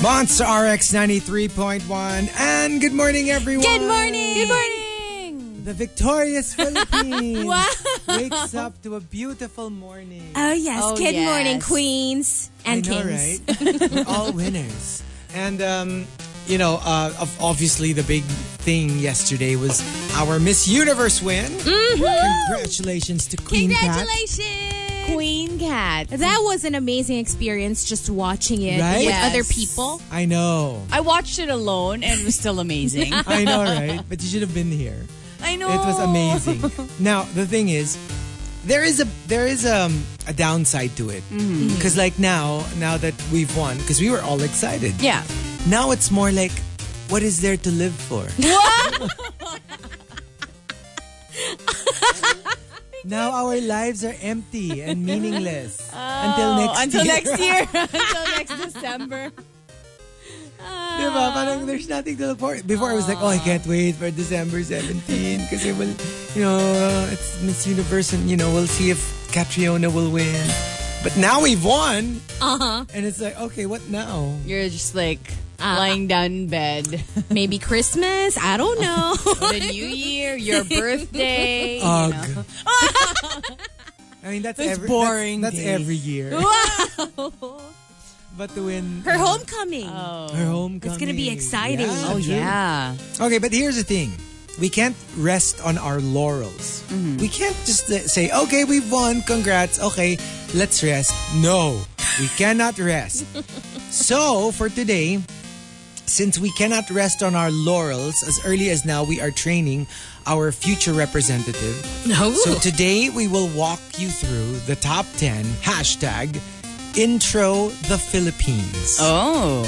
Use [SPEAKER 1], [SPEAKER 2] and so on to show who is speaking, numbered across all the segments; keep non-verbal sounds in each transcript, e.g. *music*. [SPEAKER 1] Monster RX 93.1. And good morning, everyone.
[SPEAKER 2] Good morning! Good morning!
[SPEAKER 1] The victorious Philippines
[SPEAKER 2] *laughs* Wow!
[SPEAKER 1] wakes up to a beautiful morning.
[SPEAKER 2] Oh, yes.
[SPEAKER 3] Oh,
[SPEAKER 2] good
[SPEAKER 3] yes.
[SPEAKER 2] morning, queens and
[SPEAKER 1] I know,
[SPEAKER 2] kings.
[SPEAKER 1] right? We're all winners. And, um, you know, uh, of- obviously the big thing yesterday was our Miss Universe win. Congratulations to Queen Cat.
[SPEAKER 2] Mm. Congratulations!
[SPEAKER 3] Queen Cat.
[SPEAKER 2] That was an amazing experience just watching it
[SPEAKER 1] Right?
[SPEAKER 2] with
[SPEAKER 3] Yes.
[SPEAKER 2] other people.
[SPEAKER 1] I know.
[SPEAKER 3] I watched it alone and it was still amazing.
[SPEAKER 1] I know, right? But you should have been here.
[SPEAKER 3] *laughs* I know.
[SPEAKER 1] It was amazing.
[SPEAKER 3] *laughs*
[SPEAKER 1] now the thing is, there is a there is um a downside to it
[SPEAKER 3] Mm-hmm.
[SPEAKER 1] because like now now that we've won because we were all excited.
[SPEAKER 3] Yeah.
[SPEAKER 1] Now it's more like, what is there to
[SPEAKER 3] *laughs*
[SPEAKER 1] live for? *laughs* now our lives are empty
[SPEAKER 3] *laughs*
[SPEAKER 1] and meaningless until next
[SPEAKER 3] Oh, until
[SPEAKER 1] year.
[SPEAKER 3] next
[SPEAKER 1] *laughs*
[SPEAKER 3] year. until next December.
[SPEAKER 1] Diba? Parang there's nothing to look forward. Before I was like, oh, I can't wait for December 17 because it will, you know, it's Miss Universe and, you know, we'll see if Catriona will win. But now we've won. Uh-huh. And it's like, okay, what now?
[SPEAKER 3] You're just like lying down in bed.
[SPEAKER 2] Maybe Christmas? I don't know.
[SPEAKER 3] the new year, *laughs* your birthday.
[SPEAKER 1] Ugh. *laughs* I mean, that's,
[SPEAKER 3] It's
[SPEAKER 1] every,
[SPEAKER 3] boring
[SPEAKER 1] That's, that's
[SPEAKER 3] days.
[SPEAKER 1] every year. But to win
[SPEAKER 2] *laughs* Her homecoming.
[SPEAKER 1] her homecoming.
[SPEAKER 2] gonna be exciting.
[SPEAKER 1] Yeah,
[SPEAKER 3] Oh,
[SPEAKER 1] true.
[SPEAKER 3] yeah.
[SPEAKER 1] Okay, but here's the thing. We can't rest on our laurels. We can't just uh, say, okay, we've won, congrats, okay, let's rest. No, we cannot rest. so, for today, since we cannot rest on our laurels, as early as now, we are training our future representative.
[SPEAKER 2] No.
[SPEAKER 1] So, today we will walk you through the top 10 hashtag intro the Philippines.
[SPEAKER 3] Oh.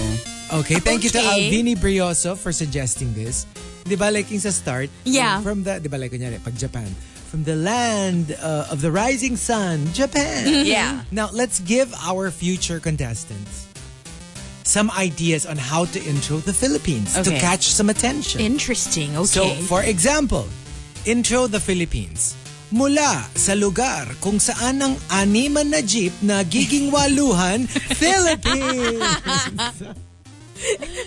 [SPEAKER 1] Okay, thank you to
[SPEAKER 2] Okay.
[SPEAKER 1] Alvini Brioso for suggesting this. Di ba like yung sa start?
[SPEAKER 2] Yeah.
[SPEAKER 1] From the, di ba like kunyari, pag Japan. From the land uh, of the rising sun,
[SPEAKER 2] *laughs*
[SPEAKER 1] Japan.
[SPEAKER 3] Yeah.
[SPEAKER 1] Now, let's give our future contestants some ideas on how to intro the Philippines to
[SPEAKER 3] Okay.
[SPEAKER 1] catch some attention.
[SPEAKER 2] Interesting. Okay.
[SPEAKER 1] So, for example, intro the Philippines. Mula sa lugar kung saan ang animan na jeep na giging waluhan,
[SPEAKER 2] *laughs*
[SPEAKER 1] Philippines!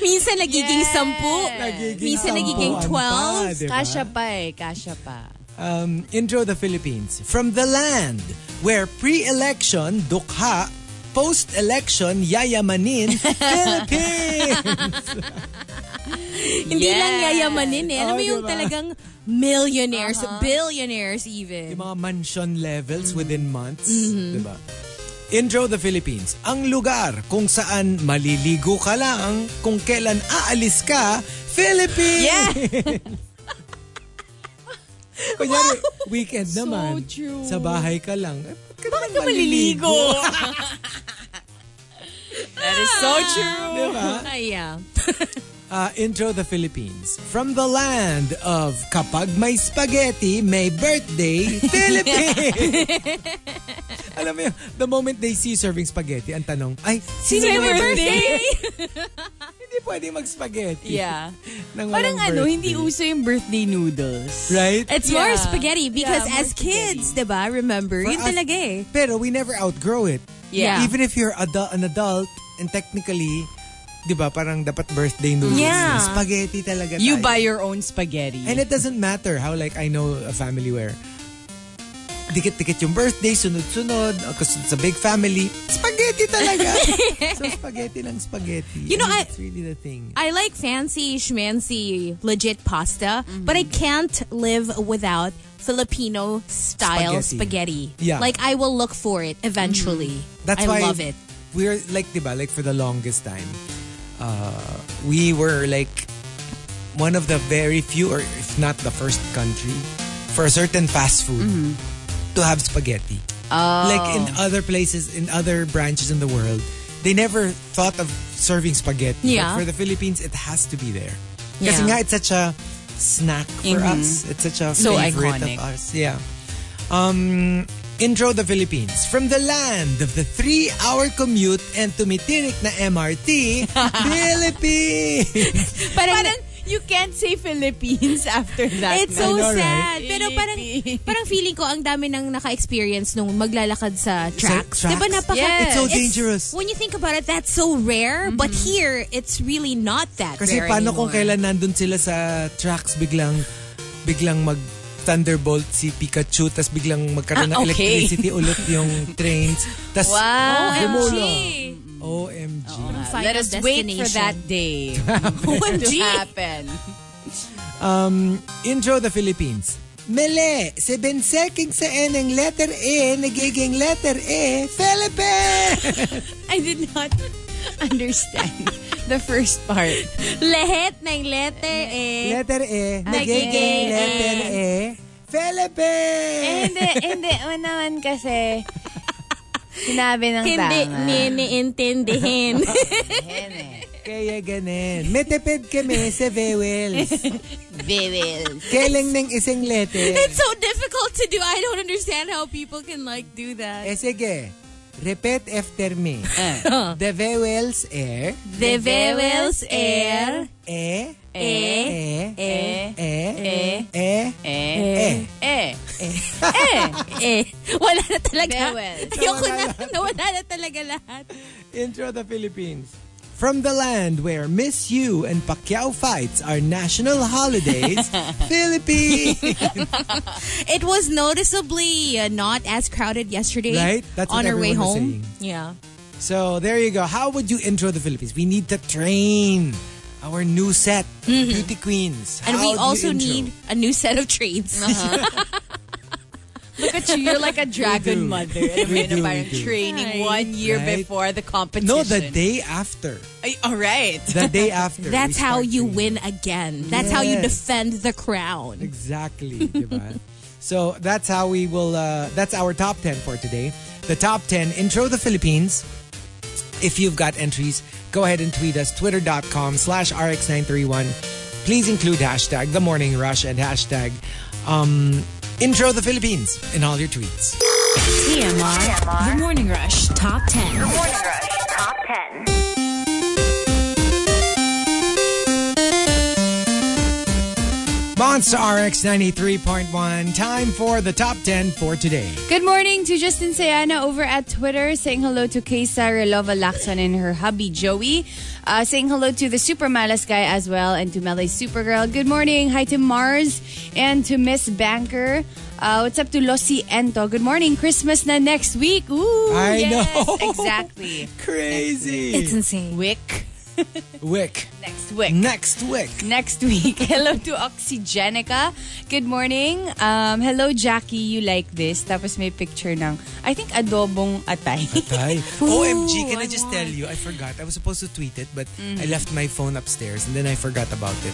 [SPEAKER 2] minsan nagiging
[SPEAKER 3] Yes.
[SPEAKER 2] sampu.
[SPEAKER 1] Nagiging
[SPEAKER 2] minsan nagiging
[SPEAKER 1] sampuan
[SPEAKER 2] 12.
[SPEAKER 1] pa, diba?
[SPEAKER 3] Kasha pa eh. Kasha pa.
[SPEAKER 1] Um, intro the Philippines. From the land where pre-election, dukha, post-election, yayamanin, Philippines!
[SPEAKER 2] Hindi
[SPEAKER 3] Yes.
[SPEAKER 2] lang yayamanin eh. Alam
[SPEAKER 1] Oh,
[SPEAKER 2] mo yung
[SPEAKER 1] diba?
[SPEAKER 2] talagang millionaires, billionaires even.
[SPEAKER 1] Yung mga mansion levels within months.
[SPEAKER 3] Mm-hmm.
[SPEAKER 1] Diba? Intro the Philippines. Ang lugar kung saan maliligo ka lang, kung kailan aalis ka, Philippines!
[SPEAKER 3] Yeah.
[SPEAKER 1] *laughs* Kunyari, weekend naman.
[SPEAKER 3] true.
[SPEAKER 1] Sa bahay ka lang. Eh, ba't ka naman *laughs*
[SPEAKER 3] That is so true.
[SPEAKER 1] Diba?
[SPEAKER 3] Ah,
[SPEAKER 2] Ay, yeah.
[SPEAKER 1] Uh, intro the Philippines. From the land of kapag may spaghetti, may
[SPEAKER 3] *laughs*
[SPEAKER 1] birthday, Philippines! Alam mo yun, the moment they see you serving spaghetti, ang tanong, ay, sino
[SPEAKER 2] Sino
[SPEAKER 1] yung
[SPEAKER 2] may
[SPEAKER 1] birthday?
[SPEAKER 2] birthday?
[SPEAKER 3] *laughs*
[SPEAKER 1] Hindi pwede mag-spaghetti.
[SPEAKER 3] Yeah.
[SPEAKER 1] Nang
[SPEAKER 3] Parang ano,
[SPEAKER 1] walang
[SPEAKER 3] hindi
[SPEAKER 1] birthday.
[SPEAKER 3] uso yung birthday noodles.
[SPEAKER 1] Right?
[SPEAKER 2] It's
[SPEAKER 3] Yeah.
[SPEAKER 2] more spaghetti because
[SPEAKER 3] Yeah, more
[SPEAKER 2] as kids, di ba, remember, yun
[SPEAKER 1] us-
[SPEAKER 2] talaga eh.
[SPEAKER 1] Pero we never outgrow it.
[SPEAKER 3] Yeah.
[SPEAKER 1] Even if you're adu- an adult, and technically, di ba, parang dapat birthday noodles.
[SPEAKER 2] Yeah.
[SPEAKER 1] na. Spaghetti talaga
[SPEAKER 3] You
[SPEAKER 1] tayo.
[SPEAKER 3] buy your own spaghetti.
[SPEAKER 1] And it doesn't matter how like I know a family where dikit-dikit yung birthday, sunod-sunod, because it's a big family, spaghetti
[SPEAKER 2] *laughs*
[SPEAKER 1] talaga. so spaghetti ng spaghetti.
[SPEAKER 2] You know,
[SPEAKER 1] And
[SPEAKER 2] I-
[SPEAKER 1] It's really the thing.
[SPEAKER 2] I like fancy, schmancy, legit pasta,
[SPEAKER 1] Mm-hmm.
[SPEAKER 2] but I can't live without Filipino style
[SPEAKER 1] Spaghetti.
[SPEAKER 2] spaghetti.
[SPEAKER 1] Yeah. Mm-hmm.
[SPEAKER 2] Like, I will look for it eventually.
[SPEAKER 1] That's
[SPEAKER 2] I
[SPEAKER 1] why
[SPEAKER 2] love it.
[SPEAKER 1] We're like, di ba, like for the longest time, uh, we were like one of the very few, or if not the first country, for a certain fast food
[SPEAKER 2] Mm-hmm.
[SPEAKER 1] to have spaghetti.
[SPEAKER 2] Oh.
[SPEAKER 1] Like in other places, in other branches in the world, they never thought of serving spaghetti.
[SPEAKER 2] Yeah.
[SPEAKER 1] But for the Philippines, it has to be there. Kasi
[SPEAKER 2] Yeah. Mm-hmm.
[SPEAKER 1] nga, it's such a snack for us. It's such a
[SPEAKER 3] So
[SPEAKER 1] favorite
[SPEAKER 3] iconic.
[SPEAKER 1] of ours. Yeah. Um, intro the Philippines. From the land of the three-hour
[SPEAKER 3] *laughs*
[SPEAKER 1] commute and tumitirik na MRT, Philippines!
[SPEAKER 2] Parang,
[SPEAKER 3] You can't say Philippines *laughs* after that.
[SPEAKER 2] It's
[SPEAKER 1] I
[SPEAKER 2] so
[SPEAKER 1] know,
[SPEAKER 2] sad.
[SPEAKER 1] right?
[SPEAKER 2] Pero parang
[SPEAKER 3] Philippines.
[SPEAKER 2] parang feeling ko ang dami nang naka-experience nung maglalakad sa tracks.
[SPEAKER 1] tracks?
[SPEAKER 2] Diba napaka
[SPEAKER 3] Yes. It's so
[SPEAKER 1] dangerous. Mm-hmm.
[SPEAKER 2] When you think about it, that's so rare. But here, it's really not that
[SPEAKER 1] Kasi
[SPEAKER 2] rare
[SPEAKER 1] paano kung
[SPEAKER 2] anymore.
[SPEAKER 1] kailan nandun sila sa tracks biglang biglang mag Thunderbolt si Pikachu tas biglang magkaroon ng
[SPEAKER 3] Ah, okay.
[SPEAKER 1] electricity ulit yung trains tas
[SPEAKER 3] Wow.
[SPEAKER 2] Oh,
[SPEAKER 1] gumulo.
[SPEAKER 2] OMG.
[SPEAKER 1] OMG.
[SPEAKER 4] Uh,
[SPEAKER 2] Final
[SPEAKER 3] Let us wait for
[SPEAKER 2] destination.
[SPEAKER 3] that *laughs* day to
[SPEAKER 2] OMG.
[SPEAKER 4] *laughs*
[SPEAKER 3] happen.
[SPEAKER 1] Intro the Philippines. Mele, si Benseking sa N ng letter E, nagiging letter E, Philippines!
[SPEAKER 3] I did not understand the first part.
[SPEAKER 2] Lehet ng letter eh.
[SPEAKER 1] letter E, nagiging
[SPEAKER 2] Nagiging
[SPEAKER 1] letter E, Philippines!
[SPEAKER 4] hindi, hindi. O naman kasi, sinabi ng
[SPEAKER 2] Hindi
[SPEAKER 4] tama.
[SPEAKER 2] *laughs* niniintindihin.
[SPEAKER 1] Kaya ganun. Metipid kami sa
[SPEAKER 2] *laughs*
[SPEAKER 1] Vewels.
[SPEAKER 4] Bibils.
[SPEAKER 1] Kailang ng isang letter.
[SPEAKER 2] It's so difficult to do. I don't understand how people can like do that.
[SPEAKER 1] Eh sige, repeat after me.
[SPEAKER 2] Ah.
[SPEAKER 1] The vowels are
[SPEAKER 2] The vowels air
[SPEAKER 1] E,
[SPEAKER 2] eh
[SPEAKER 1] E, E,
[SPEAKER 2] eh
[SPEAKER 1] E, E,
[SPEAKER 3] Eh,
[SPEAKER 1] E.
[SPEAKER 3] eh.
[SPEAKER 2] *laughs* eh. Wala na talaga.
[SPEAKER 4] Vowels.
[SPEAKER 2] *laughs* Ayoko na. Nawala na talaga lahat.
[SPEAKER 1] Intro the Philippines. From the land where Miss You and Pacquiao fights are national
[SPEAKER 2] *laughs*
[SPEAKER 1] holidays, Philippines!
[SPEAKER 2] It was noticeably uh, not as crowded yesterday.
[SPEAKER 1] Right? That's
[SPEAKER 2] on
[SPEAKER 1] what
[SPEAKER 2] our way
[SPEAKER 1] everyone was
[SPEAKER 2] home. Yeah.
[SPEAKER 1] So there you go. How would you intro the Philippines? We need to train our new set, Beauty Queens.
[SPEAKER 2] Mm-hmm. And
[SPEAKER 1] How do
[SPEAKER 2] we
[SPEAKER 1] you
[SPEAKER 2] also
[SPEAKER 1] intro?
[SPEAKER 2] need a new set of trades.
[SPEAKER 5] *laughs*
[SPEAKER 3] Look at you, you're like a
[SPEAKER 1] do.
[SPEAKER 3] dragon mother. Alam mo
[SPEAKER 1] We
[SPEAKER 3] yun,
[SPEAKER 1] do, we
[SPEAKER 3] parang
[SPEAKER 1] do.
[SPEAKER 3] training one year
[SPEAKER 1] Right?
[SPEAKER 3] before the competition.
[SPEAKER 1] No, the day after.
[SPEAKER 3] Ay, all right.
[SPEAKER 1] The
[SPEAKER 2] *laughs*
[SPEAKER 1] day after.
[SPEAKER 2] That's
[SPEAKER 1] we
[SPEAKER 2] how
[SPEAKER 1] start
[SPEAKER 2] you
[SPEAKER 1] training.
[SPEAKER 2] win again. That's how you
[SPEAKER 1] Yes.
[SPEAKER 2] defend the crown.
[SPEAKER 1] Exactly, diba? *laughs* So that's how we will. Uh, that's our top ten for today. The top ten intro the Philippines. If you've got entries, go ahead and tweet us twitter.com slash rx931. Please include hashtag the morning rush and hashtag um, intro the Philippines in all your tweets.
[SPEAKER 5] TMR. The Morning Rush Top 10.
[SPEAKER 6] Morning Rush Top 10.
[SPEAKER 1] Monster RX 93.1, time for the top 10 for today.
[SPEAKER 4] Good morning to Justin Sayana over at Twitter saying hello to Kesa Relova Lacson and her hubby Joey. Uh, saying hello to the Super Malas guy as well and to Mele Supergirl. Good morning. Hi to Mars and to Miss Banker. Uh, what's up to Losi Ento? Good morning. Christmas na next week. Ooh,
[SPEAKER 1] I
[SPEAKER 4] yes,
[SPEAKER 1] know.
[SPEAKER 4] Exactly.
[SPEAKER 1] Crazy.
[SPEAKER 2] It's insane.
[SPEAKER 4] Wick.
[SPEAKER 1] Wick.
[SPEAKER 4] Next week.
[SPEAKER 1] Next Wick.
[SPEAKER 4] next week. *laughs* Hello to Oxygenica. Good morning. Um, hello, Jackie. You like this? Tapos may picture ng, I think, adobong atay. *laughs*
[SPEAKER 1] Hi. OMG, can I just tell you, I forgot. I was supposed to tweet it, but
[SPEAKER 2] Mm-hmm.
[SPEAKER 1] I left my phone upstairs and then I forgot about it.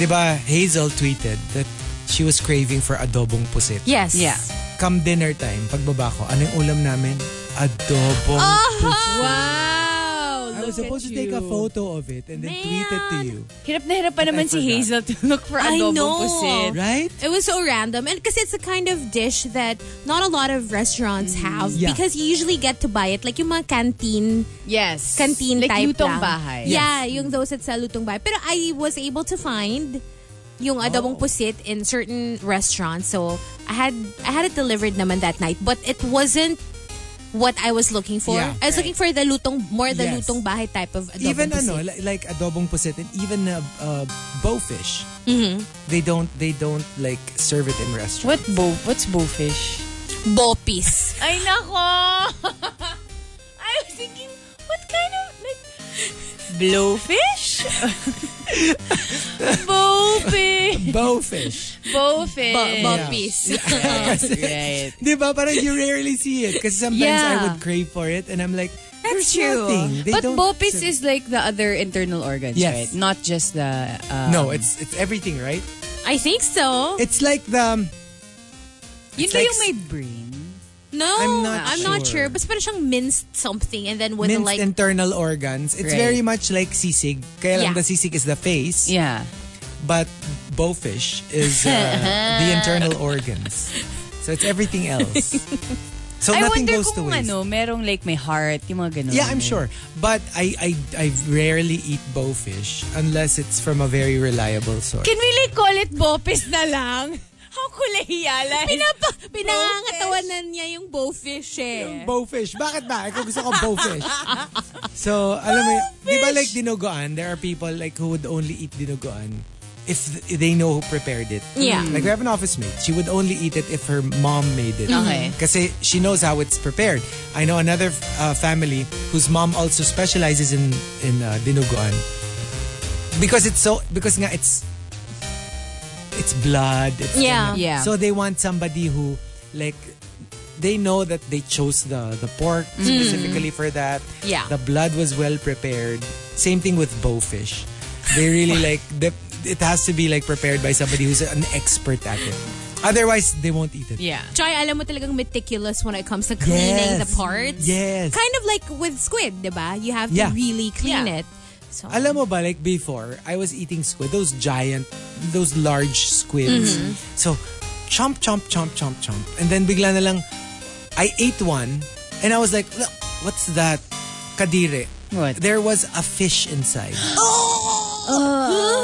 [SPEAKER 1] Diba, Hazel tweeted that she was craving for adobong pusit.
[SPEAKER 2] Yes.
[SPEAKER 3] Yeah.
[SPEAKER 1] Come dinner time, pagbaba ko, ano yung ulam namin? Adobong pusit.
[SPEAKER 4] wow!
[SPEAKER 1] I was supposed to take a photo of it and then tweet it to you.
[SPEAKER 4] Hirap na hirap pa naman si Hazel to look for
[SPEAKER 2] I
[SPEAKER 4] adobong
[SPEAKER 2] know.
[SPEAKER 4] pusit.
[SPEAKER 1] Right?
[SPEAKER 2] It was so random, and because it's a kind of dish that not a lot of restaurants have,
[SPEAKER 1] Mm, yeah.
[SPEAKER 2] because you usually get to buy it like yung mga canteen
[SPEAKER 4] Yes.
[SPEAKER 2] canteen
[SPEAKER 4] like
[SPEAKER 2] type
[SPEAKER 4] lutong
[SPEAKER 2] lang.
[SPEAKER 4] bahay.
[SPEAKER 2] Yeah,
[SPEAKER 1] Mm.
[SPEAKER 2] yung those at sa lutong bahay. Pero I was able to find yung
[SPEAKER 1] Oh.
[SPEAKER 2] adobong pusit in certain restaurants. So I had I had it delivered naman that night, but it wasn't what I was looking for.
[SPEAKER 1] Yeah.
[SPEAKER 2] I was looking for the lutong more the
[SPEAKER 1] Yes.
[SPEAKER 2] lutong bahay type of adobong
[SPEAKER 1] even
[SPEAKER 2] pusit.
[SPEAKER 1] ano li- like adobong pusit and even uh, uh, bowfish
[SPEAKER 2] Mm-hmm.
[SPEAKER 1] they don't they don't like serve it in restaurants
[SPEAKER 3] What bo what's bowfish?
[SPEAKER 1] *laughs*
[SPEAKER 2] Bopis.
[SPEAKER 4] Ay, nako! *laughs* I was thinking, what kind of, like, blowfish? *laughs* Bowfish.
[SPEAKER 1] bowfish
[SPEAKER 4] Bowfish.
[SPEAKER 2] Bo- Bopis.
[SPEAKER 3] Right.
[SPEAKER 1] diba parang you rarely see it because sometimes I
[SPEAKER 4] Yeah.
[SPEAKER 1] would crave for it and I'm like there's
[SPEAKER 2] That's true.
[SPEAKER 1] nothing They
[SPEAKER 4] but
[SPEAKER 1] don't
[SPEAKER 4] bopis
[SPEAKER 1] serve-
[SPEAKER 4] is like the other internal organs,
[SPEAKER 1] Yes.
[SPEAKER 4] right? Not just the. Um,
[SPEAKER 1] no it's it's everything right
[SPEAKER 2] *laughs* I think so.
[SPEAKER 1] it's like the
[SPEAKER 4] Yun
[SPEAKER 1] it's
[SPEAKER 4] ba
[SPEAKER 1] like
[SPEAKER 4] yung may brain?
[SPEAKER 2] no,
[SPEAKER 1] I'm not sure.
[SPEAKER 2] Basta parang siyang minced something and then with
[SPEAKER 1] minced
[SPEAKER 2] like
[SPEAKER 1] internal organs it's
[SPEAKER 4] Right.
[SPEAKER 1] very much like sisig kaya lang
[SPEAKER 2] Yeah.
[SPEAKER 1] the sisig is the face
[SPEAKER 4] Yeah.
[SPEAKER 1] but
[SPEAKER 4] *laughs*
[SPEAKER 1] bowfish is uh, the internal organs so it's everything else So
[SPEAKER 4] *laughs* I
[SPEAKER 1] nothing
[SPEAKER 4] wonder
[SPEAKER 1] goes to
[SPEAKER 4] kung
[SPEAKER 1] waste.
[SPEAKER 4] ano, merong like may heart, yung mga ganun.
[SPEAKER 1] Yeah, I'm sure. But I, I I rarely eat bowfish unless it's from a very reliable source.
[SPEAKER 4] Can we like call it Bopis na lang? *laughs* How kulehiyala is...
[SPEAKER 2] Pinapa, pinangatawanan niya yung bowfish eh.
[SPEAKER 1] Bowfish. Bakit ba? Ako gusto ko bowfish. So, alam mo, yun, di ba like dinuguan, there are people like who would only eat dinuguan if th- they know who prepared it.
[SPEAKER 2] Yeah.
[SPEAKER 1] Like we have an office mate. She would only eat it if her mom made it. Mm-hmm.
[SPEAKER 4] Okay.
[SPEAKER 1] Kasi she knows how it's prepared. I know another uh, family whose mom also specializes in in uh, dinuguan. Because it's so because nga it's it's blood. It's
[SPEAKER 2] Yeah.
[SPEAKER 1] ganyan.
[SPEAKER 4] Yeah.
[SPEAKER 1] So they want somebody who like they know that they chose the the pork specifically for that.
[SPEAKER 2] Mm. Yeah.
[SPEAKER 1] The blood was well prepared. Same thing with bowfish. They
[SPEAKER 2] *laughs*
[SPEAKER 1] really like the it has to be like prepared by somebody who's an expert at it. Otherwise, they won't eat it.
[SPEAKER 4] Yeah.
[SPEAKER 2] Tsaka alam mo talagang meticulous when it comes to
[SPEAKER 1] Yes.
[SPEAKER 2] cleaning the parts.
[SPEAKER 1] Yes.
[SPEAKER 2] Kind of like with squid, di ba? You have to
[SPEAKER 1] Yeah.
[SPEAKER 2] really clean
[SPEAKER 4] Yeah.
[SPEAKER 2] it. So,
[SPEAKER 1] Alam mo ba, like before, I was eating squid, those giant, those large squids. So, chomp, chomp, chomp, chomp, chomp. And then bigla na lang, I ate one, and I was like, "Look, what's that? Kadire.
[SPEAKER 4] What?
[SPEAKER 1] There was a fish inside.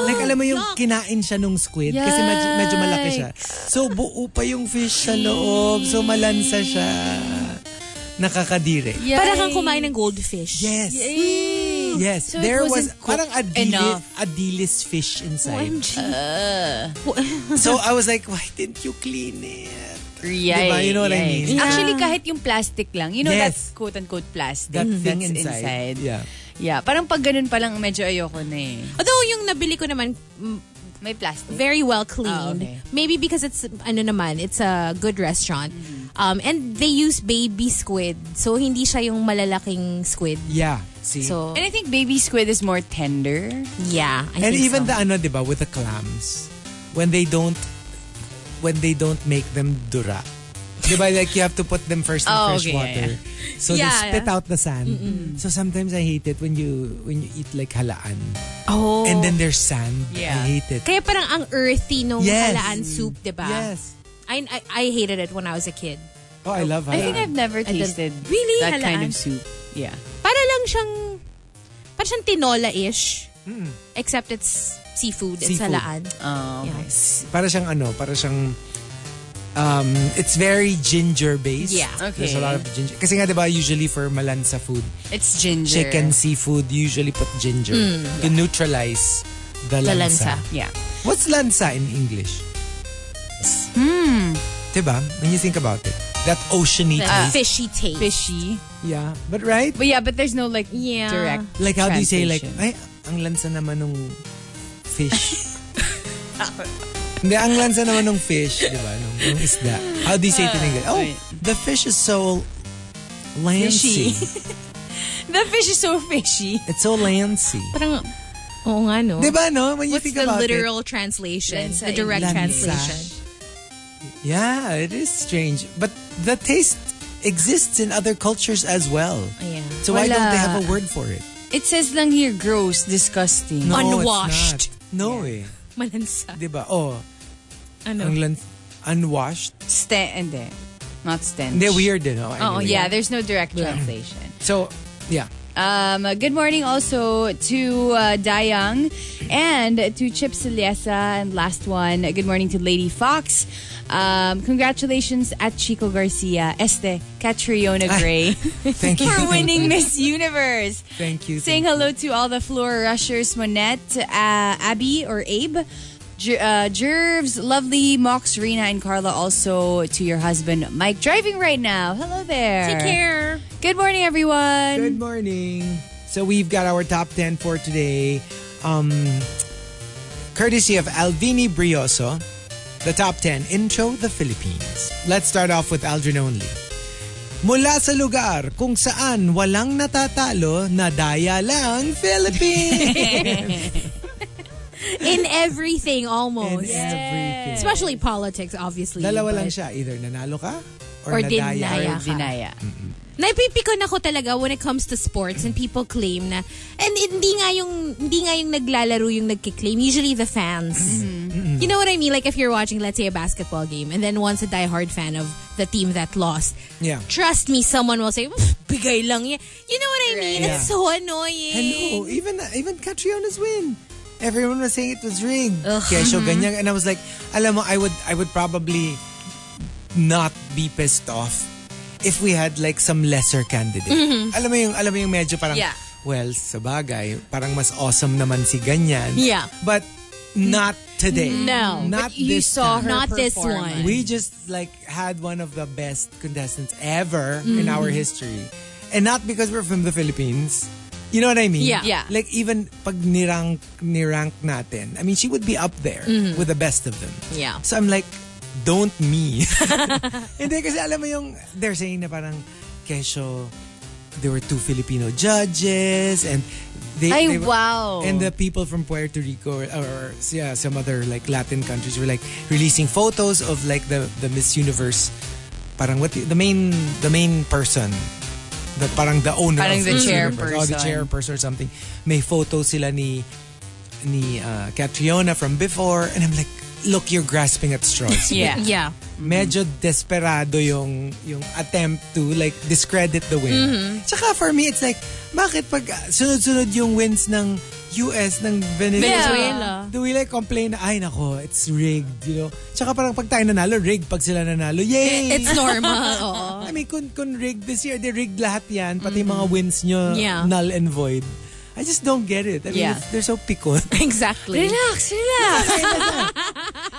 [SPEAKER 1] like alam mo yung kinain siya nung squid kasi medyo, medyo malaki siya. So buo pa yung fish sa loob. So malansa siya. Nakakadire.
[SPEAKER 2] para kang kumain ng goldfish. *laughs*
[SPEAKER 1] Yes. Yes,
[SPEAKER 4] So it
[SPEAKER 1] there was
[SPEAKER 4] wasn't
[SPEAKER 1] parang adilis,
[SPEAKER 4] enough.
[SPEAKER 1] adilis fish inside.
[SPEAKER 2] OMG.
[SPEAKER 1] Uh, so I was like, why didn't you clean it?
[SPEAKER 4] Yeah,
[SPEAKER 1] Diba? You know what I mean?
[SPEAKER 2] Yeah.
[SPEAKER 4] Actually, kahit yung plastic lang, you know
[SPEAKER 1] Yes.
[SPEAKER 4] that quote-unquote plastic
[SPEAKER 1] That thing
[SPEAKER 4] that's
[SPEAKER 1] inside. Yeah.
[SPEAKER 4] Yeah, Parang pag ganun pa lang, medyo ayoko na eh.
[SPEAKER 2] Although yung nabili ko naman, mm,
[SPEAKER 4] May plastic.
[SPEAKER 2] very well cleaned.
[SPEAKER 4] Ah, okay.
[SPEAKER 2] Maybe because it's ano naman, it's a good restaurant.
[SPEAKER 4] Mm-hmm.
[SPEAKER 2] Um, and they use baby squid. So hindi siya yung malalaking squid.
[SPEAKER 1] Yeah. See?
[SPEAKER 2] So
[SPEAKER 4] And I think baby squid is more tender.
[SPEAKER 2] yeah, I
[SPEAKER 1] and
[SPEAKER 2] think
[SPEAKER 1] even the
[SPEAKER 2] so.
[SPEAKER 1] ano, diba, with the clams. When they don't, when they don't make them dura. Diba, like you have to put them first in
[SPEAKER 4] Oh,
[SPEAKER 1] fresh
[SPEAKER 4] okay,
[SPEAKER 1] water.
[SPEAKER 4] yeah,
[SPEAKER 1] So
[SPEAKER 2] Yeah,
[SPEAKER 1] they spit
[SPEAKER 2] yeah.
[SPEAKER 1] out the sand. So sometimes I hate it when you when you eat like halaan.
[SPEAKER 2] oh.
[SPEAKER 1] And then there's sand.
[SPEAKER 4] Yeah.
[SPEAKER 1] I hate it.
[SPEAKER 2] kaya parang ang earthy nung
[SPEAKER 1] Yes.
[SPEAKER 2] halaan soup, 'di ba?
[SPEAKER 1] Yes.
[SPEAKER 2] I, I I hated it when I was a kid.
[SPEAKER 1] Oh, I love halaan.
[SPEAKER 4] I think I've never
[SPEAKER 2] don't-
[SPEAKER 4] tasted
[SPEAKER 2] Really?
[SPEAKER 4] that
[SPEAKER 2] Halaan?
[SPEAKER 4] kind of soup. Yeah.
[SPEAKER 2] Para lang siyang para siyang tinola-ish. Except it's seafood, it's
[SPEAKER 1] Hmm. Seafood.
[SPEAKER 2] halaan.
[SPEAKER 4] Oh,
[SPEAKER 2] Yeah.
[SPEAKER 1] para siyang ano, para siyang um, it's very ginger based.
[SPEAKER 2] Yeah.
[SPEAKER 4] Okay.
[SPEAKER 1] There's a lot of ginger. Kasi nga 'di ba usually for malansa food,
[SPEAKER 4] It's ginger.
[SPEAKER 1] chicken, seafood, you usually put ginger to neutralize the
[SPEAKER 2] The
[SPEAKER 1] lansa.
[SPEAKER 2] lansa.
[SPEAKER 4] Yeah.
[SPEAKER 1] What's lansa in English? Hmm. 'Di ba? When you think about it, that oceany
[SPEAKER 2] The
[SPEAKER 1] taste.
[SPEAKER 2] Uh, fishy taste.
[SPEAKER 4] Fishy.
[SPEAKER 1] Yeah. But right?
[SPEAKER 4] But yeah, but there's no like
[SPEAKER 2] Yeah.
[SPEAKER 4] direct
[SPEAKER 1] Like how do you say like
[SPEAKER 4] translation.
[SPEAKER 1] ay ang lansa naman nung fish. Hindi, ang lansa naman nung fish, di ba? Nung, nung isda. How do you say it in English? Oh,
[SPEAKER 4] right.
[SPEAKER 1] the fish is so lancy.
[SPEAKER 4] Fishy.
[SPEAKER 1] eh?
[SPEAKER 4] The fish is so fishy.
[SPEAKER 1] It's so lancy.
[SPEAKER 2] Parang Oo nga no.
[SPEAKER 1] Di ba, no? When you
[SPEAKER 2] What's
[SPEAKER 1] think
[SPEAKER 2] the
[SPEAKER 1] about
[SPEAKER 2] literal translation?
[SPEAKER 4] Lansa
[SPEAKER 2] the
[SPEAKER 4] in
[SPEAKER 2] direct
[SPEAKER 1] English.
[SPEAKER 2] translation.
[SPEAKER 1] it. Yeah, it is strange. But the taste exists in other cultures as well.
[SPEAKER 2] Yeah.
[SPEAKER 1] So why don't they
[SPEAKER 4] Wala.
[SPEAKER 1] have a word for it?
[SPEAKER 4] It says lang here, gross, disgusting.
[SPEAKER 1] No, it's
[SPEAKER 2] Unwashed.
[SPEAKER 1] not. No eh.
[SPEAKER 2] Malansa.
[SPEAKER 1] Di ba? Oh,
[SPEAKER 2] Ano?
[SPEAKER 1] ang lans- unwashed.
[SPEAKER 4] Sten- hindi. Not stench.
[SPEAKER 1] Hindi, weird din. Oh,
[SPEAKER 4] Oh,
[SPEAKER 1] anyway.
[SPEAKER 4] yeah, there's no direct translation.
[SPEAKER 1] So, yeah.
[SPEAKER 4] Um, uh, good morning also to uh, Dayang and to Chip Siliesa. And last one, good morning to Lady Fox. Um, congratulations at Chico Garcia, Este
[SPEAKER 1] *laughs*
[SPEAKER 4] Catriona Gray
[SPEAKER 1] Thank you.
[SPEAKER 4] *laughs* for winning Miss Universe.
[SPEAKER 1] Thank you.
[SPEAKER 4] Saying
[SPEAKER 1] thank
[SPEAKER 4] hello to all the floor rushers, Monette, uh, Abby or Abe, Jer- uh, Jerves, lovely Mox, Rena, and Carla. Also to your husband, Mike, driving right now. Hello there.
[SPEAKER 2] Take care.
[SPEAKER 1] *laughs*
[SPEAKER 4] Good morning, everyone.
[SPEAKER 1] you. Good morning. So we've got our top 10 for today. Um, courtesy of Alvini Brioso, the top 10 intro the Philippines. Let's start off with Aldrin only. Mula sa lugar kung saan walang natatalo, nadaya lang
[SPEAKER 2] *laughs*
[SPEAKER 1] Philippines.
[SPEAKER 2] In everything
[SPEAKER 1] And
[SPEAKER 2] almost.
[SPEAKER 1] everything.
[SPEAKER 2] Especially politics, obviously.
[SPEAKER 1] Dalawa lang
[SPEAKER 2] but-
[SPEAKER 1] siya. Either nanalo ka or,
[SPEAKER 2] Or
[SPEAKER 1] nadaya.
[SPEAKER 2] dinaya.
[SPEAKER 4] Dinaya.
[SPEAKER 2] Napipikon ako talaga when it comes to sports and people claim na and hindi nga yung hindi nga yung naglalaro yung nagki-claim usually the
[SPEAKER 1] Mm-hmm.
[SPEAKER 2] fans. You know what I mean? Like if you're watching let's say a basketball game and then once a diehard fan of the team that lost.
[SPEAKER 1] Yeah.
[SPEAKER 2] Trust me, someone will say, "Pff, bigay lang yan. You know what I mean?
[SPEAKER 1] Right.
[SPEAKER 2] It's so annoying.
[SPEAKER 1] Hello, even even Catriona win. Everyone was saying it was rigged. Kesho ganyan and I was like, alam mo, I would I would probably not be pissed off if we had like some lesser candidate. Alam mo yung alam mo yung medyo parang
[SPEAKER 2] Mm-hmm. Yeah.
[SPEAKER 1] well, sa bagay, parang mas awesome naman si ganyan.
[SPEAKER 2] Yeah.
[SPEAKER 1] But not today.
[SPEAKER 2] No.
[SPEAKER 1] Not
[SPEAKER 3] But you
[SPEAKER 1] this
[SPEAKER 3] saw
[SPEAKER 1] time.
[SPEAKER 3] her
[SPEAKER 2] Not this
[SPEAKER 3] performance.
[SPEAKER 2] one.
[SPEAKER 1] We just like had one of the best contestants ever in our
[SPEAKER 2] Mm-hmm.
[SPEAKER 1] history. And not because we're from the Philippines. You know what I mean?
[SPEAKER 2] Yeah.
[SPEAKER 3] Yeah.
[SPEAKER 1] Like even pag nirank, nirank natin, I mean, she would be up there with the best of them.
[SPEAKER 2] Mm-hmm. Yeah.
[SPEAKER 1] So I'm like, don't
[SPEAKER 2] *laughs*
[SPEAKER 1] me. *laughs* Hindi kasi alam mo yung, they're saying na parang, kesyo, there were two Filipino judges and they,
[SPEAKER 4] Ay,
[SPEAKER 1] they were-
[SPEAKER 4] wow.
[SPEAKER 1] and the people from Puerto Rico or, or yeah, some other like Latin countries were like releasing photos of like the, the Miss Universe parang what the main the main person the parang the owner
[SPEAKER 3] Parang
[SPEAKER 1] of
[SPEAKER 3] the
[SPEAKER 1] Miss
[SPEAKER 3] chairperson.
[SPEAKER 1] Universe, or the chairperson or something may photos sila ni ni uh, Catriona from before and I'm like look you're grasping at straws
[SPEAKER 3] *laughs* Yeah.
[SPEAKER 2] Yeah.
[SPEAKER 1] medyo desperado yung yung attempt to like discredit the win.
[SPEAKER 2] Mm-hmm.
[SPEAKER 1] Tsaka for me it's like bakit pag uh, sunod-sunod yung wins ng US ng Venezuela,
[SPEAKER 2] Venezuela.
[SPEAKER 1] do we like complain na ay nako it's rigged you know? Tsaka parang pag tayo nanalo rigged pag sila nanalo yay!
[SPEAKER 2] Eh, It's normal. Oo.
[SPEAKER 1] *laughs* I mean kung, kung rigged this year they rigged lahat yan pati yung mga wins nyo
[SPEAKER 2] Mm-hmm. Yeah.
[SPEAKER 1] null and void. I just don't get it. I mean
[SPEAKER 3] Yeah.
[SPEAKER 1] it's- they're so picot.
[SPEAKER 2] Exactly.
[SPEAKER 3] Relax,
[SPEAKER 1] *laughs*
[SPEAKER 3] relax.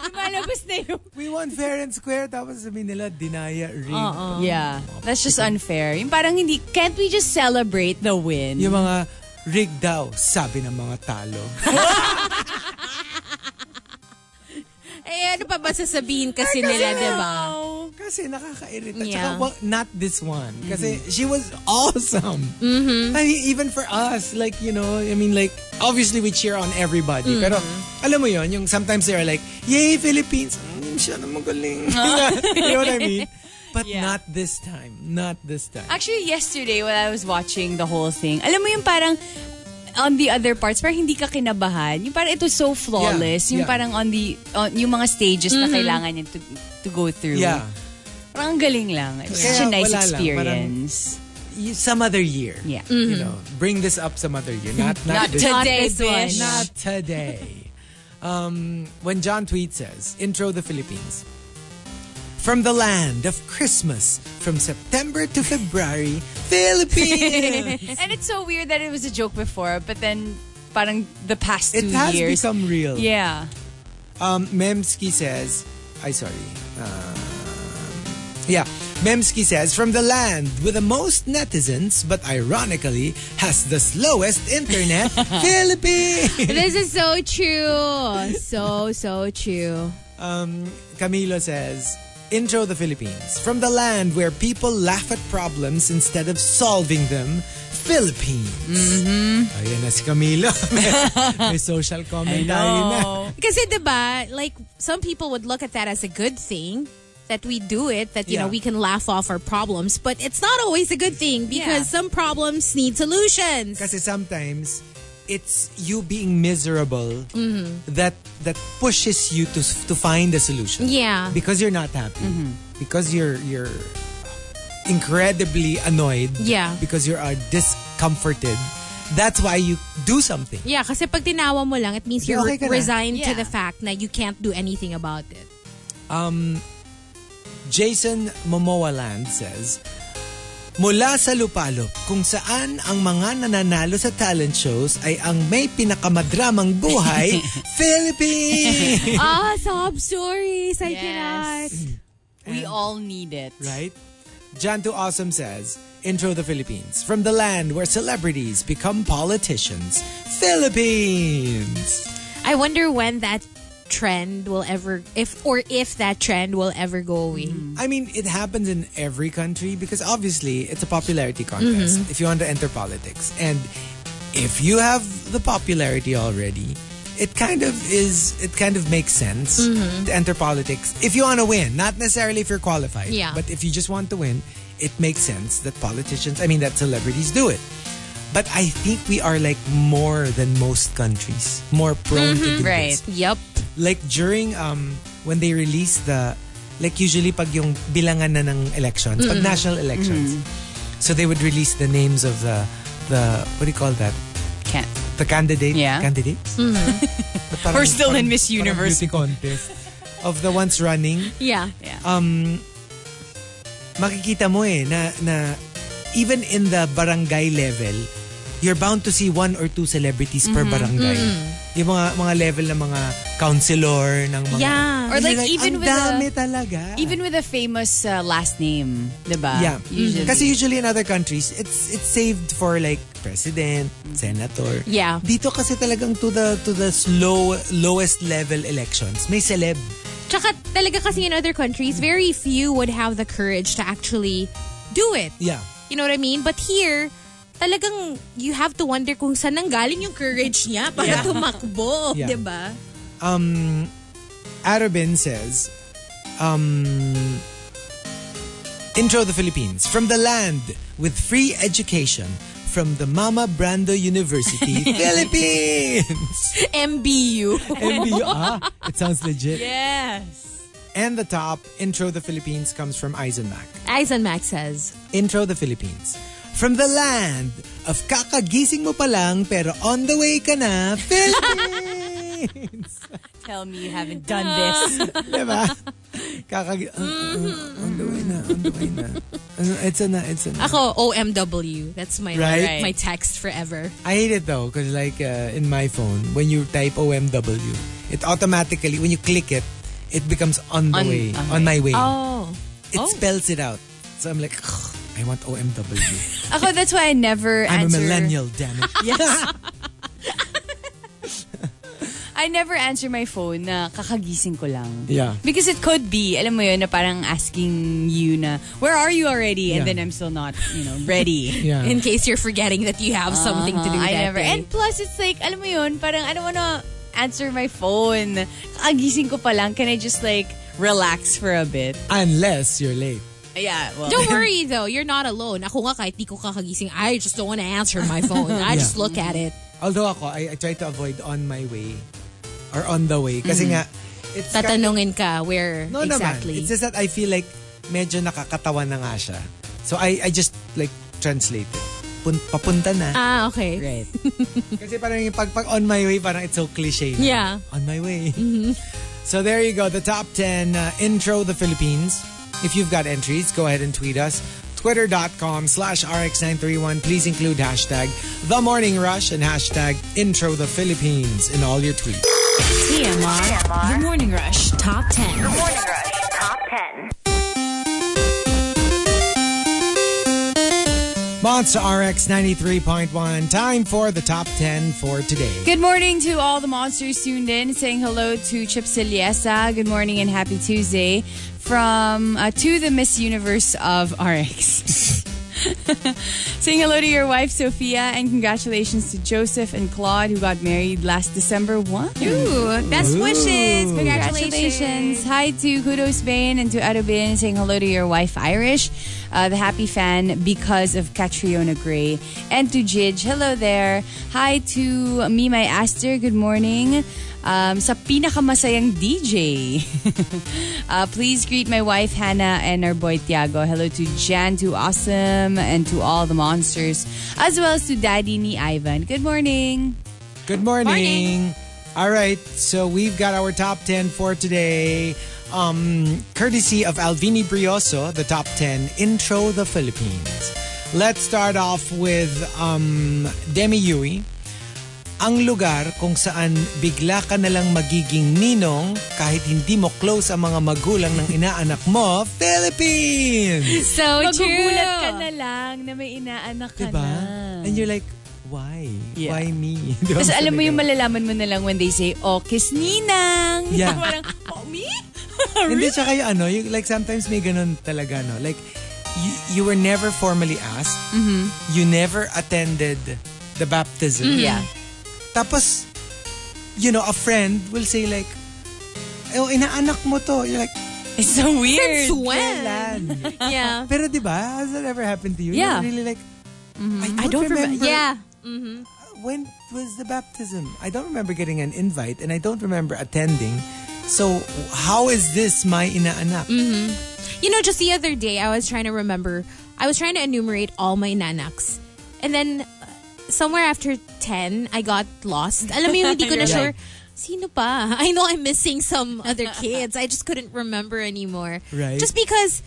[SPEAKER 3] Lumalabas na yung...
[SPEAKER 1] we won fair and square tapos sabihin nila dinaya rigged.
[SPEAKER 2] Uh-uh.
[SPEAKER 3] Um, Yeah. That's just unfair. Yung parang hindi... Can't we just celebrate the win?
[SPEAKER 1] Yung mga rig daw, sabi ng mga
[SPEAKER 3] *laughs*
[SPEAKER 1] talo.
[SPEAKER 2] Eh, ano pa ba sasabihin kasi nila, di
[SPEAKER 3] diba?
[SPEAKER 2] ba?
[SPEAKER 1] Kasi nakakairita.
[SPEAKER 2] Yeah.
[SPEAKER 1] Tsaka, well, not this one.
[SPEAKER 3] Mm-hmm.
[SPEAKER 1] Kasi she was awesome. I mean, even for us, like, you know, I mean, like, obviously we cheer on everybody. Pero,
[SPEAKER 3] Mm-hmm.
[SPEAKER 1] alam mo yon yung sometimes they are like, yay, Philippines! Mm, siya na magaling. *laughs* you know what I mean? But
[SPEAKER 3] Ah. Yeah.
[SPEAKER 1] not this time. Not this time.
[SPEAKER 3] Actually, yesterday, while I was watching the whole thing, alam mo yung parang on the other parts, parang hindi ka kinabahan. Yung parang ito so flawless.
[SPEAKER 1] Yeah,
[SPEAKER 3] Yung
[SPEAKER 1] yeah.
[SPEAKER 3] parang on the, on, yung mga stages na kailangan niya to, to go through.
[SPEAKER 1] yeah.
[SPEAKER 3] Parang ang galing lang. It was such a
[SPEAKER 1] Kaya
[SPEAKER 3] nice
[SPEAKER 1] wala lang.
[SPEAKER 3] experience.
[SPEAKER 1] Y- Some other year.
[SPEAKER 3] Yeah. Mm-hmm.
[SPEAKER 1] You know, bring this up some other year. Not,
[SPEAKER 3] Not
[SPEAKER 1] not, this
[SPEAKER 3] today,
[SPEAKER 2] this one.
[SPEAKER 3] bitch.
[SPEAKER 1] Not today. um, when John Tweet says, intro the Philippines. From the land of Christmas, from September to February,
[SPEAKER 3] *laughs*
[SPEAKER 1] Philippines!
[SPEAKER 3] And it's so weird that it was a joke before, but then parang the past
[SPEAKER 1] it
[SPEAKER 3] two
[SPEAKER 1] has
[SPEAKER 3] years.
[SPEAKER 1] become real.
[SPEAKER 3] yeah.
[SPEAKER 1] Um, Memski says, I sorry. Um, yeah. Memski says, from the land with the most netizens, but ironically has the
[SPEAKER 3] *laughs*
[SPEAKER 1] slowest internet, Philippines!
[SPEAKER 2] This is so true. So, so true.
[SPEAKER 1] Um, Camilo says, Intro the Philippines. From the land where people laugh at problems instead of solving them, Philippines.
[SPEAKER 2] Mm-hmm.
[SPEAKER 1] Ayan na si
[SPEAKER 2] *laughs*
[SPEAKER 1] Camilo. May social comment tayo na.
[SPEAKER 2] Kasi 'di ba, like some people would look at that as a good thing that we do it that you know
[SPEAKER 1] Yeah.
[SPEAKER 2] we can laugh off our problems, but it's not always a good thing because some problems need solutions.
[SPEAKER 1] Kasi sometimes, it's you being miserable
[SPEAKER 2] Mm-hmm.
[SPEAKER 1] that that pushes you to to find a solution.
[SPEAKER 2] Yeah. Mm-hmm.
[SPEAKER 1] Because you're not happy. Because you're you're incredibly annoyed.
[SPEAKER 2] Yeah.
[SPEAKER 1] Because you are discomforted. That's why you do something.
[SPEAKER 2] yeah, kasi pag tinawa mo lang, it means
[SPEAKER 1] Di,
[SPEAKER 2] you're
[SPEAKER 1] okay ka na.
[SPEAKER 2] resigned to
[SPEAKER 3] Yeah.
[SPEAKER 2] the fact that you can't do anything about
[SPEAKER 1] *laughs*
[SPEAKER 2] it.
[SPEAKER 1] Jason Momoa Land says, Mula sa Lupalop, kung saan ang mga nananalo sa talent shows ay ang may pinakamadramang buhay,
[SPEAKER 2] *laughs*
[SPEAKER 1] Philippines!
[SPEAKER 2] ah, sob stories. I cannot.
[SPEAKER 3] We all need it.
[SPEAKER 1] right? Jan to Awesome says, Intro the Philippines, from the land where celebrities become politicians, Philippines!
[SPEAKER 2] I wonder when that trend will ever if or if that trend will ever go away.
[SPEAKER 1] I mean, it happens in every country because obviously it's a popularity contest if you want to enter politics. And if you have the popularity already, it kind of is, it kind of makes sense to enter politics if you want to win, not necessarily if you're qualified.
[SPEAKER 2] Yeah.
[SPEAKER 1] But if you just want to win, it makes sense that politicians, I mean, that celebrities do it. But I think we are like more than most countries, more prone to do this
[SPEAKER 3] Right.
[SPEAKER 2] Yep.
[SPEAKER 1] like during um when they released the like usually pag yung bilangan na ng elections, pag national elections. So they would release the names of the the what do you call that?
[SPEAKER 3] Can't.
[SPEAKER 1] The candidate
[SPEAKER 3] Yeah. Mm-hmm.
[SPEAKER 1] candidates. But parang-
[SPEAKER 3] We're still in
[SPEAKER 1] parang-
[SPEAKER 3] Miss
[SPEAKER 1] parang
[SPEAKER 3] Universe.
[SPEAKER 1] beauty contest of the ones running.
[SPEAKER 2] Yeah.
[SPEAKER 1] um, makikita mo eh na, na even in the barangay level, you're bound to see one or two celebrities per
[SPEAKER 4] Mm-hmm.
[SPEAKER 1] barangay. Yung mga mga level ng mga counselor, ng mga...
[SPEAKER 2] Yeah.
[SPEAKER 1] Or
[SPEAKER 4] like, even with
[SPEAKER 1] ang dami
[SPEAKER 4] the-
[SPEAKER 1] talaga.
[SPEAKER 4] Even with a famous uh, last name, diba?
[SPEAKER 1] Yeah. Mm-hmm.
[SPEAKER 4] Usually.
[SPEAKER 1] Kasi usually in other countries, it's it's saved for like president, senator.
[SPEAKER 2] Yeah.
[SPEAKER 1] Dito kasi talagang to the to the slow lowest level elections, may celeb.
[SPEAKER 2] Tsaka talaga kasi in other countries, very few would have the courage to actually do it.
[SPEAKER 1] Yeah.
[SPEAKER 2] You know what I mean? But here, talagang you have to wonder kung saan nanggaling yung courage niya para tumakbo.
[SPEAKER 1] Yeah.
[SPEAKER 2] di ba?
[SPEAKER 1] um, Arabin says, um, Intro the Philippines from the land with free education from the Mama Brando University, Philippines.
[SPEAKER 2] MBU.
[SPEAKER 1] MBU, ah, it sounds legit.
[SPEAKER 3] Yes.
[SPEAKER 1] And the top Intro the Philippines comes from Eisenach.
[SPEAKER 2] Eisenmax says,
[SPEAKER 1] Intro the Philippines. From the land of kakagising mo pa lang pero on the way ka na, Philippines.
[SPEAKER 3] Tell me you haven't done this.
[SPEAKER 1] diba? Kakag... Uh, uh, on the way na, on the way na. Ano, It's a na, it's a na.
[SPEAKER 2] ako, OMW. That's my
[SPEAKER 1] Right?
[SPEAKER 2] my text forever.
[SPEAKER 1] I hate it though, because like uh, in my phone, when you type OMW, it automatically, when you click it, it becomes on the
[SPEAKER 3] On-
[SPEAKER 1] way,
[SPEAKER 3] okay.
[SPEAKER 1] on my way.
[SPEAKER 2] Oh.
[SPEAKER 1] it spells it out. So I'm like, "Ugh, I want OMW.
[SPEAKER 4] Ako, that's why I never
[SPEAKER 1] I'm a
[SPEAKER 4] answer.
[SPEAKER 1] millennial, damn it.
[SPEAKER 3] yes.
[SPEAKER 4] I never answer my phone na kakagising ko lang.
[SPEAKER 1] Yeah.
[SPEAKER 4] Because it could be, alam mo yun, na parang asking you na, where are you already? And
[SPEAKER 1] Yeah.
[SPEAKER 4] then I'm still not, you know,
[SPEAKER 1] *laughs*
[SPEAKER 4] ready.
[SPEAKER 1] Yeah.
[SPEAKER 2] In case you're forgetting that you have something to do
[SPEAKER 4] Uh, Uh-huh. I
[SPEAKER 2] that
[SPEAKER 4] never.
[SPEAKER 2] day.
[SPEAKER 4] And plus, it's like, alam mo yun, parang I don't wanna answer my phone. Kakagising ko pa lang, can I just like relax for a bit?
[SPEAKER 1] Unless you're late.
[SPEAKER 4] Yeah, well.
[SPEAKER 2] Don't worry though, you're not alone. Ako nga kahit di ko kakagising, I just don't want to answer my phone. I just look at it.
[SPEAKER 1] Although ako, I, I try to avoid on my way or on the way. Kasi nga, it's kind
[SPEAKER 2] Tatanungin ka where
[SPEAKER 1] No
[SPEAKER 2] exactly.
[SPEAKER 1] naman. It's just that I feel like medyo nakakatawa na nga siya. So I I just like translate it. Pun papunta na.
[SPEAKER 2] ah, okay.
[SPEAKER 4] Right.
[SPEAKER 1] Kasi parang yung pag, pag on my way, parang it's so cliche. na.
[SPEAKER 2] Yeah. Mm-hmm.
[SPEAKER 1] On my way. *laughs* So there you go. The top 10 uh, intro the Philippines. If you've got entries, go ahead and tweet us. Twitter.com slash RX931. Please include hashtag The Morning Rush and hashtag Intro the Philippines in all your tweets.
[SPEAKER 5] TMR. The Morning Rush Top
[SPEAKER 1] *laughs*
[SPEAKER 5] 10.
[SPEAKER 6] Morning Rush Top 10.
[SPEAKER 1] Monster RX 93.1. Time for the top 10 for today.
[SPEAKER 4] *laughs* Good morning to all the monsters tuned in, saying hello to Chip Siliesa. Good morning and happy Tuesday from uh, to the Miss Universe of RX. *laughs* saying hello to your wife Sophia and congratulations to Joseph and Claude who got married last December 1.
[SPEAKER 2] Ooh, best wishes.
[SPEAKER 4] Congratulations. Hi to Kudos Bain and to Arubin saying hello to your wife Irish, uh, the happy fan because of Catriona Gray. And to Jij, hello there. Hi to Mimay Aster, good morning. Um, sa pinakamasayang DJ. *laughs* uh, please greet my wife Hannah and our boy Tiago. Hello to Jan, to Awesome, and to all the monsters, as well as to Daddy ni Ivan. Good morning.
[SPEAKER 1] Good morning. All right, so we've got our top 10 for today. Um, courtesy of Alvini Brioso, the top 10 intro the Philippines. Let's start off with um, Demi Yui. Ang lugar kung saan bigla ka nalang magiging ninong kahit hindi mo close ang mga magulang ng inaanak mo, Philippines!
[SPEAKER 2] So
[SPEAKER 4] Magugulat
[SPEAKER 2] true.
[SPEAKER 4] ka na lang na may inaanak ka
[SPEAKER 1] Diba?
[SPEAKER 4] na.
[SPEAKER 1] And you're like, why?
[SPEAKER 4] Yeah.
[SPEAKER 1] Why me? *laughs* Diba?
[SPEAKER 4] Tapos alam mo yung
[SPEAKER 1] Talaga.
[SPEAKER 4] malalaman mo na lang when they say, oh, kiss ninang.
[SPEAKER 1] Yeah.
[SPEAKER 4] Parang, oh, me? *laughs*
[SPEAKER 1] Hindi, tsaka yung ano, yung, like sometimes may ganun talaga, no? Like, you, you were never formally asked.
[SPEAKER 4] Mm-hmm.
[SPEAKER 1] You never attended the baptism.
[SPEAKER 4] Yeah.
[SPEAKER 1] Tapos, you know, a friend will say like, oh, inaanak mo to. You're like,
[SPEAKER 4] It's so weird.
[SPEAKER 2] Since when?
[SPEAKER 1] kailan?
[SPEAKER 2] Yeah.
[SPEAKER 1] Pero di ba, has that ever happened to you?
[SPEAKER 4] Yeah. Mm-hmm.
[SPEAKER 1] You're really like, I, don't
[SPEAKER 4] I don't remem-
[SPEAKER 1] remember.
[SPEAKER 2] Yeah.
[SPEAKER 1] When was the baptism? I don't remember getting an invite and I don't remember attending. So, how is this my inaanak?
[SPEAKER 2] You know, just the other day, I was trying to remember. I was trying to enumerate all my nanaks. And then, uh, somewhere after 10, I got
[SPEAKER 1] *laughs*
[SPEAKER 2] lost. Alam mo yung hindi ko na sure,
[SPEAKER 1] You're
[SPEAKER 2] sino pa? *laughs* I know I'm missing some other kids. I just couldn't remember anymore.
[SPEAKER 1] Right.
[SPEAKER 2] Just because,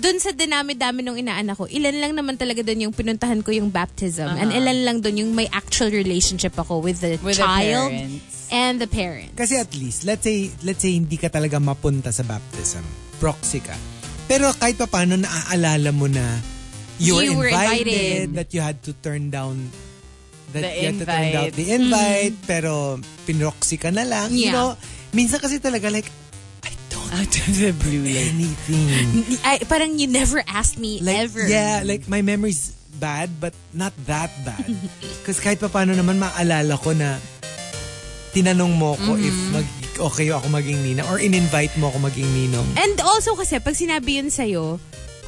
[SPEAKER 2] dun sa dinami-dami nung inaanak ko, ilan lang naman talaga dun yung pinuntahan ko yung baptism. And
[SPEAKER 1] Uh-huh.
[SPEAKER 2] ilan lang dun yung may actual relationship ako with the
[SPEAKER 4] With the
[SPEAKER 2] child
[SPEAKER 4] parents.
[SPEAKER 2] and the parents.
[SPEAKER 1] Kasi at least, let's say, let's say hindi ka talaga mapunta sa baptism. Proxy ka. Pero kahit pa paano, naaalala mo na you,
[SPEAKER 2] You
[SPEAKER 1] were
[SPEAKER 2] were
[SPEAKER 1] invited,
[SPEAKER 2] invited.
[SPEAKER 1] that you had to turn down that
[SPEAKER 4] The
[SPEAKER 1] you had to turn down
[SPEAKER 4] invite.
[SPEAKER 1] the invite, pero pinroxy ka na lang. You
[SPEAKER 2] Yeah.
[SPEAKER 1] know, minsan kasi talaga like, I don't
[SPEAKER 4] *laughs* Out of the blue, like,
[SPEAKER 1] anything.
[SPEAKER 2] I, parang you never asked me
[SPEAKER 1] like,
[SPEAKER 2] ever.
[SPEAKER 1] Yeah, like my memory's bad but not that
[SPEAKER 4] *laughs*
[SPEAKER 1] bad. Kasi kahit pa paano naman maalala ko na tinanong mo ko if
[SPEAKER 4] Mm-hmm.
[SPEAKER 1] mag okay ako maging nina or in-invite mo ako maging ninong.
[SPEAKER 2] And also kasi, pag sinabi yun sa'yo,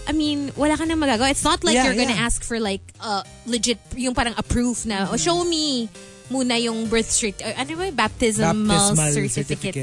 [SPEAKER 2] I mean, wala ka nang magagawa. It's not like
[SPEAKER 1] Yeah,
[SPEAKER 2] you're gonna
[SPEAKER 1] yeah. Mm-hmm.
[SPEAKER 2] ask for like, uh, legit, yung parang a proof na, "Oh, show me muna yung birth certificate, ano ba, yung baptismal,
[SPEAKER 1] Baptismal
[SPEAKER 2] certificate,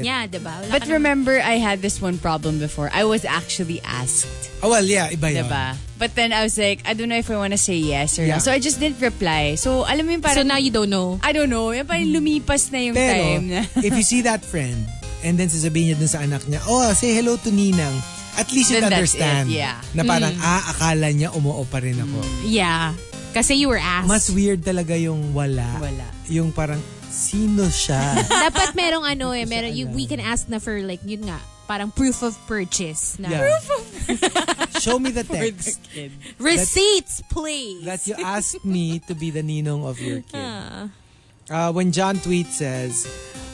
[SPEAKER 1] certificate.
[SPEAKER 2] niya, diba? Wala ka
[SPEAKER 4] But
[SPEAKER 2] nang-
[SPEAKER 4] remember, I had this one problem before. I was actually asked,
[SPEAKER 1] Oh, well, yeah, iba yun.
[SPEAKER 4] diba? But then I was like, I don't know if I want to say yes or
[SPEAKER 1] Yeah.
[SPEAKER 4] no. So I just didn't reply. So alam mo yung
[SPEAKER 2] so
[SPEAKER 4] parang,
[SPEAKER 2] now you don't know.
[SPEAKER 4] I don't know, yung parang lumipas na yung
[SPEAKER 1] Pero,
[SPEAKER 4] time na.
[SPEAKER 1] if you see that friend, and then sasabihin niya dun sa anak niya, oh, say hello to Ninang, at least you
[SPEAKER 4] Then that's
[SPEAKER 1] understand.
[SPEAKER 4] it, yeah. Mm.
[SPEAKER 1] Na parang, ah, akala niya umoo pa rin ako.
[SPEAKER 2] Yeah. Kasi you were asked.
[SPEAKER 1] Mas weird talaga yung wala.
[SPEAKER 4] Wala.
[SPEAKER 1] Yung parang, sino
[SPEAKER 4] *laughs*
[SPEAKER 1] siya?
[SPEAKER 2] *laughs* Dapat merong ano eh, meron, you, we can ask na for like, yun nga, parang proof of purchase. Na,
[SPEAKER 1] Yeah. Show me the
[SPEAKER 4] *laughs*
[SPEAKER 1] text
[SPEAKER 2] Receipts, please.
[SPEAKER 1] that you asked me to be the ninong of your kid. Uh, when John Tweet says,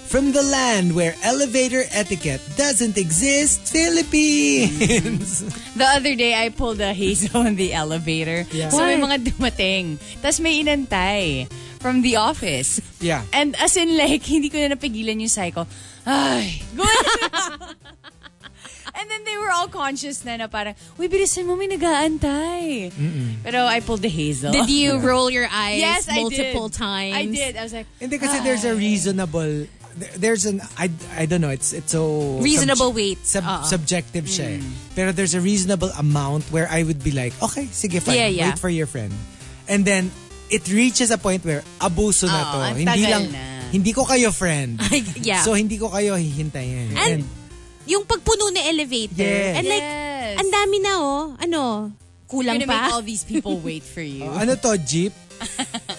[SPEAKER 1] From the land where elevator etiquette doesn't exist, Philippines! *laughs*
[SPEAKER 4] The other day, I pulled a hazel on the elevator.
[SPEAKER 1] Yeah.
[SPEAKER 4] So may
[SPEAKER 2] Why?
[SPEAKER 4] mga dumating. Tapos may inantay from the office.
[SPEAKER 1] yeah.
[SPEAKER 4] And as in like, hindi ko na napigilan yung psycho. Ay, *laughs* go ahead." And then they were all conscious na na parang, uy, bilisan mo, may nag-aantay. Pero I pulled the hazel.
[SPEAKER 1] *laughs*
[SPEAKER 2] Did you roll your eyes
[SPEAKER 4] *laughs* yes, I did.
[SPEAKER 2] multiple times?
[SPEAKER 4] I
[SPEAKER 2] *laughs*
[SPEAKER 4] did. I was like,
[SPEAKER 1] Hindi kasi there's a reasonable there- there's an I, I don't know it's it's so
[SPEAKER 2] Reasonable wait.
[SPEAKER 1] sub-
[SPEAKER 2] Oo.
[SPEAKER 1] subjective siya eh. pero there's a reasonable amount where I would be like okay sige fine
[SPEAKER 2] Yeah, yeah.
[SPEAKER 1] wait for your friend and then it reaches a point where abuso na
[SPEAKER 4] Oo,
[SPEAKER 1] to
[SPEAKER 4] ang
[SPEAKER 1] hindi
[SPEAKER 4] tagal
[SPEAKER 1] lang
[SPEAKER 4] na.
[SPEAKER 1] hindi ko kayo friend
[SPEAKER 2] yeah.
[SPEAKER 1] so hindi ko kayo hihintayin
[SPEAKER 2] And- Yung pagpuno ng elevator.
[SPEAKER 1] Yes.
[SPEAKER 2] And like,
[SPEAKER 4] Yes.
[SPEAKER 2] ang dami na oh. Ano?
[SPEAKER 4] you're
[SPEAKER 2] Kulang
[SPEAKER 4] gonna make
[SPEAKER 2] pa?
[SPEAKER 4] all these people wait for you.
[SPEAKER 1] ano to jeep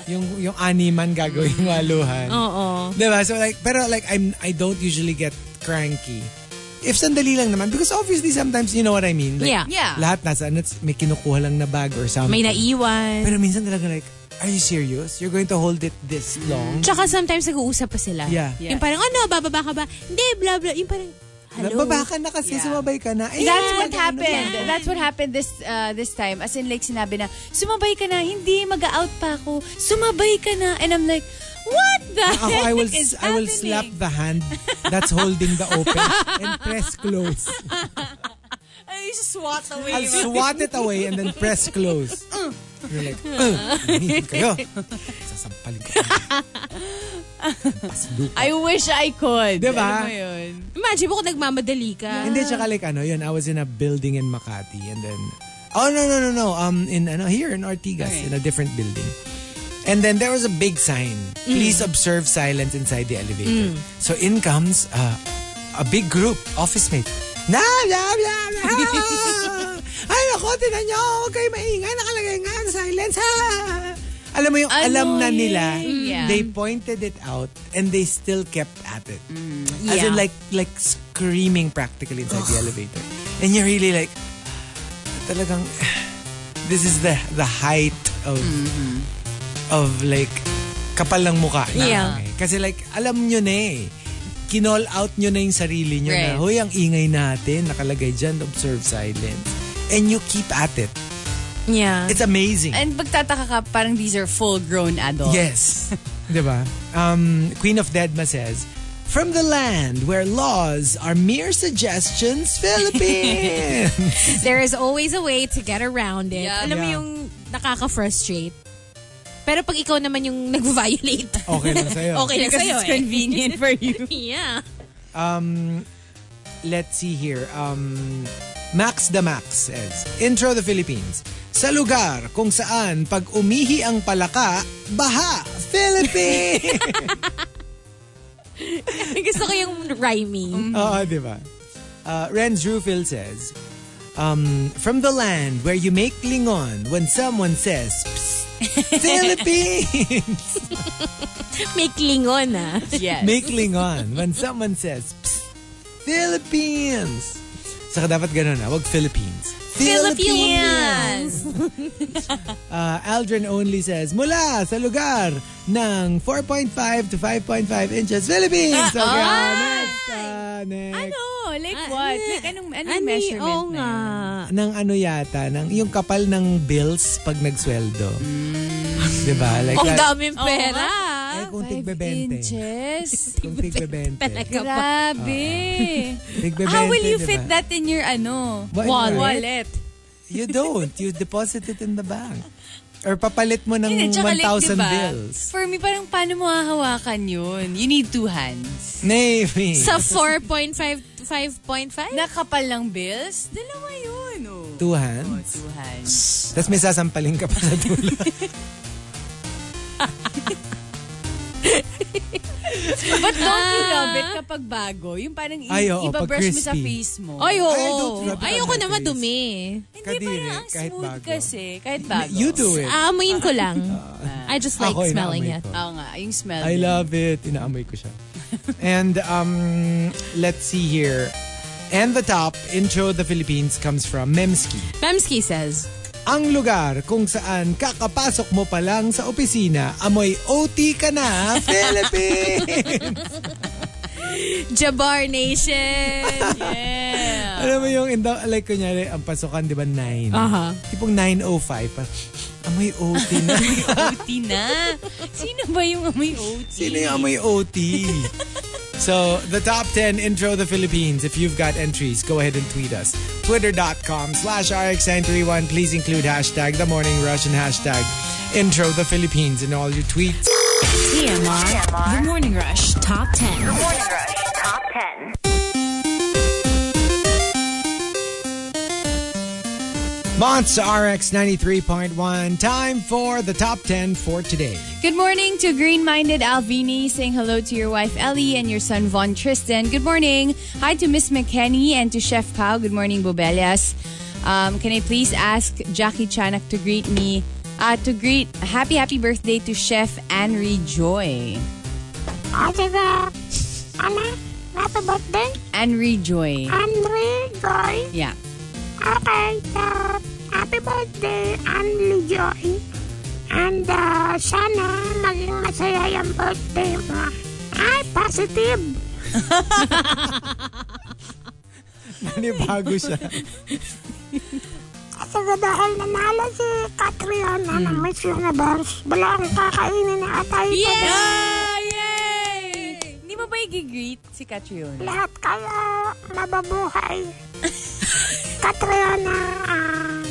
[SPEAKER 1] yung yung animan gagawin yung aluhan
[SPEAKER 2] Oo.
[SPEAKER 1] Diba? So like, pero like, I'm, I don't usually get cranky. If sandali lang naman, because obviously sometimes, you know what I mean? Like,
[SPEAKER 2] Yeah.
[SPEAKER 4] Yeah.
[SPEAKER 1] Lahat nasa, ano, may kinukuha lang na bag or something.
[SPEAKER 2] *laughs* May naiwan.
[SPEAKER 1] Pero minsan talaga like, are you serious? You're going to hold it this long?
[SPEAKER 2] Tsaka sometimes nag-uusap pa sila.
[SPEAKER 1] Yeah.
[SPEAKER 2] Yung parang, ano, bababa ka ba? Hindi, blah, blah. Yung parang, hello.
[SPEAKER 1] Nababa Diba? ka na kasi,
[SPEAKER 4] Yeah.
[SPEAKER 1] sumabay ka na. Eh,
[SPEAKER 4] That's
[SPEAKER 1] ano,
[SPEAKER 4] what
[SPEAKER 1] ano,
[SPEAKER 4] happened.
[SPEAKER 1] ano.
[SPEAKER 4] That's what happened this uh, this time. As in like sinabi na, sumabay ka na, hindi, mag-out pa ako. Sumabay ka na. And I'm like, what
[SPEAKER 1] *laughs*
[SPEAKER 4] the
[SPEAKER 1] Ako, Oh, I will,
[SPEAKER 4] heck *laughs* is
[SPEAKER 1] I will slap
[SPEAKER 4] happening?
[SPEAKER 1] the hand that's holding the open and press close.
[SPEAKER 4] I just swat away.
[SPEAKER 1] I'll swat it away and then press
[SPEAKER 4] *laughs*
[SPEAKER 1] close. You're like, uh, *laughs* nangihingi kayo. Sasampalin ko. kayo. Sampas lupa.
[SPEAKER 4] I wish I could.
[SPEAKER 1] Diba?
[SPEAKER 4] Alam mo yun?
[SPEAKER 2] Imagine mo kung nagmamadali ka.
[SPEAKER 1] Hindi, tsaka like ano, yun, I was in a building in Makati and then, oh no, no, no, no, um, in ano, here in Ortigas, in a different building. And then there was a big sign, please observe silence inside the elevator. So in comes uh, a big group, office mate. Na, na, na, na. Ay, ako, tinan nyo, huwag kayo maingay, nakalagay nga ang silence, ha. Alam mo yung alam na nila,
[SPEAKER 4] Annoying. Yeah.
[SPEAKER 1] they pointed it out and they still kept at it. As
[SPEAKER 2] Yeah.
[SPEAKER 1] in like like screaming practically inside the elevator. And you're really like talagang this is the the height of
[SPEAKER 2] Mm-hmm.
[SPEAKER 1] of like kapal ng mukha. na
[SPEAKER 2] Yeah.
[SPEAKER 1] lang eh. Kasi like alam nyo na eh. Kinall out nyo na yung sarili nyo na,
[SPEAKER 4] Right.
[SPEAKER 1] huy, ang ingay natin, nakalagay dyan, observe silence. And you keep at it.
[SPEAKER 2] Yeah.
[SPEAKER 1] It's amazing.
[SPEAKER 4] And pagtataka ka, parang these are full-grown adults.
[SPEAKER 1] *laughs* Yes. diba? Um, Queen of Deadma says, From the land where laws are mere suggestions, Philippines!
[SPEAKER 2] There is always a way to get around it.
[SPEAKER 4] Yeah.
[SPEAKER 2] Alam mo
[SPEAKER 1] Yeah.
[SPEAKER 2] yung nakaka-frustrate. Pero pag ikaw naman yung *laughs* nag-violate,
[SPEAKER 1] *laughs* Oh. okay lang sa'yo.
[SPEAKER 2] okay lang
[SPEAKER 4] Because
[SPEAKER 2] sa'yo *laughs*
[SPEAKER 4] it's
[SPEAKER 2] eh.
[SPEAKER 4] convenient for you.
[SPEAKER 2] Yeah.
[SPEAKER 1] Um, let's see here. Um, Max the Max says, Intro the Philippines. Sa lugar kung saan pag umihi ang palaka, baha! Philippines!
[SPEAKER 2] Gusto ko yung rhyming.
[SPEAKER 1] Oo, di ba? Uh, Renz Rufil says, um, From the land where you make lingon when someone says, Psst, Philippines!
[SPEAKER 2] May klingon ah.
[SPEAKER 3] Yes.
[SPEAKER 1] make lingon when someone says, Psst, Philippines! Saka dapat ganun na, wag Philippines.
[SPEAKER 2] Philippines!
[SPEAKER 1] Uh, Aldrin only says, mula sa lugar ng 4.5 to 5.5 inches, Philippines! Okay, ah, next, ah, next.
[SPEAKER 4] Ano
[SPEAKER 3] No, like
[SPEAKER 2] Ah,
[SPEAKER 3] what?
[SPEAKER 2] ano?
[SPEAKER 3] Like anong, anong
[SPEAKER 2] Ano y-
[SPEAKER 3] measurement
[SPEAKER 2] oo
[SPEAKER 3] na
[SPEAKER 2] nga.
[SPEAKER 3] yun?
[SPEAKER 1] ng ano yata, ng yung kapal ng bills pag nagsweldo.
[SPEAKER 3] Hmm.
[SPEAKER 1] Diba? Like,
[SPEAKER 3] Oh,
[SPEAKER 2] Ang
[SPEAKER 1] like,
[SPEAKER 2] daming pera.
[SPEAKER 1] like kung
[SPEAKER 3] Five
[SPEAKER 1] tigbebente.
[SPEAKER 3] inches?
[SPEAKER 1] Kung tigbebente.
[SPEAKER 2] Talaga pa.
[SPEAKER 3] Grabe.
[SPEAKER 1] Tigbebente,
[SPEAKER 3] How will you
[SPEAKER 1] diba?
[SPEAKER 3] fit that in your ano?
[SPEAKER 1] Wallet.
[SPEAKER 3] Wallet.
[SPEAKER 1] You don't. You deposit it in the bank. Or papalit mo ng
[SPEAKER 3] Hindi, tsaka
[SPEAKER 1] 1,000
[SPEAKER 3] like, diba,
[SPEAKER 1] bills.
[SPEAKER 3] For me, parang paano mo hahawakan yun? You need two hands.
[SPEAKER 1] Maybe.
[SPEAKER 2] Sa 4.5 to 5.5?
[SPEAKER 3] Nakapal lang bills? Dalawa yun, oh. Oh,
[SPEAKER 1] two hands.
[SPEAKER 3] two hands.
[SPEAKER 1] Tapos may sasampaling ka pa sa dulo.
[SPEAKER 3] *laughs* But don't you love it kapag bago? Yung parang i-
[SPEAKER 1] Ay, oo, pag
[SPEAKER 3] ibabrush mo sa
[SPEAKER 1] crispy.
[SPEAKER 3] face mo.
[SPEAKER 2] Ay, oo.
[SPEAKER 1] Ay, don't rub it on
[SPEAKER 2] Ayoko
[SPEAKER 1] my
[SPEAKER 2] naman
[SPEAKER 1] face.
[SPEAKER 2] dumi.
[SPEAKER 3] Hindi,
[SPEAKER 1] Kadiri,
[SPEAKER 3] parang ang
[SPEAKER 1] kahit
[SPEAKER 3] smooth
[SPEAKER 1] bago.
[SPEAKER 3] kasi. Kahit bago.
[SPEAKER 1] You do
[SPEAKER 3] Ah,
[SPEAKER 1] it.
[SPEAKER 2] Aamuin ko lang. I just like
[SPEAKER 1] Ako,
[SPEAKER 2] smelling
[SPEAKER 1] inaamoy
[SPEAKER 2] it.
[SPEAKER 1] ko.
[SPEAKER 3] Oo nga, yung smell.
[SPEAKER 1] I love it. Inaamoy ko siya. and um, let's see here. And the top, Intro the Philippines, comes from Memski.
[SPEAKER 2] Pamski says,
[SPEAKER 1] Ang lugar kung saan kakapasok mo pa lang sa opisina, amoy OT ka na, Philippines!
[SPEAKER 2] Jabar Nation!
[SPEAKER 3] Yeah.
[SPEAKER 1] *laughs* Alam mo yung, in the, like kunyari, ang pasokan, di ba, 9?
[SPEAKER 2] Aha.
[SPEAKER 1] Tipong 9.05, pa, amoy OT na.
[SPEAKER 3] OT na. Sino ba yung amoy OT?
[SPEAKER 1] *laughs* Sino yung amoy OT? so, the top 10 intro the Philippines. If you've got entries, go ahead and tweet us. Twitter.com slash RXN31. Please include hashtag The Morning Rush and hashtag intro the Philippines in all your tweets.
[SPEAKER 5] TMR. The Morning Rush Top 10.
[SPEAKER 6] Morning Rush Top 10.
[SPEAKER 1] Monster RX 93.1. Time for the top 10 for today. *laughs*
[SPEAKER 4] Good morning to green minded Alvini saying hello to your wife Ellie and your son Von Tristan. Good morning. Hi to Miss McKenny and to Chef Pau. Good morning, Bobelias. Um, can I please ask Jackie Chanak to greet me? Uh, to greet happy happy birthday to Chef Anne Joy.
[SPEAKER 7] Ate ka, ano? Happy birthday,
[SPEAKER 4] Anne Joy.
[SPEAKER 7] Andre Joy.
[SPEAKER 4] Yeah.
[SPEAKER 7] Okay, uh, happy birthday, Andre Joy. And uh, sana maging masaya yung birthday mo. Ay, positive.
[SPEAKER 1] Nanibago siya.
[SPEAKER 7] Kasi dahil nanalo si Catriona ng Miss Universe, wala akong kakainin na atay ko.
[SPEAKER 3] Ah, yay! Hindi mo ba i-greet si Catriona?
[SPEAKER 7] Lahat kayo
[SPEAKER 3] *laughs*
[SPEAKER 7] mababuhay. Katriona, ah,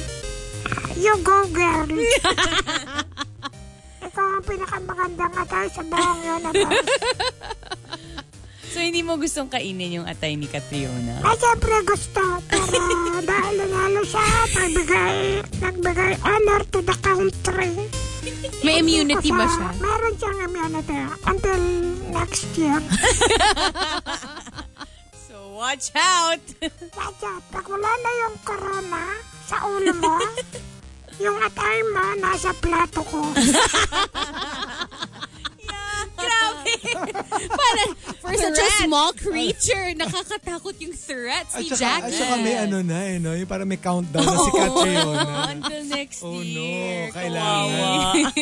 [SPEAKER 7] you go
[SPEAKER 3] *laughs*
[SPEAKER 7] girl. Ikaw ang pinakamagandang atay sa buong ano? universe.
[SPEAKER 3] So, hindi mo gustong kainin yung atay ni Catriona?
[SPEAKER 7] Ay, siyempre gusto. Pero dahil nanalo siya, nagbigay, nagbigay honor to the country.
[SPEAKER 2] May immunity ba
[SPEAKER 7] Kasi
[SPEAKER 2] siya?
[SPEAKER 7] Meron siyang immunity until next year.
[SPEAKER 3] So, watch out!
[SPEAKER 7] Dapat, pag wala na yung corona sa ulo mo, yung atay mo nasa plato ko.
[SPEAKER 2] *laughs* For such a small creature, nakakatakot yung threat
[SPEAKER 1] At
[SPEAKER 2] si
[SPEAKER 1] saka,
[SPEAKER 2] Jack.
[SPEAKER 1] at saka may ano na eh, no? Yung parang may countdown na si Catriona.
[SPEAKER 3] Until next
[SPEAKER 1] Oh no,
[SPEAKER 3] year.
[SPEAKER 1] kailangan.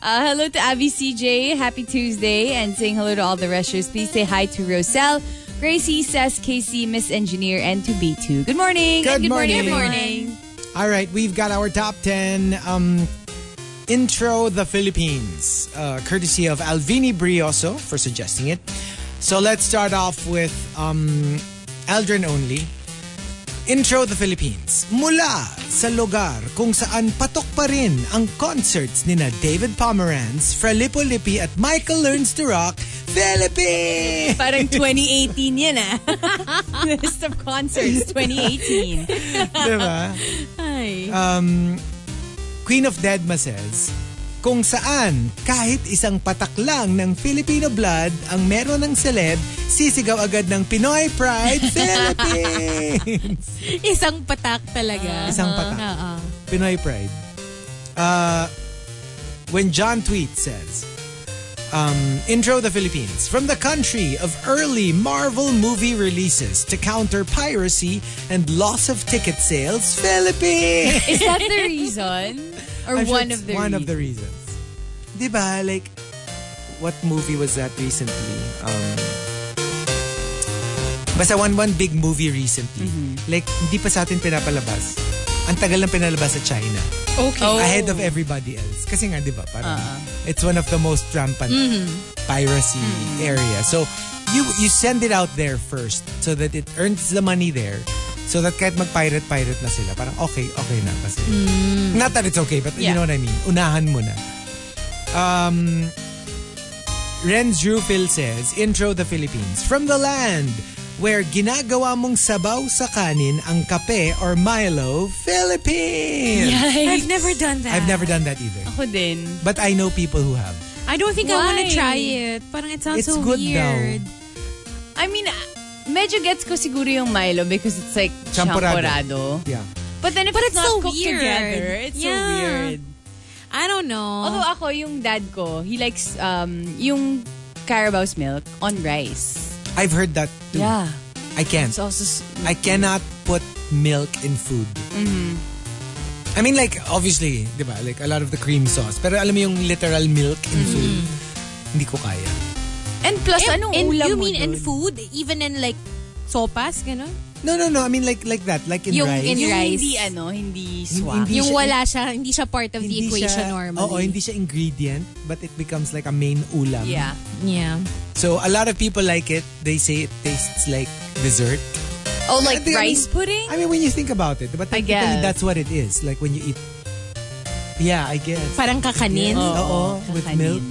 [SPEAKER 4] Uh, hello to Abby CJ. Happy Tuesday. And saying hello to all the rushers. Please say hi to Roselle, Gracie, Sess, Casey, Miss Engineer, and to B2. Good morning.
[SPEAKER 1] Good
[SPEAKER 4] and
[SPEAKER 1] morning.
[SPEAKER 4] Good
[SPEAKER 1] Good
[SPEAKER 4] morning.
[SPEAKER 1] All right, we've got our top 10 um, intro the Philippines, uh, courtesy of Alvini Brioso for suggesting it. So let's start off with um, Aldrin only. Intro the Philippines. Mula sa lugar kung saan patok pa rin ang concerts nina David Pomeranz, Fralipo Lippi at Michael Learns to Rock, Philippines! *laughs*
[SPEAKER 3] Parang 2018 yan ah.
[SPEAKER 2] *laughs*
[SPEAKER 3] List of concerts, 2018.
[SPEAKER 1] diba?
[SPEAKER 2] Ay.
[SPEAKER 1] Uh, Queen of Deadma says, kung saan kahit isang patak lang ng Filipino blood ang meron ng celeb, sisigaw agad ng Pinoy
[SPEAKER 2] *laughs*
[SPEAKER 1] Pride Philippines!
[SPEAKER 2] Isang patak talaga.
[SPEAKER 1] Isang patak.
[SPEAKER 2] Oo.
[SPEAKER 1] Pinoy Pride. Uh, when John Tweet says, um, Intro the Philippines. From the country of early Marvel movie releases to counter piracy and loss of ticket sales, Philippines!
[SPEAKER 3] Is that the reason? Or
[SPEAKER 1] I'm sure
[SPEAKER 3] one
[SPEAKER 1] it's
[SPEAKER 3] of the
[SPEAKER 1] one of the
[SPEAKER 3] reasons?
[SPEAKER 1] reasons. Diba, like, what movie was that recently? Um, basta one, one big movie recently.
[SPEAKER 3] Mm-hmm.
[SPEAKER 1] Like, hindi pa sa atin pinapalabas. Ang tagal ng pinalabas sa China.
[SPEAKER 3] Okay.
[SPEAKER 1] Ahead of everybody else. Kasi nga, di ba, parang it's one of the most rampant piracy area. So, you you send it out there first so that it earns the money there. So that kahit mag-pirate-pirate na sila, parang okay, okay na kasi. Not that it's okay, but you
[SPEAKER 3] Yeah.
[SPEAKER 1] know what I mean. Unahan mo na. Um, Renz Rufil says, Intro the Philippines. From the land where ginagawa mong sabaw sa kanin ang kape or Milo, Philippines!
[SPEAKER 2] I've *laughs* never done that.
[SPEAKER 1] I've never done that either.
[SPEAKER 3] Ako din.
[SPEAKER 1] But I know people who have.
[SPEAKER 2] I don't think I want to
[SPEAKER 3] Why?
[SPEAKER 2] try it. Parang it sounds
[SPEAKER 1] It's
[SPEAKER 2] so
[SPEAKER 1] good
[SPEAKER 2] weird.
[SPEAKER 1] daw.
[SPEAKER 3] I mean, ah, medyo gets ko siguro yung Milo because it's like
[SPEAKER 1] Champorado.
[SPEAKER 3] champorado.
[SPEAKER 1] Yeah.
[SPEAKER 3] But then if
[SPEAKER 2] But
[SPEAKER 3] it's, not
[SPEAKER 2] it's so
[SPEAKER 3] cooked
[SPEAKER 2] weird.
[SPEAKER 3] together, it's so
[SPEAKER 2] Yeah. Oh.
[SPEAKER 3] weird.
[SPEAKER 2] I don't know.
[SPEAKER 3] Although ako, yung dad ko, he likes um, yung Carabao's milk on rice.
[SPEAKER 1] I've heard that too. I can't.
[SPEAKER 3] It's also... s-
[SPEAKER 1] I cannot put milk in food.
[SPEAKER 2] Mm-hmm.
[SPEAKER 1] I mean like, obviously, di ba? Like a lot of the cream sauce. Pero alam mo yung literal milk in
[SPEAKER 2] Mm-hmm.
[SPEAKER 1] food, hindi ko kaya.
[SPEAKER 3] And plus,
[SPEAKER 2] Eh,
[SPEAKER 3] anong
[SPEAKER 2] in,
[SPEAKER 3] ulam
[SPEAKER 2] you
[SPEAKER 3] mo
[SPEAKER 2] mean in
[SPEAKER 3] dun?
[SPEAKER 2] food? Even in like sopas, gano'n?
[SPEAKER 1] No, no, no. I mean like like that. Like in
[SPEAKER 2] Yung
[SPEAKER 1] rice.
[SPEAKER 2] in
[SPEAKER 3] Yung
[SPEAKER 2] rice.
[SPEAKER 3] hindi ano, hindi swak.
[SPEAKER 1] Hindi
[SPEAKER 2] yung
[SPEAKER 1] siya-
[SPEAKER 2] wala siya, hindi siya part of the
[SPEAKER 1] Hindi
[SPEAKER 2] equation
[SPEAKER 1] siya,
[SPEAKER 2] normally.
[SPEAKER 1] Oo, hindi siya ingredient, but it becomes like a main ulam.
[SPEAKER 3] Yeah.
[SPEAKER 2] Yeah.
[SPEAKER 1] So a lot of people like it. They say it tastes like dessert.
[SPEAKER 3] Oh, like
[SPEAKER 1] think-
[SPEAKER 3] rice pudding?
[SPEAKER 1] I mean, when you think about it, but
[SPEAKER 3] I guess.
[SPEAKER 1] technically that's what it is. Like when you eat. Yeah, I guess.
[SPEAKER 2] Parang
[SPEAKER 1] Yes,
[SPEAKER 2] kakanin.
[SPEAKER 1] Oo,
[SPEAKER 2] Oh,
[SPEAKER 1] with
[SPEAKER 3] Kakanin.
[SPEAKER 1] milk.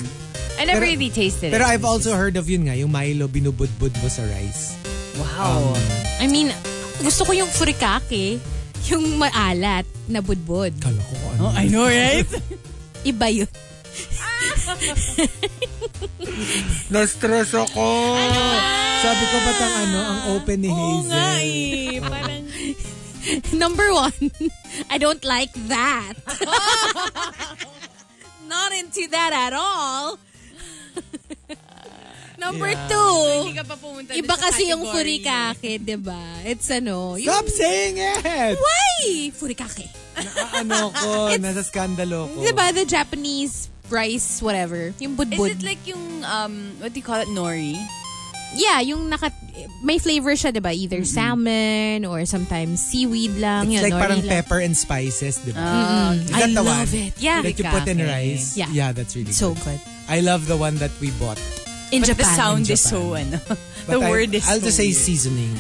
[SPEAKER 3] I never
[SPEAKER 1] Pero-
[SPEAKER 3] really tasted
[SPEAKER 1] Pero
[SPEAKER 3] it.
[SPEAKER 1] I've also heard of yun nga, yung Milo binubudbud mo sa rice.
[SPEAKER 3] Wow.
[SPEAKER 1] Um,
[SPEAKER 2] I mean, gusto ko yung furikake, yung maalat na budbod.
[SPEAKER 1] Kala ko kung ano.
[SPEAKER 3] *laughs*
[SPEAKER 4] Oh,
[SPEAKER 3] I know, right?
[SPEAKER 1] *laughs*
[SPEAKER 2] Iba yun. *laughs*
[SPEAKER 1] Na-stress ako!
[SPEAKER 2] Ano
[SPEAKER 1] Sabi ko ba't ang ano, ang open ni Hazel?
[SPEAKER 3] eh. Parang...
[SPEAKER 2] Number one, *laughs* I don't like that. *laughs* Not into that at all. *laughs* Number two,
[SPEAKER 3] ka pa pumunta
[SPEAKER 2] iba kasi yung furikake, di ba? It's ano, yung
[SPEAKER 1] Stop saying it!
[SPEAKER 2] Why? Furikake.
[SPEAKER 1] Ano ko, nasa skandalo ko.
[SPEAKER 2] Di ba the Japanese rice, whatever?
[SPEAKER 3] Is
[SPEAKER 2] Yung budbud.
[SPEAKER 3] it like yung, um, what do you call it, nori?
[SPEAKER 2] yeah, yung naka... May flavor siya, di ba? Either salmon or sometimes seaweed lang.
[SPEAKER 1] Mm-hmm. It's
[SPEAKER 2] yun,
[SPEAKER 1] like
[SPEAKER 2] or
[SPEAKER 1] parang
[SPEAKER 2] yun lang.
[SPEAKER 1] pepper and spices, di ba?
[SPEAKER 3] Ah,
[SPEAKER 1] Is
[SPEAKER 2] I
[SPEAKER 1] that the
[SPEAKER 2] love
[SPEAKER 1] one?
[SPEAKER 2] it. Yeah.
[SPEAKER 1] That you put in
[SPEAKER 3] Furikake.
[SPEAKER 1] rice?
[SPEAKER 2] Yeah.
[SPEAKER 1] that's really
[SPEAKER 2] So
[SPEAKER 1] good.
[SPEAKER 2] good.
[SPEAKER 1] I love the one that we bought.
[SPEAKER 2] In
[SPEAKER 3] But
[SPEAKER 2] Japan.
[SPEAKER 3] the sound
[SPEAKER 1] in
[SPEAKER 3] is so,
[SPEAKER 1] Japan.
[SPEAKER 3] ano, *laughs*
[SPEAKER 1] But
[SPEAKER 3] the
[SPEAKER 1] I-
[SPEAKER 3] word is
[SPEAKER 1] I'll
[SPEAKER 3] so
[SPEAKER 1] just say
[SPEAKER 3] weird. *laughs*
[SPEAKER 1] seasoning.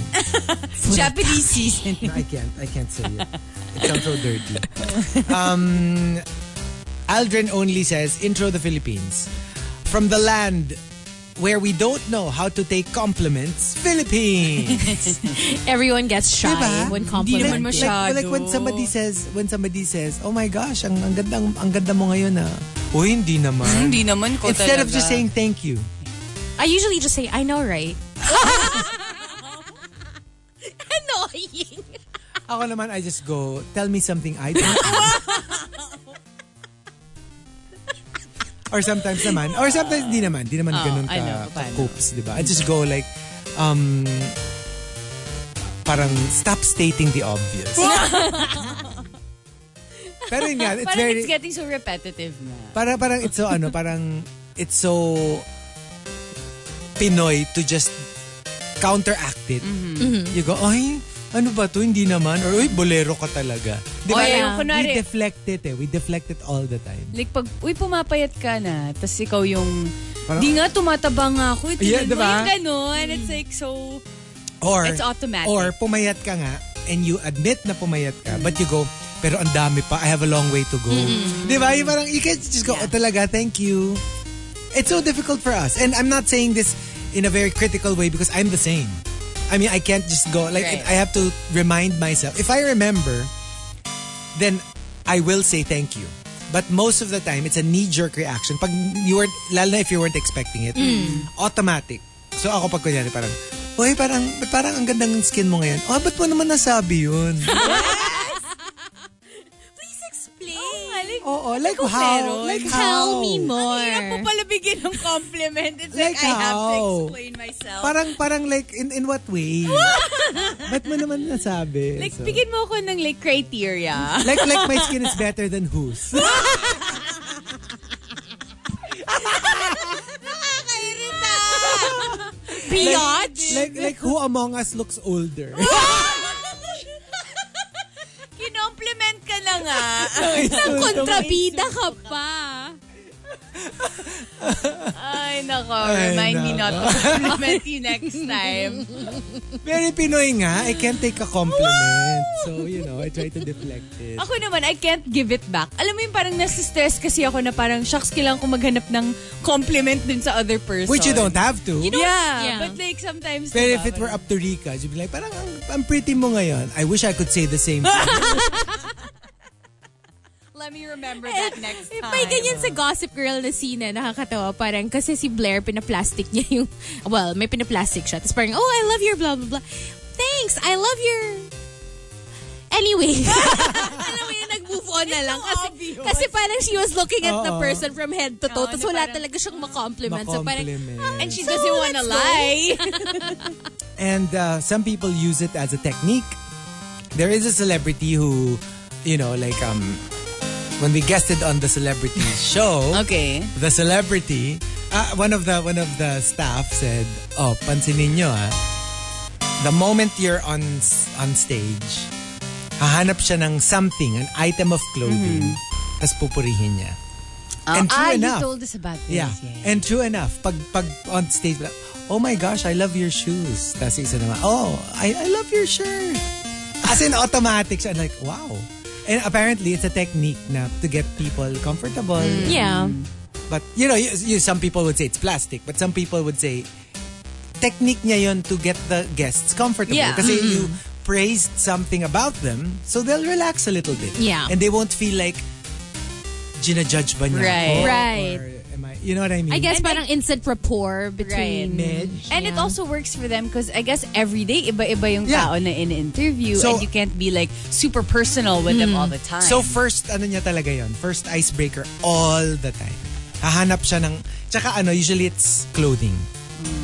[SPEAKER 3] Japanese
[SPEAKER 2] *laughs*
[SPEAKER 3] seasoning.
[SPEAKER 1] I can't. I can't say it. It sounds so dirty. Um, Aldrin only says, intro the Philippines. From the land where we don't know how to take compliments,
[SPEAKER 3] *laughs*
[SPEAKER 1] Philippines.
[SPEAKER 2] Everyone gets shy
[SPEAKER 1] Diba?
[SPEAKER 2] when
[SPEAKER 1] Hindi naman
[SPEAKER 2] compliment you.
[SPEAKER 1] Like, like
[SPEAKER 3] masyado.
[SPEAKER 1] when somebody says, when somebody says, oh my gosh, ang, ang, ganda, ang ganda mo ngayon ah. Uy, hindi naman.
[SPEAKER 3] *laughs* Hindi naman ko
[SPEAKER 1] Instead
[SPEAKER 3] talaga.
[SPEAKER 1] of just saying thank you.
[SPEAKER 2] I usually just say, I know, right? Annoying.
[SPEAKER 1] Ako naman, I just go, tell me something I don't
[SPEAKER 3] *laughs*
[SPEAKER 1] know. or sometimes naman, or sometimes di naman, di naman
[SPEAKER 3] Oo,
[SPEAKER 1] ganun
[SPEAKER 3] Ah, I know,
[SPEAKER 1] ka, ka
[SPEAKER 3] paano.
[SPEAKER 1] copes, di ba? I just go like, um, parang stop stating the
[SPEAKER 3] *laughs*
[SPEAKER 1] obvious. Pero yun nga, it's
[SPEAKER 3] Parang
[SPEAKER 1] very,
[SPEAKER 3] it's getting so repetitive na.
[SPEAKER 1] para parang it's so ano, parang it's so Pinoy to just counteract it.
[SPEAKER 3] Mm-hmm.
[SPEAKER 1] You go, ay, ano ba to? Hindi naman. Or, uy, bolero ka talaga. Di ba?
[SPEAKER 3] Oh, yeah.
[SPEAKER 1] Like,
[SPEAKER 3] Kunwari-
[SPEAKER 1] we deflect it eh. We deflect it all the time.
[SPEAKER 3] Like pag, uy, pumapayat ka na, tapos ikaw yung,
[SPEAKER 1] Parang-
[SPEAKER 3] di nga tumataba nga ako. Tingnan
[SPEAKER 1] Yeah,
[SPEAKER 3] mo
[SPEAKER 1] diba?
[SPEAKER 3] Yung ganun. It's like so,
[SPEAKER 1] Or,
[SPEAKER 3] It's automatic.
[SPEAKER 1] Or, pumayat ka nga. and you admit na pumayat ka, but you go, pero ang dami pa, I have a long way to go.
[SPEAKER 3] Mm-hmm.
[SPEAKER 1] Di ba? Yung parang, you can just go, oh talaga, thank you. It's so difficult for us. And I'm not saying this in a very critical way because I'm the same. I mean, I can't just go, like,
[SPEAKER 3] Right.
[SPEAKER 1] I have to remind myself. If I remember, then I will say thank you. But most of the time, it's a knee-jerk reaction. Pag you weren't, lalo na if you weren't expecting it,
[SPEAKER 2] Mm.
[SPEAKER 1] automatic. So ako pag kunyari parang, Uy, parang, ba't parang ang ganda ng skin mo ngayon. Oh, ba't mo naman nasabi
[SPEAKER 2] *laughs*
[SPEAKER 1] yun?
[SPEAKER 2] Please explain.
[SPEAKER 1] Oo, like how? Like how?
[SPEAKER 2] Tell me
[SPEAKER 3] Hirap po
[SPEAKER 2] more.
[SPEAKER 3] pala bigyan ng compliment. It's
[SPEAKER 1] Like
[SPEAKER 3] like, I have to
[SPEAKER 1] how?
[SPEAKER 3] explain myself.
[SPEAKER 1] Oh. Parang, parang like, in, in what
[SPEAKER 3] *laughs*
[SPEAKER 1] way? ba't mo naman nasabi?
[SPEAKER 3] like,
[SPEAKER 1] So,
[SPEAKER 3] bigyan mo ako ng like criteria.
[SPEAKER 1] like, like my skin is better
[SPEAKER 3] *laughs*
[SPEAKER 1] than whose?
[SPEAKER 3] *laughs* Nakakairita!
[SPEAKER 2] Biatch.
[SPEAKER 1] like, like who among us looks older?
[SPEAKER 3] *laughs* Oh, Kinomplement ka na
[SPEAKER 1] *laughs*
[SPEAKER 3] nga.
[SPEAKER 2] Kontrabida ka pa.
[SPEAKER 3] Ay, nako.
[SPEAKER 1] Ay,
[SPEAKER 3] Remind me
[SPEAKER 1] nako.
[SPEAKER 3] not to compliment you next time.
[SPEAKER 1] Very Pinoy nga, I can't take a compliment. So, you know, I try to deflect it.
[SPEAKER 3] Ako naman, I can't give it back. Alam mo yung parang nasistress kasi ako na parang, shucks, kailangan ko maghanap ng compliment dun sa other person.
[SPEAKER 1] Which you don't have to.
[SPEAKER 3] You don't, yeah,
[SPEAKER 2] Yeah.
[SPEAKER 3] but like sometimes...
[SPEAKER 1] Pero
[SPEAKER 3] diba,
[SPEAKER 1] if it were
[SPEAKER 3] parang-
[SPEAKER 1] up to Rika, you'd be like, parang ang, ang pretty mo ngayon. I wish I could say the
[SPEAKER 3] *laughs*
[SPEAKER 1] same thing.
[SPEAKER 3] Let me remember that next time.
[SPEAKER 2] eh, May ganyan sa Gossip Girl na scene na nakakatawa. Parang kasi si Blair pinaplastic niya yung... Well, may pinaplastic siya. Tapos parang, oh, I love your blah, blah, blah. Thanks, I love your... Anyway. *laughs* Alam mo yun, nag-move on na lang. Kasi,
[SPEAKER 3] obvious.
[SPEAKER 2] kasi parang she was looking at the
[SPEAKER 1] Oo.
[SPEAKER 2] person from head to toe.
[SPEAKER 3] Oo,
[SPEAKER 2] Tapos
[SPEAKER 3] na
[SPEAKER 2] wala
[SPEAKER 3] parang-
[SPEAKER 2] talaga siyang makompliment. So parang,
[SPEAKER 1] Compliment.
[SPEAKER 3] And she
[SPEAKER 2] So,
[SPEAKER 3] doesn't wanna
[SPEAKER 2] let's go.
[SPEAKER 3] lie.
[SPEAKER 1] And uh, some people use it as a technique. There is a celebrity who, you know, like um, when we guested on the
[SPEAKER 4] *laughs*
[SPEAKER 1] celebrity show,
[SPEAKER 4] Okay.
[SPEAKER 1] the celebrity, uh, one of the one of the staff said, "Oh, pansinin nyo ah, the moment you're on s- on stage, hahanap siya ng something, an item of clothing, tas pupurihin niya." And true
[SPEAKER 4] Mm-hmm. ah,
[SPEAKER 1] enough,
[SPEAKER 4] you told us about this.
[SPEAKER 1] yeah. And true enough, pag, pag on stage, like, oh my gosh, I love your shoes. Tapos isa naman, oh, I, I love your shirt. As in, automatic siya. Like, wow. And apparently, it's a technique na to get people comfortable.
[SPEAKER 2] yeah.
[SPEAKER 1] But, you know, you, you- some people would say it's plastic. But some people would say, technique niya yun to get the guests comfortable.
[SPEAKER 4] Yeah.
[SPEAKER 1] Kasi you praised something about them, so they'll relax a little bit.
[SPEAKER 2] Yeah.
[SPEAKER 1] And they won't feel like, ginajudge ba niya?
[SPEAKER 4] Right.
[SPEAKER 1] ako?
[SPEAKER 2] Right.
[SPEAKER 1] Or am I, you know what I mean?
[SPEAKER 2] I guess
[SPEAKER 4] And
[SPEAKER 2] parang instant rapport between...
[SPEAKER 1] Midge.
[SPEAKER 4] And it
[SPEAKER 2] Yeah.
[SPEAKER 4] also works for them because I guess every day iba-iba yung
[SPEAKER 1] Yeah.
[SPEAKER 4] tao na in-interview
[SPEAKER 1] So-
[SPEAKER 4] and you can't be like super personal with them all the time.
[SPEAKER 1] So first, ano niya talaga yon First icebreaker all the time. Hahanap siya ng, tsaka ano, usually it's clothing.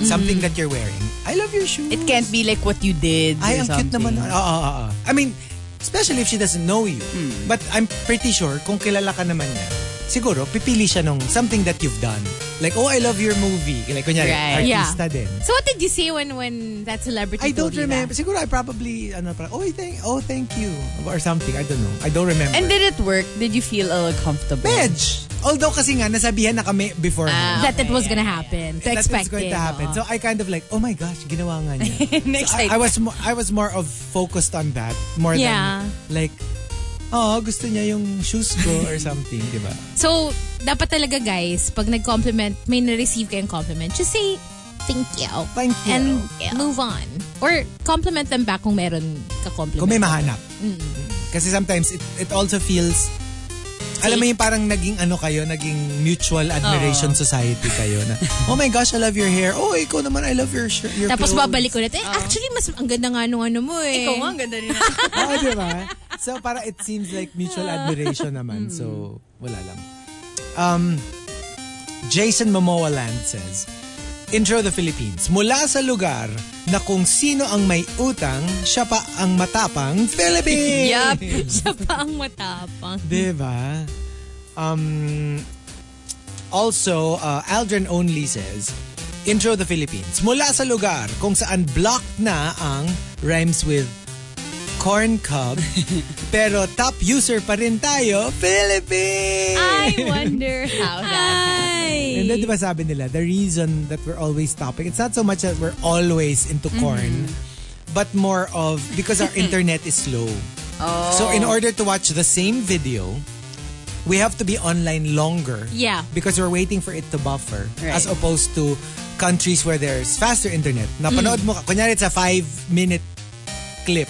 [SPEAKER 1] Something that you're wearing. I love your shoes.
[SPEAKER 4] it can't be like what you did
[SPEAKER 1] Ay,
[SPEAKER 4] or
[SPEAKER 1] ang cute
[SPEAKER 4] something.
[SPEAKER 1] naman. Oo, oo, oo. I mean, especially if she doesn't know you.
[SPEAKER 4] Hmm.
[SPEAKER 1] But I'm pretty sure, kung kilala ka naman niya, siguro, pipili siya nung something that you've done. Like, oh, I love your movie. Like, kunyari,
[SPEAKER 4] Right.
[SPEAKER 1] artista din.
[SPEAKER 2] So what did you say when when that celebrity
[SPEAKER 1] I don't
[SPEAKER 2] told you
[SPEAKER 1] remember. Siguro, I probably, ano, parang, oh, thank, oh, thank you. Or something. I don't know. I don't remember.
[SPEAKER 4] And did it work? Did you feel a little comfortable?
[SPEAKER 1] Medj. Although kasi nga, nasabihan na kami before
[SPEAKER 4] Ah,
[SPEAKER 2] that? That it was gonna happen. To
[SPEAKER 1] that it's
[SPEAKER 2] expect
[SPEAKER 1] going to
[SPEAKER 2] it.
[SPEAKER 1] happen.
[SPEAKER 2] Oo.
[SPEAKER 1] So I kind of like, oh my gosh, ginawa nga
[SPEAKER 4] *laughs*
[SPEAKER 1] niya.
[SPEAKER 4] *laughs* Next
[SPEAKER 1] So
[SPEAKER 4] time.
[SPEAKER 1] I, I was more, I was more of focused on that more
[SPEAKER 2] Yeah.
[SPEAKER 1] than like, oh, gusto niya yung shoes ko or something, di ba?
[SPEAKER 2] So, dapat talaga guys, pag nag-compliment, may na-receive kayong compliment, just say, thank you.
[SPEAKER 1] Thank you.
[SPEAKER 2] And move on. Or compliment them back kung meron ka-compliment.
[SPEAKER 1] Kung may mahanap.
[SPEAKER 2] Mm.
[SPEAKER 1] Kasi sometimes it, it also feels alam mo yung parang naging ano kayo, naging mutual admiration society kayo na, oh my gosh, I love your hair. Oh, ikaw naman, I love your shirt. Your
[SPEAKER 2] Tapos
[SPEAKER 1] clothes."
[SPEAKER 2] babalik ulit. Eh, actually, mas ang ganda nga nung ano mo
[SPEAKER 3] Ah.
[SPEAKER 2] eh.
[SPEAKER 3] Ikaw nga, ang ganda rin na.
[SPEAKER 1] Oo, di ba? So, para it seems like mutual admiration naman. So, wala lang. Um, Jason Momoa Land says, Intro the Philippines. Mula sa lugar na kung sino ang may utang, siya pa ang matapang Philippines!
[SPEAKER 4] Yup.
[SPEAKER 2] *laughs* Siya pa ang matapang.
[SPEAKER 1] Di ba? Diba? Um, also, uh, Aldrin Only says, Intro the Philippines. Mula sa lugar kung saan block na ang rhymes with corn cob, pero top user pa rin tayo, Philippines!
[SPEAKER 4] I
[SPEAKER 3] *laughs*
[SPEAKER 4] wonder how that
[SPEAKER 2] Ay!
[SPEAKER 1] And then, di ba sabi nila, the reason that we're always topping, it's not so much that we're always into corn, but more of because our internet is slow. So in order to watch the same video, we have to be online longer.
[SPEAKER 2] Yeah.
[SPEAKER 1] Because we're waiting for it to buffer
[SPEAKER 3] Right.
[SPEAKER 1] as opposed to countries where there's faster internet. Napanood
[SPEAKER 3] Hmm.
[SPEAKER 1] mo, ka- kunyari it's a five minute clip.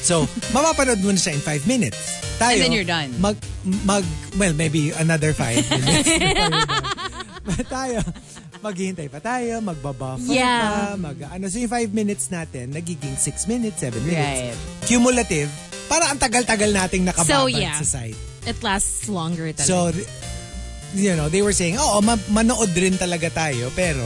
[SPEAKER 1] So,
[SPEAKER 3] *laughs*
[SPEAKER 1] mapapanood mo na siya in five minutes. Tayo,
[SPEAKER 3] And then you're done.
[SPEAKER 1] Mag, mag, well, maybe
[SPEAKER 3] *laughs*
[SPEAKER 1] another five minutes. before you're done. But tayo, maghihintay pa tayo, magbabuffer
[SPEAKER 2] Yeah.
[SPEAKER 1] pa, mag, ano, so yung five minutes natin, nagiging six minutes, seven minutes.
[SPEAKER 3] Right.
[SPEAKER 1] Cumulative, para ang tagal-tagal nating nakababad
[SPEAKER 2] So, yeah.
[SPEAKER 1] sa site.
[SPEAKER 2] It lasts longer talaga.
[SPEAKER 1] So, th- you know, they were saying, oo, ma- manood rin talaga tayo, pero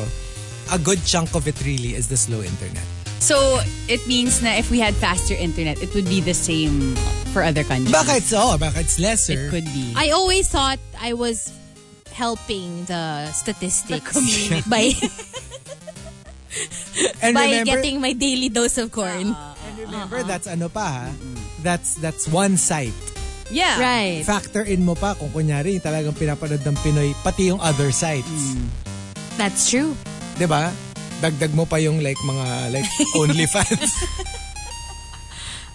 [SPEAKER 1] a good chunk of it really is the slow internet.
[SPEAKER 3] So, it means na if we had faster internet, it would be the same for other countries.
[SPEAKER 1] Baka it's, oo, baka it's lesser.
[SPEAKER 3] It could be.
[SPEAKER 2] I always thought I was helping the statistics
[SPEAKER 1] *laughs*
[SPEAKER 2] by
[SPEAKER 1] and
[SPEAKER 2] by
[SPEAKER 1] remember,
[SPEAKER 2] getting my daily dose of corn.
[SPEAKER 1] and remember that's ano pa, ha? That's, that's one site.
[SPEAKER 3] yeah.
[SPEAKER 2] right.
[SPEAKER 1] Factor in mo pa kung kunyari yung talagang pinapanood ng Pinoy, pati yung other sites.
[SPEAKER 2] That's true.
[SPEAKER 1] 'Di ba? Dagdag mo pa yung like mga like OnlyFans.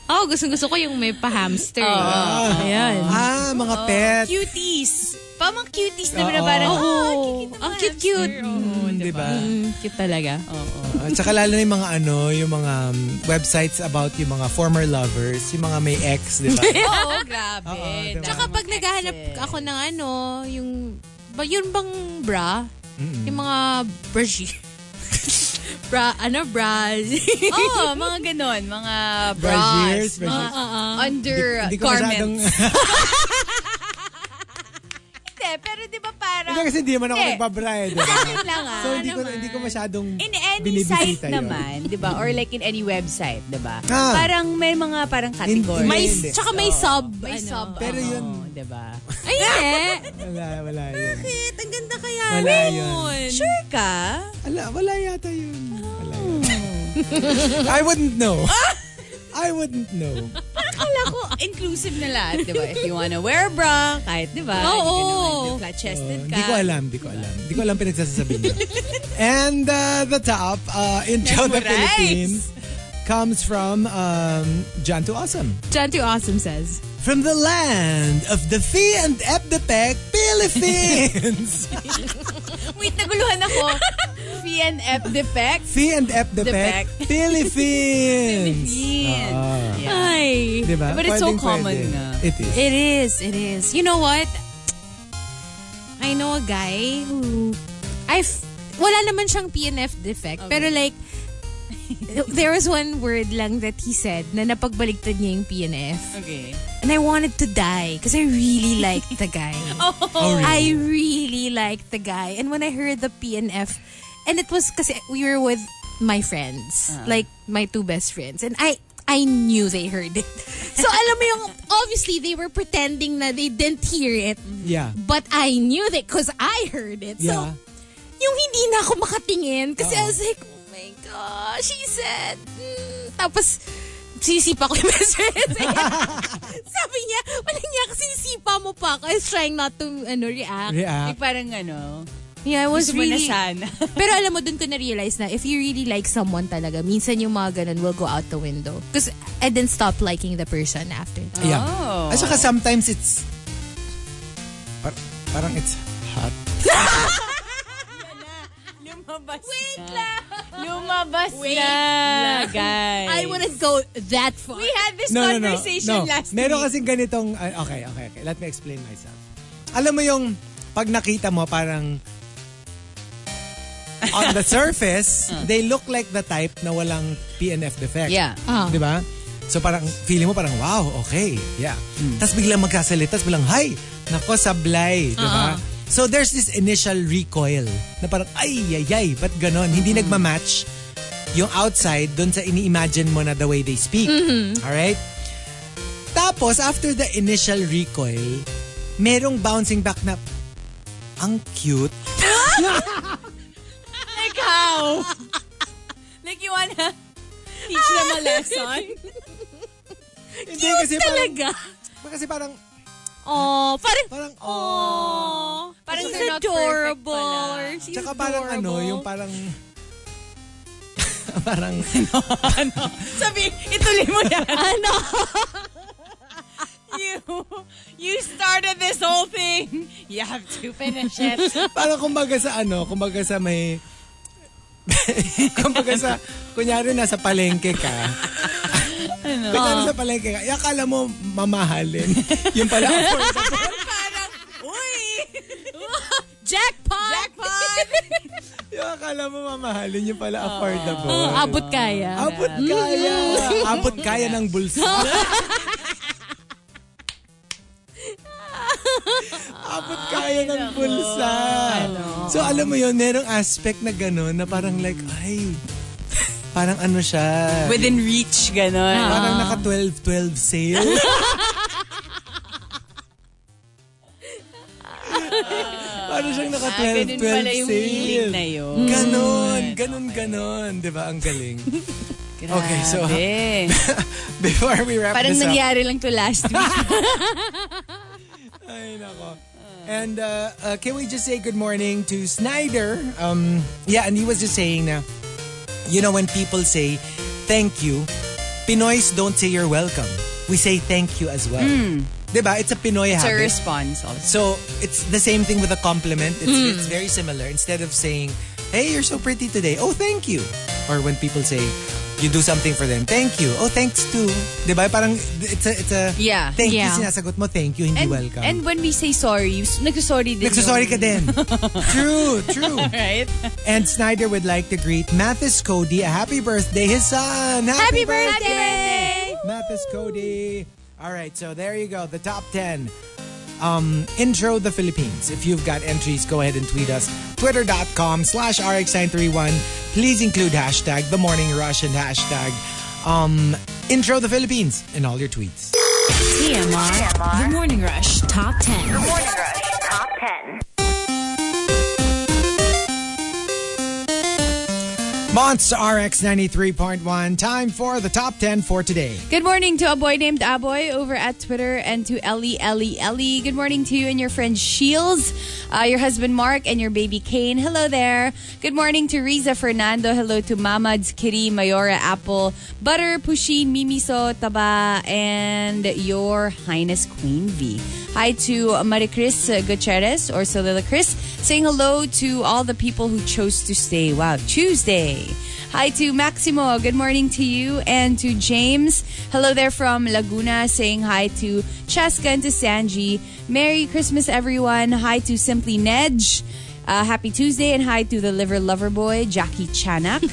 [SPEAKER 2] Oh, gusto gusto ko yung may pa-hamster. eh. Ayan.
[SPEAKER 1] ah, mga pet.
[SPEAKER 3] Cuties. Pa mga cuties na na *laughs* parang,
[SPEAKER 2] Oo.
[SPEAKER 3] oh,
[SPEAKER 2] Ang cute-cute.
[SPEAKER 1] Mm, 'Di ba?
[SPEAKER 2] Mm, cute talaga.
[SPEAKER 1] At saka Ah, lalo na yung mga ano, yung mga um, websites about yung mga former lovers, yung mga may ex,
[SPEAKER 3] *laughs*
[SPEAKER 1] di ba?
[SPEAKER 3] oh, grabe.
[SPEAKER 1] Oo, diba?
[SPEAKER 2] Tsaka pag naghahanap ako ng ano, yung ba yun bang bra? Yung mga brashy. *laughs* bra, ano *laughs* bra?
[SPEAKER 3] Oo, oh, mga ganon. Mga
[SPEAKER 1] Brasiers,
[SPEAKER 3] bras.
[SPEAKER 1] brasiers.
[SPEAKER 3] Mga under
[SPEAKER 1] Hindi ko masyadong... *laughs*
[SPEAKER 3] garments. *laughs* Hindi, pero di ba parang...
[SPEAKER 1] Hindi kasi hindi naman ako
[SPEAKER 3] Hindi.
[SPEAKER 1] nagbabra eh,
[SPEAKER 3] *laughs*
[SPEAKER 1] di ba?
[SPEAKER 3] Akin lang ah.
[SPEAKER 1] So hindi ko, hindi ko masyadong
[SPEAKER 3] In any site
[SPEAKER 1] binibisita yun.
[SPEAKER 3] naman, di ba? Or like in any website, di ba?
[SPEAKER 1] Ah.
[SPEAKER 3] Parang may mga parang category.
[SPEAKER 2] may,
[SPEAKER 1] Hindi.
[SPEAKER 2] tsaka may sub.
[SPEAKER 3] May
[SPEAKER 2] ano.
[SPEAKER 3] sub.
[SPEAKER 1] Pero
[SPEAKER 3] ano,
[SPEAKER 1] yun,
[SPEAKER 3] Di ba?
[SPEAKER 2] Ay, hindi.
[SPEAKER 1] *laughs* wala, wala yun.
[SPEAKER 2] Bakit? Ang ganda kaya
[SPEAKER 1] Wala
[SPEAKER 2] nun.
[SPEAKER 1] yun.
[SPEAKER 3] Sure ka?
[SPEAKER 1] Wala, wala yata yun. Wala
[SPEAKER 3] *laughs*
[SPEAKER 1] yun. I wouldn't know. *laughs* I wouldn't know.
[SPEAKER 3] Akala ko inclusive na lahat, di ba? If you wanna wear a bra, kahit di ba?
[SPEAKER 2] Oo.
[SPEAKER 3] hindi ka naman, di- Flat-chested ka.
[SPEAKER 1] Uh, Hindi ko alam, hindi ko alam. Hindi ko alam pinagsasabi niya.
[SPEAKER 3] *laughs*
[SPEAKER 1] And uh, the top, uh, Intro the
[SPEAKER 3] Memorize.
[SPEAKER 1] Philippines, comes from um, John to Awesome.
[SPEAKER 2] John Too Awesome says,
[SPEAKER 1] From the land of the Fee and Epdepec,
[SPEAKER 3] *laughs*
[SPEAKER 1] Philippines.
[SPEAKER 3] Wait, naguluhan
[SPEAKER 1] *laughs*
[SPEAKER 3] ako. Fee and F defects.
[SPEAKER 1] Fee and Epdepec,
[SPEAKER 3] Depec.
[SPEAKER 1] Philippines.
[SPEAKER 3] Philippines.
[SPEAKER 1] Ah,
[SPEAKER 3] Yeah.
[SPEAKER 2] Ay.
[SPEAKER 1] diba?
[SPEAKER 3] But it's so
[SPEAKER 1] Pwedeng
[SPEAKER 3] common
[SPEAKER 1] pwede.
[SPEAKER 3] na.
[SPEAKER 1] It is.
[SPEAKER 2] It is, it is. You know what? I know a guy who, I've, wala naman siyang PNF defect, pero like, *laughs* there was one word lang that he said na napagbaliktad niya yung PNF.
[SPEAKER 3] Okay.
[SPEAKER 2] And I wanted to die because I really liked the guy.
[SPEAKER 3] Oh,
[SPEAKER 1] Oh,
[SPEAKER 2] I really liked the guy. And when I heard the PNF, and it was because we were with my friends, like my two best friends, and I I knew they heard it. So alam mo yung obviously they were pretending na they didn't hear it,
[SPEAKER 1] Yeah.
[SPEAKER 2] but I knew that because I heard it.
[SPEAKER 1] Yeah.
[SPEAKER 2] So yung hindi na ako makatingin kasi I was like, oh my gosh, she said. Mm. Tapos, sisipa ko yung message. Sabi niya, wala niya kasi sisipa mo pa ako. I was trying not to ano, react.
[SPEAKER 1] React.
[SPEAKER 3] Like parang ano,
[SPEAKER 2] Yeah, I was
[SPEAKER 3] gusto mo na
[SPEAKER 2] really...
[SPEAKER 3] sana.
[SPEAKER 2] Pero alam mo, dun ko na-realize na if you really like someone talaga, minsan yung mga ganun will go out the window. Because I didn't stop liking the person after that.
[SPEAKER 1] Yeah.
[SPEAKER 3] Oh.
[SPEAKER 1] At saka sometimes it's... Par- parang it's hot.
[SPEAKER 3] Lumabas Wait na. *laughs* Lumabas Wait na, guys.
[SPEAKER 2] I wouldn't go that far.
[SPEAKER 3] We had this conversation last
[SPEAKER 1] Meron
[SPEAKER 3] week.
[SPEAKER 1] kasing ganitong, ah, okay, okay, okay. Let me explain myself. Alam mo yung, pag nakita mo, parang, on the surface, they look like the type na walang PNF defect.
[SPEAKER 3] Yeah.
[SPEAKER 2] Ah.
[SPEAKER 1] Di ba? So parang, feeling mo parang, wow, okay, yeah. Tapos biglang magkasalita, tapos bilang, hi, nako, sablay, di ba? So there's this initial recoil na parang, ay, ay, ay, ba't ganon? Hindi nagmamatch yung outside doon sa ini-imagine mo na the way they speak. Alright? Tapos, after the initial recoil, merong bouncing back na, ang cute.
[SPEAKER 3] Like how? like you wanna teach them a lesson?
[SPEAKER 1] Hindi, kasi
[SPEAKER 2] Talaga?
[SPEAKER 1] Parang, kasi parang,
[SPEAKER 2] Oh, parang...
[SPEAKER 1] parang, oh.
[SPEAKER 2] Oh,
[SPEAKER 3] Parang
[SPEAKER 2] she's
[SPEAKER 3] they're not perfect
[SPEAKER 2] adorable.
[SPEAKER 3] pala.
[SPEAKER 2] She's
[SPEAKER 1] Tsaka ano, parang *laughs* ano,
[SPEAKER 2] adorable.
[SPEAKER 1] yung parang, Parang,
[SPEAKER 3] ano? Sabi, ituloy mo yan. *laughs* ano? you, you started this whole thing. You have to finish it.
[SPEAKER 1] *laughs* parang kumbaga sa ano, kumbaga sa may, *laughs* kumbaga sa, kunyari nasa palengke ka.
[SPEAKER 2] Ano?
[SPEAKER 1] Kunyari sa palengke ka, yung akala mo mamahalin. Yung
[SPEAKER 2] *laughs*
[SPEAKER 1] pala affordable.
[SPEAKER 3] Parang, uy!
[SPEAKER 2] Jackpot!
[SPEAKER 3] Jackpot!
[SPEAKER 1] yung akala mo mamahalin, yung pala affordable.
[SPEAKER 2] Oh, abot kaya.
[SPEAKER 1] Abot kaya. Abot kaya ng bulsa. Abot kaya ng bulsa.
[SPEAKER 3] Ano?
[SPEAKER 1] So alam mo yun, merong aspect na gano'n na parang like, ay, parang ano siya.
[SPEAKER 3] Within reach, gano'n.
[SPEAKER 4] Ah.
[SPEAKER 1] Parang naka 12-12 sale. Parang siyang naka
[SPEAKER 3] Ah, ganun
[SPEAKER 1] 12-12
[SPEAKER 3] pala yung
[SPEAKER 1] sale.
[SPEAKER 3] feeling na yun.
[SPEAKER 4] Hmm.
[SPEAKER 1] Ganon, ganon, ganon. Di ba? Ang
[SPEAKER 3] *laughs*
[SPEAKER 1] galing. Okay, so-
[SPEAKER 3] Grabe.
[SPEAKER 1] *laughs* Before we wrap
[SPEAKER 4] *laughs* Parang
[SPEAKER 1] this up.
[SPEAKER 4] nangyari lang to last week.
[SPEAKER 1] Ay, nako. And uh, uh, can we just say good morning to Snyder? Um, yeah, and he was just saying na, you know, when people say thank you, Pinoys don't say you're welcome. We say thank you as well. Diba? It's a Pinoy
[SPEAKER 3] It's a
[SPEAKER 1] habit.
[SPEAKER 3] response also.
[SPEAKER 1] So it's the same thing with a compliment. It's, it's very similar. Instead of saying, "Hey, you're so pretty today," "Oh, thank you," or when people say, "You do something for them," "Thank you," "Oh, thanks too." Diba? Parang it's a, it's a
[SPEAKER 3] Yeah.
[SPEAKER 1] Thank
[SPEAKER 2] Yeah.
[SPEAKER 1] you sinasagot mo. Thank you. Hindi
[SPEAKER 4] and,
[SPEAKER 1] welcome.
[SPEAKER 4] and when we say sorry, s- nagsasorry din.
[SPEAKER 1] Nagsasorry ka din. true, true.
[SPEAKER 3] Right?
[SPEAKER 1] And Snyder would like to greet Mathis Cody a happy birthday, his son. Happy, Mathis Cody. All right, so there you go, the top 10. Um, intro the Philippines. If you've got entries, go ahead and tweet us. Twitter.com slash RX931. Please include hashtag The Morning Rush and hashtag um, Intro the Philippines in all your tweets.
[SPEAKER 5] TMR. The Morning Rush Top 10.
[SPEAKER 6] Morning Rush Top 10.
[SPEAKER 1] Monts RX 93.1. Time for the top 10 for today.
[SPEAKER 4] Good morning to a boy named Aboy over at Twitter and to Ellie, Ellie, Ellie. Good morning to you and your friend Shields, uh, your husband Mark, and your baby Kane. Hello there. Good morning to Riza Fernando. Hello to Mamad's Kitty, Mayora Apple, Butter, Pushin, Mimiso, Taba, and your Highness Queen V. Hi to Maricris Gutierrez or Solila Chris, saying hello to all the people who chose to stay. Wow, Tuesday. Hi to Maximo. Good morning to you and to James. Hello there from Laguna saying hi to Cheska and to Sanji. Merry Christmas, everyone. Hi to Simply Nedge. Uh, happy Tuesday and hi to the liver lover boy, Jackie
[SPEAKER 1] *laughs*
[SPEAKER 4] Chanak.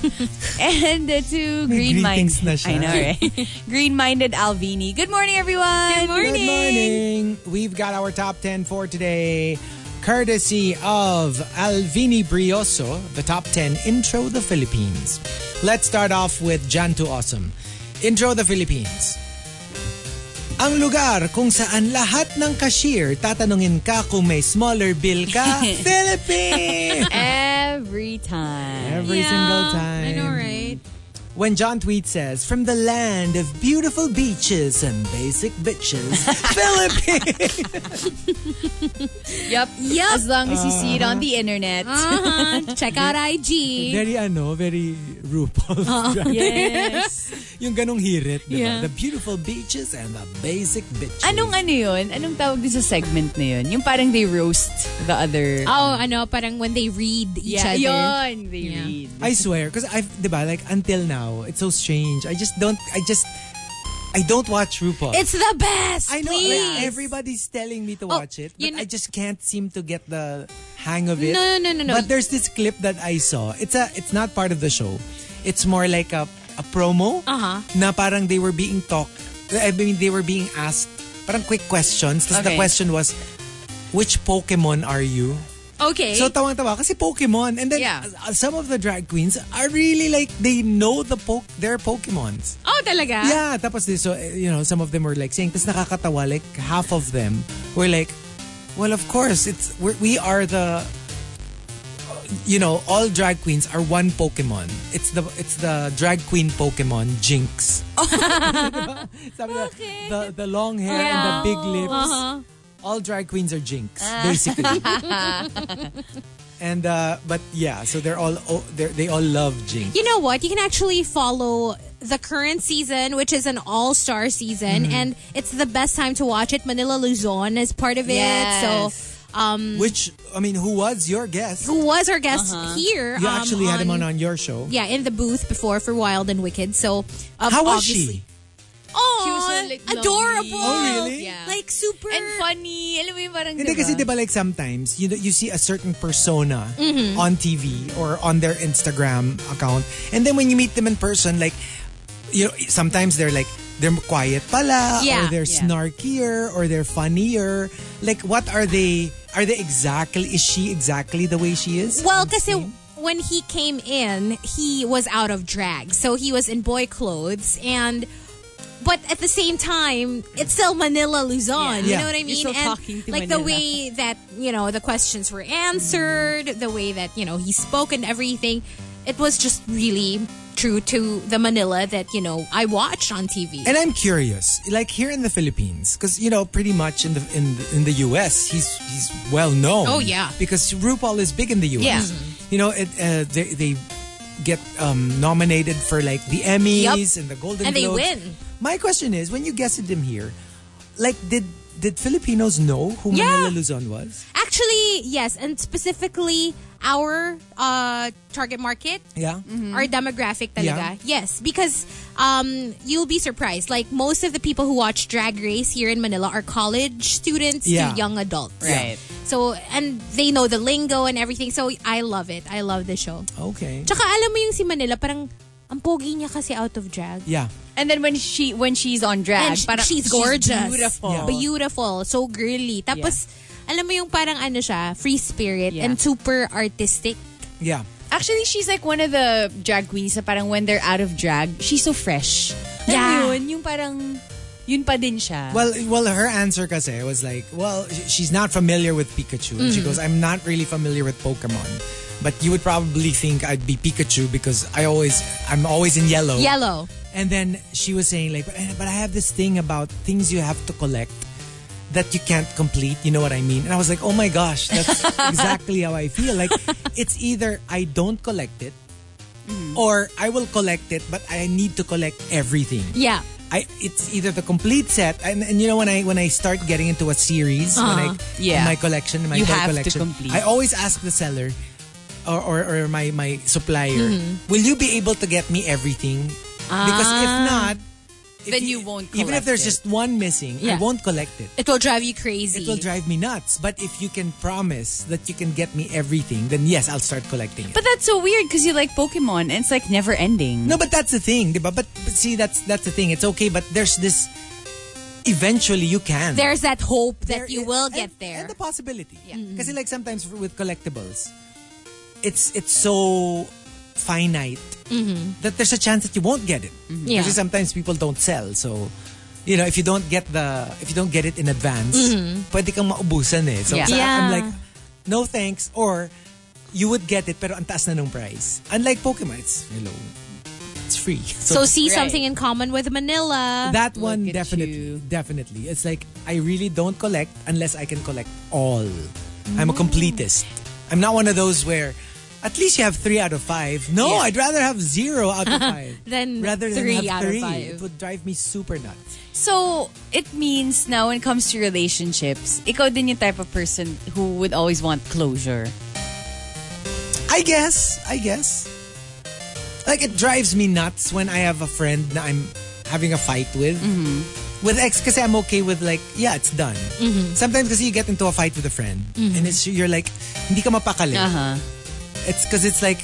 [SPEAKER 4] and uh, to Green Mind.
[SPEAKER 1] greetings na siya.
[SPEAKER 4] I know, right? *laughs* Green Minded Alvini. Good morning, everyone. Good
[SPEAKER 1] Good morning. We've got our top 10 for today, courtesy of Alvini Brioso, the top 10 Intro the Philippines. Let's start off with Jan to Awesome. Intro the Philippines. Ang lugar kung saan lahat ng cashier tatanungin ka kung may smaller bill
[SPEAKER 2] *laughs*
[SPEAKER 1] ka, Philippines!
[SPEAKER 4] Every time.
[SPEAKER 1] Every single time.
[SPEAKER 2] I know, right?
[SPEAKER 1] When John Tweet says, from the land of beautiful beaches and basic
[SPEAKER 2] *laughs*
[SPEAKER 1] bitches, Philippines!
[SPEAKER 4] Yep. Yep. As long as you see it on the internet.
[SPEAKER 2] Uh-huh. Check out IG.
[SPEAKER 1] Very ano, very RuPaul's Drag
[SPEAKER 4] Yes.
[SPEAKER 1] *laughs* Yung ganong hirit, di ba?
[SPEAKER 2] Yeah.
[SPEAKER 1] The beautiful beaches and the basic bitches.
[SPEAKER 4] Anong ano yun? Anong tawag din sa segment na yun? Yung parang they roast the other.
[SPEAKER 2] Oh, ano, parang when they read each
[SPEAKER 4] yeah,
[SPEAKER 2] other.
[SPEAKER 4] Yun, they
[SPEAKER 2] Yeah.
[SPEAKER 4] read.
[SPEAKER 1] I swear, because I've, di ba, like, until now, it's so strange. I just don't, I just, I don't watch RuPaul.
[SPEAKER 2] It's the best.
[SPEAKER 1] I know,
[SPEAKER 2] please.
[SPEAKER 1] like, everybody's telling me to
[SPEAKER 2] Oh,
[SPEAKER 1] watch it, but
[SPEAKER 2] you kn-
[SPEAKER 1] I just can't seem to get the hang of it.
[SPEAKER 2] No, no, no, no, no.
[SPEAKER 1] But there's this clip that I saw. It's a, it's not part of the show. It's more like a, a promo.
[SPEAKER 2] Uh-huh.
[SPEAKER 1] Na parang they were being talked. I mean, they were being asked parang quick questions. Tapos the
[SPEAKER 3] Okay.
[SPEAKER 1] question was, which Pokemon are you?
[SPEAKER 2] Okay.
[SPEAKER 1] So tawang-tawa kasi Pokemon. And then
[SPEAKER 3] Yeah.
[SPEAKER 1] uh, some of the drag queens are really like, they know the po- their Pokemons.
[SPEAKER 2] oh, talaga?
[SPEAKER 1] Yeah, tapos this, so, eh, you know, some of them were like saying, tapos nakakatawa, like half of them were like, well, of course, it's, we're, we are the, you know, all drag queens are one Pokemon. It's the, it's the drag queen Pokemon, Jinx. *laughs* Diba? Sabi na, the, the long hair and the big lips. All drag queens are Jinx, basically. And uh, but yeah, so they're all oh, they're, they all love Jinx.
[SPEAKER 2] You know what? You can actually follow the current season, which is an all-star
[SPEAKER 4] Mm-hmm.
[SPEAKER 2] season, and it's the best time to watch it. Manila Luzon is part of
[SPEAKER 4] Yes.
[SPEAKER 2] it, so um,
[SPEAKER 1] Which I mean, who was your guest?
[SPEAKER 2] who was our guest
[SPEAKER 4] Uh-huh.
[SPEAKER 2] here?
[SPEAKER 1] You
[SPEAKER 2] um,
[SPEAKER 1] actually had him on on your show.
[SPEAKER 2] yeah, in the booth before for Wild and Wicked. So um,
[SPEAKER 1] How was
[SPEAKER 2] obviously-
[SPEAKER 1] she?
[SPEAKER 2] Oh,
[SPEAKER 4] She was so, like, lovely.
[SPEAKER 2] adorable.
[SPEAKER 1] Oh, really?
[SPEAKER 4] Yeah.
[SPEAKER 2] Like super
[SPEAKER 4] And funny. Alam mo yung parang
[SPEAKER 1] Hindi kasi diba- di ba like sometimes you know, you see a certain persona
[SPEAKER 2] Mm-hmm.
[SPEAKER 1] on TV or on their Instagram account and then when you meet them in person like you know sometimes they're like they're quiet pala or
[SPEAKER 2] Yeah.
[SPEAKER 1] they're
[SPEAKER 3] Yeah.
[SPEAKER 1] snarkier or they're funnier like what are they are they exactly is she exactly the way she is
[SPEAKER 2] Well, kasi when he came in, he was out of drag. So he was in boy clothes and but at the same time, it's still Manila Luzon. You
[SPEAKER 1] Yeah.
[SPEAKER 2] know what I
[SPEAKER 3] You're
[SPEAKER 2] mean?
[SPEAKER 3] still
[SPEAKER 2] and
[SPEAKER 3] talking to
[SPEAKER 2] like the
[SPEAKER 3] Manila.
[SPEAKER 2] way that, you know, the questions were answered, the way that, you know, he spoke and everything, it was just really true to the Manila that, you know, I watched on TV.
[SPEAKER 1] And I'm curious, like here in the Philippines, because you know, pretty much in the in the, in the U.S., he's he's well known.
[SPEAKER 2] Oh, yeah.
[SPEAKER 1] because RuPaul is big in the U.S.
[SPEAKER 4] Yeah.
[SPEAKER 1] You know, it uh, they they get um, nominated for like the Emmys
[SPEAKER 2] Yup.
[SPEAKER 1] and the Golden
[SPEAKER 2] And they
[SPEAKER 1] Globes.
[SPEAKER 2] win.
[SPEAKER 1] My question is, when you guested him here, like did did Filipinos know who
[SPEAKER 2] Yeah.
[SPEAKER 1] Manila Luzon was?
[SPEAKER 2] Actually, yes, and specifically our uh, target market
[SPEAKER 1] Yeah.
[SPEAKER 2] our demographic talaga. Yes, because um, you'll be surprised. Like most of the people who watch Drag Race here in Manila are college students
[SPEAKER 1] Yeah.
[SPEAKER 2] to young adults.
[SPEAKER 3] Right.
[SPEAKER 2] So and they know the lingo and everything. So I love it. I love the show.
[SPEAKER 1] Okay.
[SPEAKER 2] Tsaka alam mo yung si Manila parang ang pogi niya kasi out of drag.
[SPEAKER 1] Yeah.
[SPEAKER 3] And then when she when she's on drag,
[SPEAKER 2] And sh-
[SPEAKER 3] parang
[SPEAKER 2] she's gorgeous.
[SPEAKER 3] beautiful.
[SPEAKER 1] Yeah.
[SPEAKER 2] Beautiful. So girly. Tapos alam mo yung parang ano siya, free spirit
[SPEAKER 3] Yeah.
[SPEAKER 2] and super artistic.
[SPEAKER 1] Yeah.
[SPEAKER 3] Actually, she's like one of the drag queens na parang when they're out of drag, she's so fresh. Alam mo
[SPEAKER 2] Yeah.
[SPEAKER 3] yun, yung parang, yun pa din siya.
[SPEAKER 1] Well, well, her answer kasi was like, well, sh- she's not familiar with Pikachu. And she goes, I'm not really familiar with Pokemon, but you would probably think I'd be Pikachu because I always, I'm always in yellow.
[SPEAKER 2] Yellow.
[SPEAKER 1] And then she was saying like, but, but I have this thing about things you have to collect that you can't complete. You know what I mean? And I was like, oh my gosh, that's exactly how I feel. Like, it's either I don't collect it. Or I will collect it, but I need to collect everything.
[SPEAKER 2] Yeah.
[SPEAKER 1] I it's either the complete set and, and you know when I when I start getting into a series when I
[SPEAKER 3] Uh-huh. Yeah.
[SPEAKER 1] my collection my
[SPEAKER 3] You
[SPEAKER 1] toy
[SPEAKER 3] have to
[SPEAKER 1] collection
[SPEAKER 3] complete.
[SPEAKER 1] I always ask the seller or or, or my my supplier
[SPEAKER 3] Mm-hmm.
[SPEAKER 1] will you be able to get me everything because if not if
[SPEAKER 3] Ah. Then you won't
[SPEAKER 1] even
[SPEAKER 3] collect
[SPEAKER 1] if there's
[SPEAKER 3] it.
[SPEAKER 1] just one missing I
[SPEAKER 2] Yeah.
[SPEAKER 1] won't collect it
[SPEAKER 2] It will drive you crazy.
[SPEAKER 1] it will drive me nuts but if you can promise that you can get me everything then yes I'll start collecting it
[SPEAKER 3] but that's so weird because you like Pokemon and it's like never ending.
[SPEAKER 1] No, but that's the thing, diba? But, but see, that's that's the thing. It's okay, but there's this. Eventually, you can.
[SPEAKER 2] There's that hope
[SPEAKER 1] There
[SPEAKER 2] that you
[SPEAKER 1] is-
[SPEAKER 2] will
[SPEAKER 1] and-
[SPEAKER 2] get there. Mm-hmm.
[SPEAKER 1] And the possibility. Because like sometimes with collectibles, it's it's so finite that there's a chance that you won't get it.
[SPEAKER 2] Mm-hmm. Yeah.
[SPEAKER 1] Because sometimes people don't sell, so. You know, if you don't get the if you don't get it in advance, pwede kang maubusan eh. So
[SPEAKER 3] Yeah.
[SPEAKER 1] sa- I'm
[SPEAKER 2] Mm-hmm. Yeah.
[SPEAKER 1] like, no thanks. Or you would get it pero ang taas na nung price. Unlike Pokemon, it's hello, it's free.
[SPEAKER 2] So,
[SPEAKER 3] Right.
[SPEAKER 2] see something in common with Manila.
[SPEAKER 1] That one
[SPEAKER 3] at
[SPEAKER 1] definitely,
[SPEAKER 3] you.
[SPEAKER 1] definitely. It's like I really don't collect unless I can collect all. I'm a completist. I'm not one of those where at least you have three out of five. No,
[SPEAKER 3] Yeah.
[SPEAKER 1] I'd rather have zero out of five
[SPEAKER 2] Then
[SPEAKER 1] rather than
[SPEAKER 2] three
[SPEAKER 1] have
[SPEAKER 2] out of
[SPEAKER 1] three.
[SPEAKER 2] five.
[SPEAKER 1] It would drive me super nuts.
[SPEAKER 3] So, it means now when it comes to relationships, ikaw din yung type of person who would always want closure.
[SPEAKER 1] I guess. I guess. Like it drives me nuts when I have a friend that I'm having a fight with. With ex, kasi I'm okay with like, yeah, it's done. Sometimes kasi you get into a fight with a friend and it's you're like, hindi ka mapakali.
[SPEAKER 3] Uh-huh.
[SPEAKER 1] It's because it's like,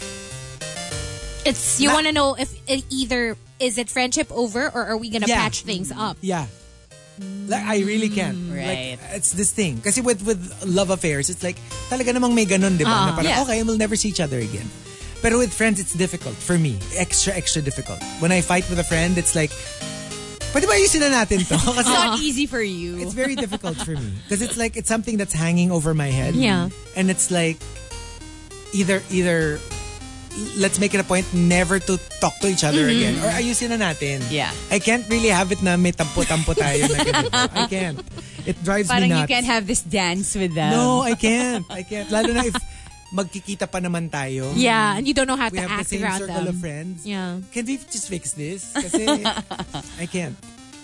[SPEAKER 2] It's you
[SPEAKER 1] Na-
[SPEAKER 2] want to know if it either is it friendship over or are we gonna
[SPEAKER 1] Yeah.
[SPEAKER 2] patch things up?
[SPEAKER 1] yeah. Like, I really
[SPEAKER 3] Mm.
[SPEAKER 1] can't.
[SPEAKER 3] Right.
[SPEAKER 1] Like, it's this thing. Kasi with, with love affairs, it's like, talaga namang may ganun, di ba? Na parang,
[SPEAKER 3] Ah, yeah.
[SPEAKER 1] okay, we'll never see each other again. Pero with friends, it's difficult. For me, extra, extra difficult. When I fight with a friend, it's like, pwede ba ayusin na natin to? *laughs* Kasi
[SPEAKER 3] It's not easy for you.
[SPEAKER 1] it's very difficult for me. Because it's like, it's something that's hanging over my head.
[SPEAKER 2] Yeah.
[SPEAKER 1] And it's like, either, either, let's make it a point never to talk to each other again. Or ayusin na natin.
[SPEAKER 3] Yeah.
[SPEAKER 1] I can't really have it na may tampo-tampo tayo na ganito. I can't. It drives
[SPEAKER 3] parang
[SPEAKER 1] me
[SPEAKER 3] you
[SPEAKER 1] nuts.
[SPEAKER 3] can't have this dance with them.
[SPEAKER 1] No, I can't. I can't. Lalo na if magkikita pa naman tayo.
[SPEAKER 2] Yeah, and you don't know how
[SPEAKER 1] We
[SPEAKER 2] to
[SPEAKER 1] have the
[SPEAKER 2] act
[SPEAKER 1] same
[SPEAKER 2] around
[SPEAKER 1] circle
[SPEAKER 2] them.
[SPEAKER 1] of friends.
[SPEAKER 2] Yeah.
[SPEAKER 1] Can we just fix this? Kasi I can't.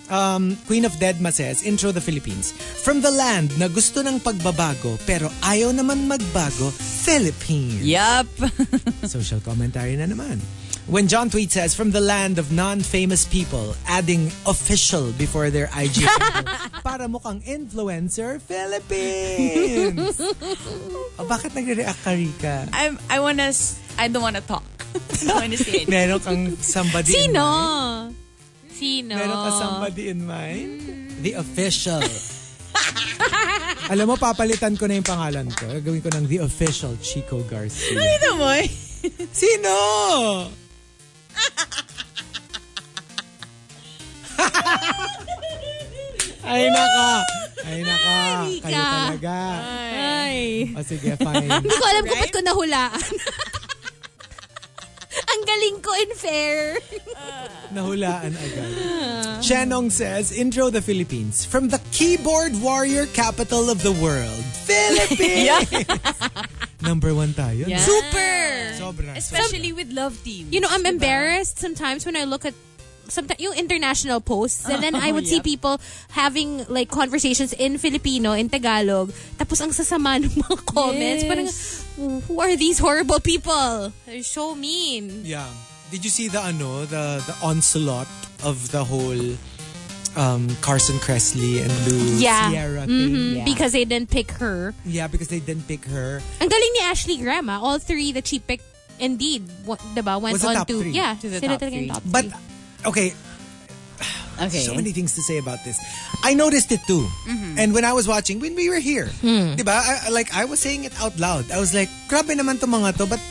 [SPEAKER 1] Um, Queen of Deadma says, Intro the Philippines. From the land na gusto ng pagbabago pero ayaw naman magbago, Philippines.
[SPEAKER 3] Yup.
[SPEAKER 1] Social commentary na naman. When John Tweet says, from the land of non-famous people, adding official before their IG
[SPEAKER 2] *laughs*
[SPEAKER 1] photo, para mukhang influencer
[SPEAKER 2] *laughs*
[SPEAKER 1] Philippines. o bakit nagre-react ka, Rika?
[SPEAKER 3] *laughs* I'm, I wanna, s- I don't wanna talk. *laughs* I don't wanna say *laughs* anything.
[SPEAKER 1] Meron kang somebody
[SPEAKER 2] Sino?
[SPEAKER 1] in mind?
[SPEAKER 2] Sino?
[SPEAKER 1] Meron ka somebody in mind? The official. *laughs* Alam mo, papalitan ko na yung pangalan ko. Gawin ko ng The Official Chico Garcia.
[SPEAKER 3] Ito mo eh.
[SPEAKER 1] Sino? Ay, naka. Ay, naka. Kayo talaga.
[SPEAKER 2] Ay.
[SPEAKER 1] O sige, fine.
[SPEAKER 2] Hindi ko alam kung ba't ko nahulaan. *laughs* Ang galing ko in fair.
[SPEAKER 1] Nahulaan agad. Shanong says, Intro the Philippines. From the keyboard warrior capital of the world, Philippines! Number one tayo.
[SPEAKER 2] Super.
[SPEAKER 1] Sobra.
[SPEAKER 3] Especially with love teams.
[SPEAKER 2] You know, I'm embarrassed sometimes when I look at sometimes yung international posts and then I would see people having like conversations in Filipino, in Tagalog. Tapos ang sasama ng mga *laughs* comments.
[SPEAKER 3] Yes.
[SPEAKER 2] Parang, who are these horrible people? They're so mean.
[SPEAKER 1] Yeah. Did you see the ano, the the onslaught of the whole um, Carson Kressley and Lou
[SPEAKER 2] Yeah. Mm-hmm.
[SPEAKER 1] Sierra thing?
[SPEAKER 2] Mm, Because they didn't pick her.
[SPEAKER 1] Yeah, because they didn't pick her.
[SPEAKER 2] Ang galing ni Ashley Graham, ah. All three that she picked, indeed, w- diba, went
[SPEAKER 1] Was the
[SPEAKER 2] on
[SPEAKER 1] top
[SPEAKER 2] to...
[SPEAKER 1] three.
[SPEAKER 2] Yeah,
[SPEAKER 3] To the
[SPEAKER 2] sila
[SPEAKER 3] top
[SPEAKER 2] talaga yung
[SPEAKER 3] three.
[SPEAKER 2] top
[SPEAKER 1] But
[SPEAKER 2] three.
[SPEAKER 1] okay,
[SPEAKER 3] Okay.
[SPEAKER 1] so many things to say about this. I noticed it too.
[SPEAKER 2] Mm-hmm.
[SPEAKER 1] And when I was watching, when we were here,
[SPEAKER 2] Hmm.
[SPEAKER 1] diba? I, I- like I was saying it out loud. I was like, grabe naman to mga to, but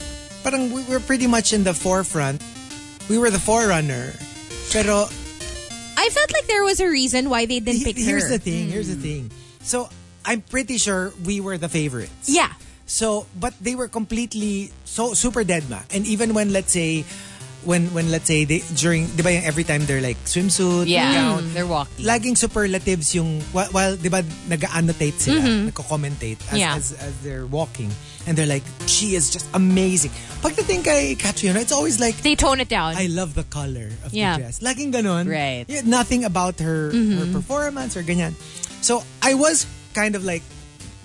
[SPEAKER 1] parang we were pretty much in the forefront. We were the forerunner. Pero
[SPEAKER 2] I felt like there was a reason why they didn't
[SPEAKER 1] he-
[SPEAKER 2] pick
[SPEAKER 1] here's
[SPEAKER 2] her. Hmm.
[SPEAKER 1] the thing, here's the thing. So I'm pretty sure we were the favorites.
[SPEAKER 2] Yeah.
[SPEAKER 1] So, but they were completely so super dead ma. And even when let's say when when let's say they during 'di ba yung every time they're like swimsuit,
[SPEAKER 3] Yeah,
[SPEAKER 1] gown,
[SPEAKER 3] they're walking.
[SPEAKER 1] laging superlatives yung while, while 'di ba nag-annotate sila, nagko-commentate as,
[SPEAKER 2] Yeah.
[SPEAKER 1] as as they're walking and they're like she is just amazing. Pagdating kay Katrina, it's always like
[SPEAKER 2] They tone it down.
[SPEAKER 1] I love the color of
[SPEAKER 2] Yeah. Mm-hmm.
[SPEAKER 1] the dress. Laging ganon.
[SPEAKER 3] Right.
[SPEAKER 1] Yeah, nothing about her her performance or ganyan. So I was kind of like,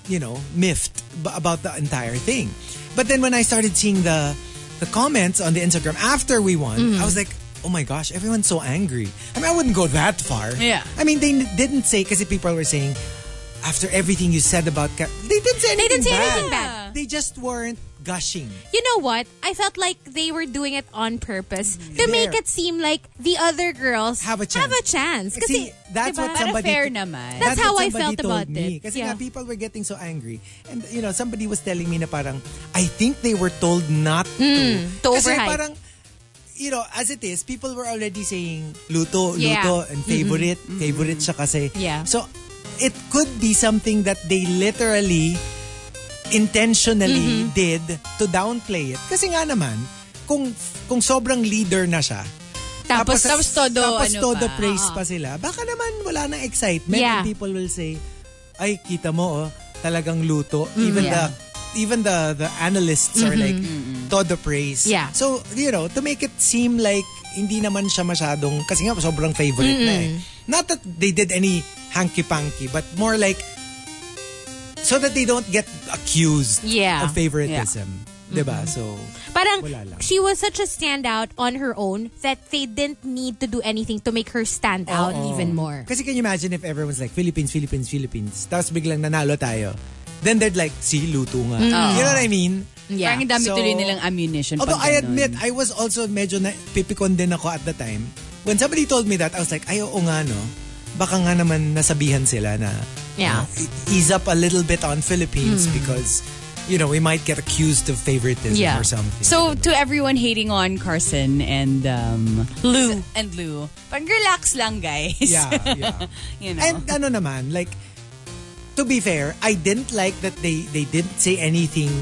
[SPEAKER 1] you know, miffed b- about the entire thing. But then when I started seeing the the comments on the Instagram after we won,
[SPEAKER 2] Mm-hmm.
[SPEAKER 1] I was like, oh my gosh, everyone's so angry. I mean, I wouldn't go that far.
[SPEAKER 3] Yeah.
[SPEAKER 1] I mean, they n- didn't say because people were saying. After everything you said about Ka- they didn't say anything
[SPEAKER 2] They didn't say
[SPEAKER 1] bad.
[SPEAKER 2] anything bad.
[SPEAKER 1] They just weren't gushing.
[SPEAKER 2] you know what? I felt like they were doing it on purpose to make
[SPEAKER 1] There.
[SPEAKER 2] it seem like the other girls
[SPEAKER 1] Mm-hmm. Have a chance.
[SPEAKER 2] Have a chance.
[SPEAKER 1] See,
[SPEAKER 2] Kasi,
[SPEAKER 1] that's
[SPEAKER 2] diba?
[SPEAKER 1] what
[SPEAKER 3] Para
[SPEAKER 1] somebody
[SPEAKER 3] fair naman.
[SPEAKER 2] That's how
[SPEAKER 1] what
[SPEAKER 2] I
[SPEAKER 1] somebody
[SPEAKER 2] felt
[SPEAKER 1] told
[SPEAKER 2] about
[SPEAKER 1] me.
[SPEAKER 2] it.
[SPEAKER 1] Kasi
[SPEAKER 2] Yeah.
[SPEAKER 1] nga, people were getting so angry. And, you know, somebody was telling me na parang, I think they were told not to.
[SPEAKER 2] Hmm, to
[SPEAKER 1] Kasi
[SPEAKER 2] overhype.
[SPEAKER 1] parang, you know, as it is, people were already saying, luto,
[SPEAKER 2] Yeah. Mm-hmm.
[SPEAKER 1] luto, and favorite. Favorite siya kasi.
[SPEAKER 2] Yeah.
[SPEAKER 1] So, it could be something that they literally,
[SPEAKER 2] Mm-hmm.
[SPEAKER 1] intentionally did to downplay it. Kasi nga naman, kung kung sobrang leader na siya,
[SPEAKER 2] Tapos-
[SPEAKER 3] tapos todo,
[SPEAKER 1] tapos
[SPEAKER 3] ano
[SPEAKER 1] todo
[SPEAKER 3] pa.
[SPEAKER 1] praise pa sila. Baka naman wala nang excitement.
[SPEAKER 2] Yeah.
[SPEAKER 1] And people will say, ay, kita mo, oh, talagang luto. Even the even the the analysts are like, todo praise.
[SPEAKER 2] Yeah.
[SPEAKER 1] So, you know, to make it seem like hindi naman siya masyadong, kasi nga sobrang favorite na eh. Not that they did any hanky-panky, but more like, so that they don't get accused
[SPEAKER 2] Yeah.
[SPEAKER 1] of favoritism. Diba? So,
[SPEAKER 2] parang
[SPEAKER 1] Wala lang.
[SPEAKER 2] she was such a standout on her own that they didn't need to do anything to make her stand out even more.
[SPEAKER 1] Oh. Kasi can you imagine if everyone's like, Philippines, Philippines, Philippines. Tapos biglang nanalo tayo. Then they're like, si luto nga.
[SPEAKER 3] Mm.
[SPEAKER 1] You know what I mean?
[SPEAKER 2] Yeah.
[SPEAKER 3] Parang ang dami
[SPEAKER 1] So-
[SPEAKER 3] tuloy nilang ammunition. Mm. pag
[SPEAKER 1] Although I
[SPEAKER 3] ganun.
[SPEAKER 1] admit, I was also medyo na pipikon din ako at the time. When somebody told me that, I was like, ay oo nga no. Baka nga naman nasabihan sila na
[SPEAKER 2] Yeah.
[SPEAKER 1] you know, ease up a little bit on Philippines
[SPEAKER 3] Mm.
[SPEAKER 1] because, you know, we might get accused of favoritism
[SPEAKER 3] Yeah.
[SPEAKER 1] or something.
[SPEAKER 3] So to everyone hating on Carson and um, Lou and Lou, pag relax lang guys.
[SPEAKER 1] yeah, yeah.
[SPEAKER 3] *laughs* you know.
[SPEAKER 1] And ano naman, like, to be fair, I didn't like that they, they didn't say anything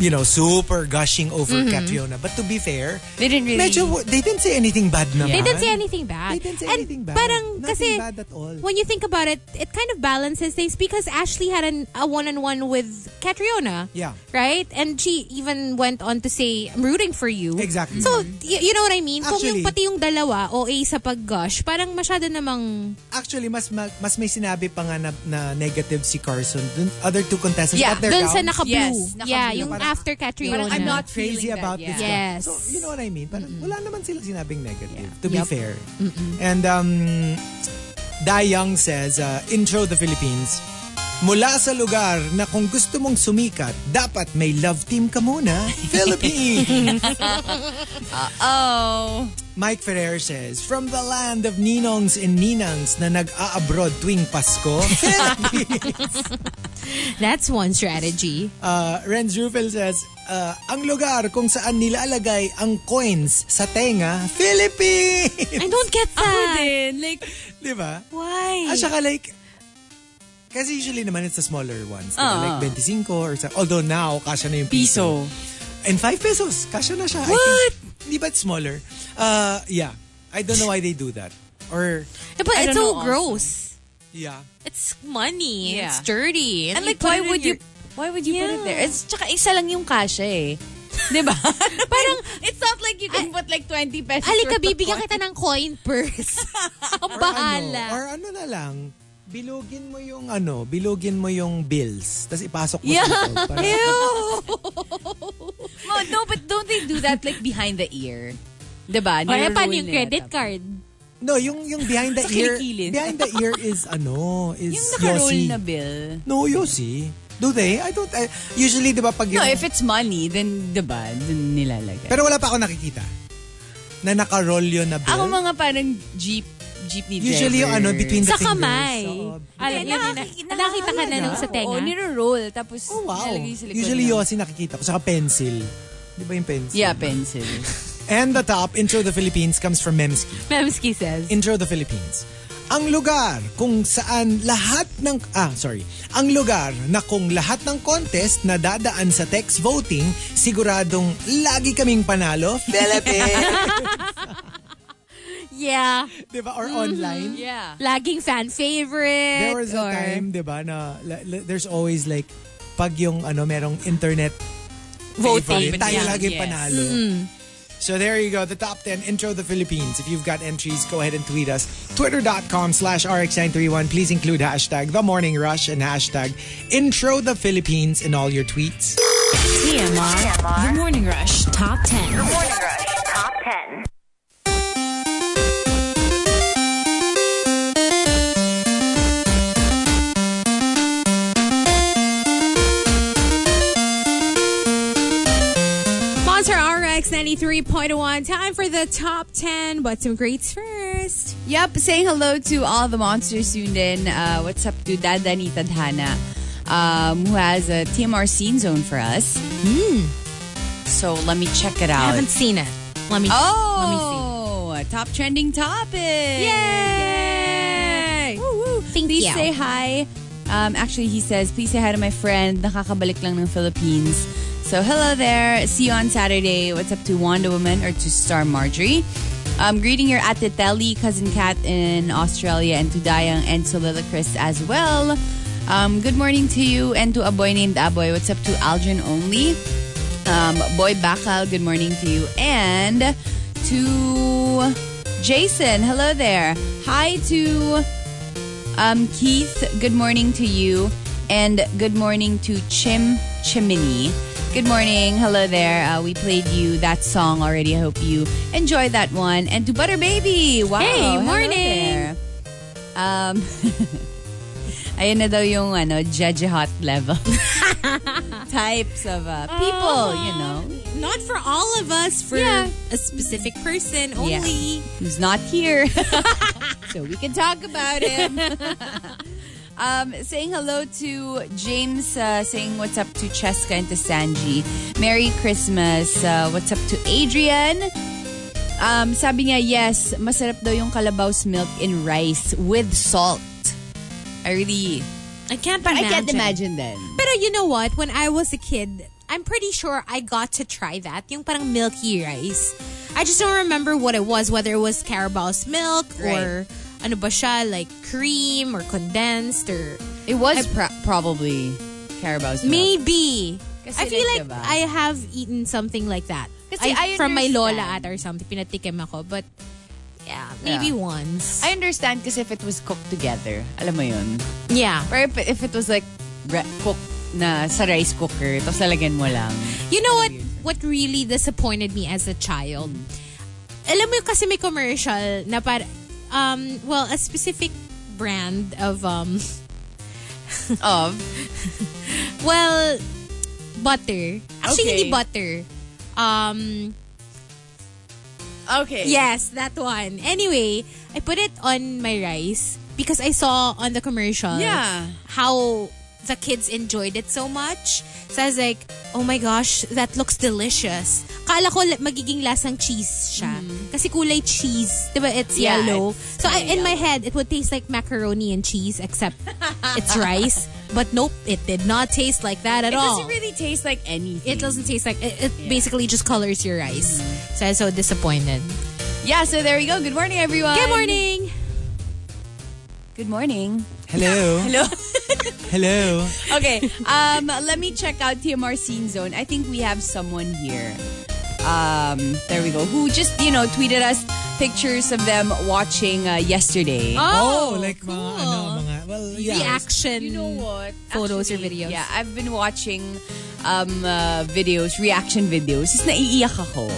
[SPEAKER 1] you know, super gushing over
[SPEAKER 2] Mm-hmm.
[SPEAKER 1] Catriona. But to be fair,
[SPEAKER 3] They didn't really-
[SPEAKER 1] medyo- they didn't say anything bad naman.
[SPEAKER 2] They didn't say anything bad.
[SPEAKER 1] They didn't say
[SPEAKER 2] and
[SPEAKER 1] anything bad.
[SPEAKER 2] Parang
[SPEAKER 1] Nothing
[SPEAKER 2] kasi
[SPEAKER 1] bad at all.
[SPEAKER 2] when you think about it, it kind of balances things because Ashley had an, a one-on-one with Catriona.
[SPEAKER 1] Yeah.
[SPEAKER 2] Right? And she even went on to say, I'm rooting for you.
[SPEAKER 1] Exactly.
[SPEAKER 2] So, y- you know what I mean? Kung yung
[SPEAKER 1] Mm-hmm. Actually-
[SPEAKER 2] pati yung dalawa, OA sa pag-gush, parang masyado namang...
[SPEAKER 1] Actually, mas ma- mas may sinabi pa nga na, na negative si Carson. Dun, other two contestants
[SPEAKER 3] Yeah,
[SPEAKER 1] at their
[SPEAKER 2] Doon sa
[SPEAKER 1] rounds,
[SPEAKER 2] naka-blue.
[SPEAKER 3] Yes, naka-blue.
[SPEAKER 2] Yeah, yung
[SPEAKER 1] Parang-
[SPEAKER 2] after Catriona.
[SPEAKER 3] Parang I'm not
[SPEAKER 1] crazy
[SPEAKER 3] feeling that,
[SPEAKER 1] about
[SPEAKER 3] yeah.
[SPEAKER 1] this guy.
[SPEAKER 2] Yes.
[SPEAKER 1] So, you know what I mean? Parang wala naman sila sinabing negative,
[SPEAKER 3] Yeah.
[SPEAKER 1] to be
[SPEAKER 2] Yup.
[SPEAKER 1] fair. And um, Dai Young says, uh, Intro the Philippines, Mula sa lugar na kung gusto mong sumikat, dapat may love team
[SPEAKER 3] *laughs*
[SPEAKER 1] ka muna, Philippines!
[SPEAKER 3] Oh.
[SPEAKER 1] Mike Ferrer says, From the land of ninongs and ninangs na nag-a-abroad tuwing
[SPEAKER 3] *laughs*
[SPEAKER 1] Pasko, Philippines!
[SPEAKER 2] That's one strategy.
[SPEAKER 1] Uh, Renz Rufel says, uh, ang lugar kung saan nilalagay ang coins sa tenga, Philippines! *laughs*
[SPEAKER 2] I don't get that.
[SPEAKER 3] Then, like,
[SPEAKER 1] Di ba?
[SPEAKER 3] why?
[SPEAKER 1] At saka like, kasi usually naman it's the smaller ones.
[SPEAKER 3] Oo.
[SPEAKER 1] diba? Like 25 or sa, although now, kasha na yung
[SPEAKER 3] Ah.
[SPEAKER 1] piso.
[SPEAKER 3] Piso.
[SPEAKER 1] And 5 pesos, kasha na siya.
[SPEAKER 3] What?
[SPEAKER 1] I think, di ba it's smaller? Uh, yeah. I don't know why they do that. Or,
[SPEAKER 2] But
[SPEAKER 3] I
[SPEAKER 2] it's
[SPEAKER 3] don't know
[SPEAKER 2] so
[SPEAKER 3] also.
[SPEAKER 2] gross.
[SPEAKER 1] yeah.
[SPEAKER 2] It's money.
[SPEAKER 3] Yeah.
[SPEAKER 2] It's dirty.
[SPEAKER 3] And
[SPEAKER 2] you
[SPEAKER 3] like,
[SPEAKER 2] put
[SPEAKER 3] why
[SPEAKER 2] it in
[SPEAKER 3] would
[SPEAKER 2] your-
[SPEAKER 3] you, why would you put it
[SPEAKER 2] Yeah.
[SPEAKER 3] there? It's, tsaka isa lang yung kasha *laughs* eh. Diba? Parang, it's not like you can put like 20 pesos
[SPEAKER 2] Halika,
[SPEAKER 3] worth of
[SPEAKER 2] bibigyan
[SPEAKER 3] coin.
[SPEAKER 2] kita ng coin
[SPEAKER 3] *laughs*
[SPEAKER 2] purse. *laughs* Ang
[SPEAKER 1] Or
[SPEAKER 2] bahala.
[SPEAKER 1] Ano, or ano na lang, bilugin mo yung ano, bilugin mo yung bills. Tapos ipasok mo
[SPEAKER 3] Yeah.
[SPEAKER 1] sa loob.
[SPEAKER 3] *laughs*
[SPEAKER 1] Parang-
[SPEAKER 3] No, Oh, no, but don't they do that like behind the ear? Diba?
[SPEAKER 2] Or,
[SPEAKER 3] Niroll
[SPEAKER 2] paano yung
[SPEAKER 3] nila
[SPEAKER 2] credit
[SPEAKER 3] tapos-
[SPEAKER 2] card?
[SPEAKER 1] No, yung yung behind the
[SPEAKER 3] *laughs* Sa
[SPEAKER 1] ear.
[SPEAKER 3] kilikilin.
[SPEAKER 1] Behind the ear is ano, is
[SPEAKER 3] Yung naka-roll
[SPEAKER 1] Yossi.
[SPEAKER 3] na bill.
[SPEAKER 1] No, Yossi. Do they? I don't, I, usually, di ba, pag
[SPEAKER 3] No,
[SPEAKER 1] yung-
[SPEAKER 3] if it's money, then diba, dun nilalagay.
[SPEAKER 1] pero wala pa ako nakikita na naka-roll yun na bill.
[SPEAKER 3] Ako mga parang jeep, jeepney driver.
[SPEAKER 1] usually yung ano, between the
[SPEAKER 2] Sa
[SPEAKER 1] fingers.
[SPEAKER 2] kamay.
[SPEAKER 1] Oo.
[SPEAKER 2] Alam niyo, na, nakita ka na nung sa
[SPEAKER 3] Oo,
[SPEAKER 2] tenga.
[SPEAKER 3] niro-roll. Tapos
[SPEAKER 1] Oh, wow.
[SPEAKER 3] nilalagay sa likod
[SPEAKER 1] Usually,
[SPEAKER 3] ng-
[SPEAKER 1] Yossi nakikita ko. Saka pencil. Di ba yung pencil?
[SPEAKER 3] Yeah, pencil.
[SPEAKER 1] And the top, Intro the Philippines, comes from Memski.
[SPEAKER 2] Memski says.
[SPEAKER 1] Intro the Philippines. Ang lugar kung saan lahat ng ah sorry, ang lugar na kung lahat ng contest na dadaan sa text voting, siguradong lagi kaming panalo, *laughs* Philippines.
[SPEAKER 2] yeah.
[SPEAKER 1] 'Di ba? Or online.
[SPEAKER 4] Mm-hmm.
[SPEAKER 3] yeah.
[SPEAKER 2] Ah. Laging fan favorite.
[SPEAKER 1] There was a
[SPEAKER 2] or-
[SPEAKER 1] time, 'di ba, na la- la- there's always like pag yung ano merong internet
[SPEAKER 2] Voting.
[SPEAKER 1] favorite, tayo
[SPEAKER 2] Yeah.
[SPEAKER 1] lagi
[SPEAKER 3] Yes.
[SPEAKER 1] panalo. So there you go, the top 10 intro the Philippines. If you've got entries, go ahead and tweet us. Twitter.com slash RX931. Please include hashtag the morning rush and hashtag intro the Philippines in all your tweets.
[SPEAKER 2] E
[SPEAKER 4] E
[SPEAKER 5] TMR. The Morning Rush Top 10.
[SPEAKER 6] Morning Rush Top 10.
[SPEAKER 2] Monster RX 93.1. Time for the top 10, but some greats first.
[SPEAKER 4] Yep, saying hello to all the monsters tuned in. Uh, what's up to Dada ni Tadhana, um, who has a TMR scene zone for us.
[SPEAKER 3] So, let me check it
[SPEAKER 2] Hmm. I
[SPEAKER 3] out.
[SPEAKER 2] haven't seen it. Let me
[SPEAKER 4] Oh, a top trending topic.
[SPEAKER 2] Yay!
[SPEAKER 4] Woo, woo.
[SPEAKER 2] Thank
[SPEAKER 4] please
[SPEAKER 2] you.
[SPEAKER 4] say hi. Um, actually, he says, please say hi to my friend. Nakakabalik lang ng Philippines. So, hello there. See you on Saturday. What's up to Wanda Woman or to Star Marjorie? Um, greeting your Ate Telly, Cousin Kat in Australia, and to Dayang and Solila Chris as well. Um, good morning to you and to a boy named Aboy. What's up to Algin Only? Um, Boy Bakal, good morning to you. And to Jason, hello there. Hi to um, Keith, good morning to you. And good morning to Chim Chimini. Good morning. Hello there. Uh, we played you that song already. I hope you enjoy that one. And to Butter Baby. Wow.
[SPEAKER 2] Hey,
[SPEAKER 4] hello
[SPEAKER 2] morning.
[SPEAKER 4] there. Um, ayan na daw yung ano, judge hot
[SPEAKER 2] *laughs*
[SPEAKER 4] level. Types of uh,
[SPEAKER 2] Oh.
[SPEAKER 4] people, you know.
[SPEAKER 2] Not for all of us, for
[SPEAKER 4] Yeah.
[SPEAKER 2] a specific person
[SPEAKER 4] Yeah.
[SPEAKER 2] only.
[SPEAKER 4] who's not here. *laughs* so we can talk about him. *laughs* um, saying hello to James, uh, saying what's up to Cheska and to Sanji. Merry Christmas. Uh, what's up to Adrian? Um, sabi niya, yes, masarap daw yung kalabaw's milk in rice with salt. I really,
[SPEAKER 2] I can't
[SPEAKER 4] I
[SPEAKER 2] imagine.
[SPEAKER 4] can't imagine then.
[SPEAKER 2] Pero you know what? When I was a kid, I'm pretty sure I got to try that. Yung parang milky rice. I just don't remember what it was, whether it was Carabao's milk or ano ba siya, like cream or condensed or
[SPEAKER 4] It was pro- probably Carabao's. milk.
[SPEAKER 2] maybe.
[SPEAKER 4] Kasi
[SPEAKER 2] I feel like
[SPEAKER 4] like, diba?
[SPEAKER 2] I have eaten something like that.
[SPEAKER 4] Kasi I
[SPEAKER 2] from my lola
[SPEAKER 4] understand.
[SPEAKER 2] at or something. Pinatikim ako. But yeah, maybe
[SPEAKER 4] Yeah.
[SPEAKER 2] once.
[SPEAKER 4] I understand kasi if it was cooked together, alam mo yun.
[SPEAKER 2] yeah.
[SPEAKER 4] Or if, if it was like re- cooked na sa rice cooker, tapos lalagyan mo *laughs* lang.
[SPEAKER 2] You know what what really disappointed me as a child?
[SPEAKER 4] Mm.
[SPEAKER 2] Alam mo yung kasi may commercial na para um well a specific brand of um
[SPEAKER 4] Of,
[SPEAKER 2] well butter. Actually
[SPEAKER 4] Okay.
[SPEAKER 2] hindi butter. Um
[SPEAKER 4] okay.
[SPEAKER 2] yes, that one. Anyway, I put it on my rice because I saw on the commercial
[SPEAKER 4] Yeah.
[SPEAKER 2] how the kids enjoyed it so much. So I was like, oh my gosh, that looks delicious. Kala ko li- magiging lasang cheese siya. Kasi kulay cheese, di ba? It's
[SPEAKER 4] Mm-hmm. Yeah,
[SPEAKER 2] yellow.
[SPEAKER 4] it's
[SPEAKER 2] so I, in my head, it would taste like macaroni and cheese except it's
[SPEAKER 4] *laughs*
[SPEAKER 2] rice. But nope, it did not taste like that at
[SPEAKER 4] It
[SPEAKER 2] all.
[SPEAKER 4] doesn't really taste like anything.
[SPEAKER 2] it doesn't taste like, it, it basically just colors your rice. So I was so disappointed.
[SPEAKER 4] Yeah, so there we go. Good morning, everyone.
[SPEAKER 2] Good morning!
[SPEAKER 4] Good morning.
[SPEAKER 1] Hello?
[SPEAKER 4] *laughs* Hello.
[SPEAKER 1] Hello?
[SPEAKER 4] okay, um, let me check out TMR Scene Zone. I think we have someone here. Um, there we go. Who just, you know, tweeted us pictures of them watching uh, yesterday.
[SPEAKER 1] Oh, like mga ano, mga, well, yeah.
[SPEAKER 2] Reaction.
[SPEAKER 4] You know
[SPEAKER 1] Mm.
[SPEAKER 4] what?
[SPEAKER 2] Photos or videos?
[SPEAKER 4] Yeah, I've been watching um, uh, videos, reaction videos. Is naiiyak
[SPEAKER 1] *laughs*
[SPEAKER 4] ako.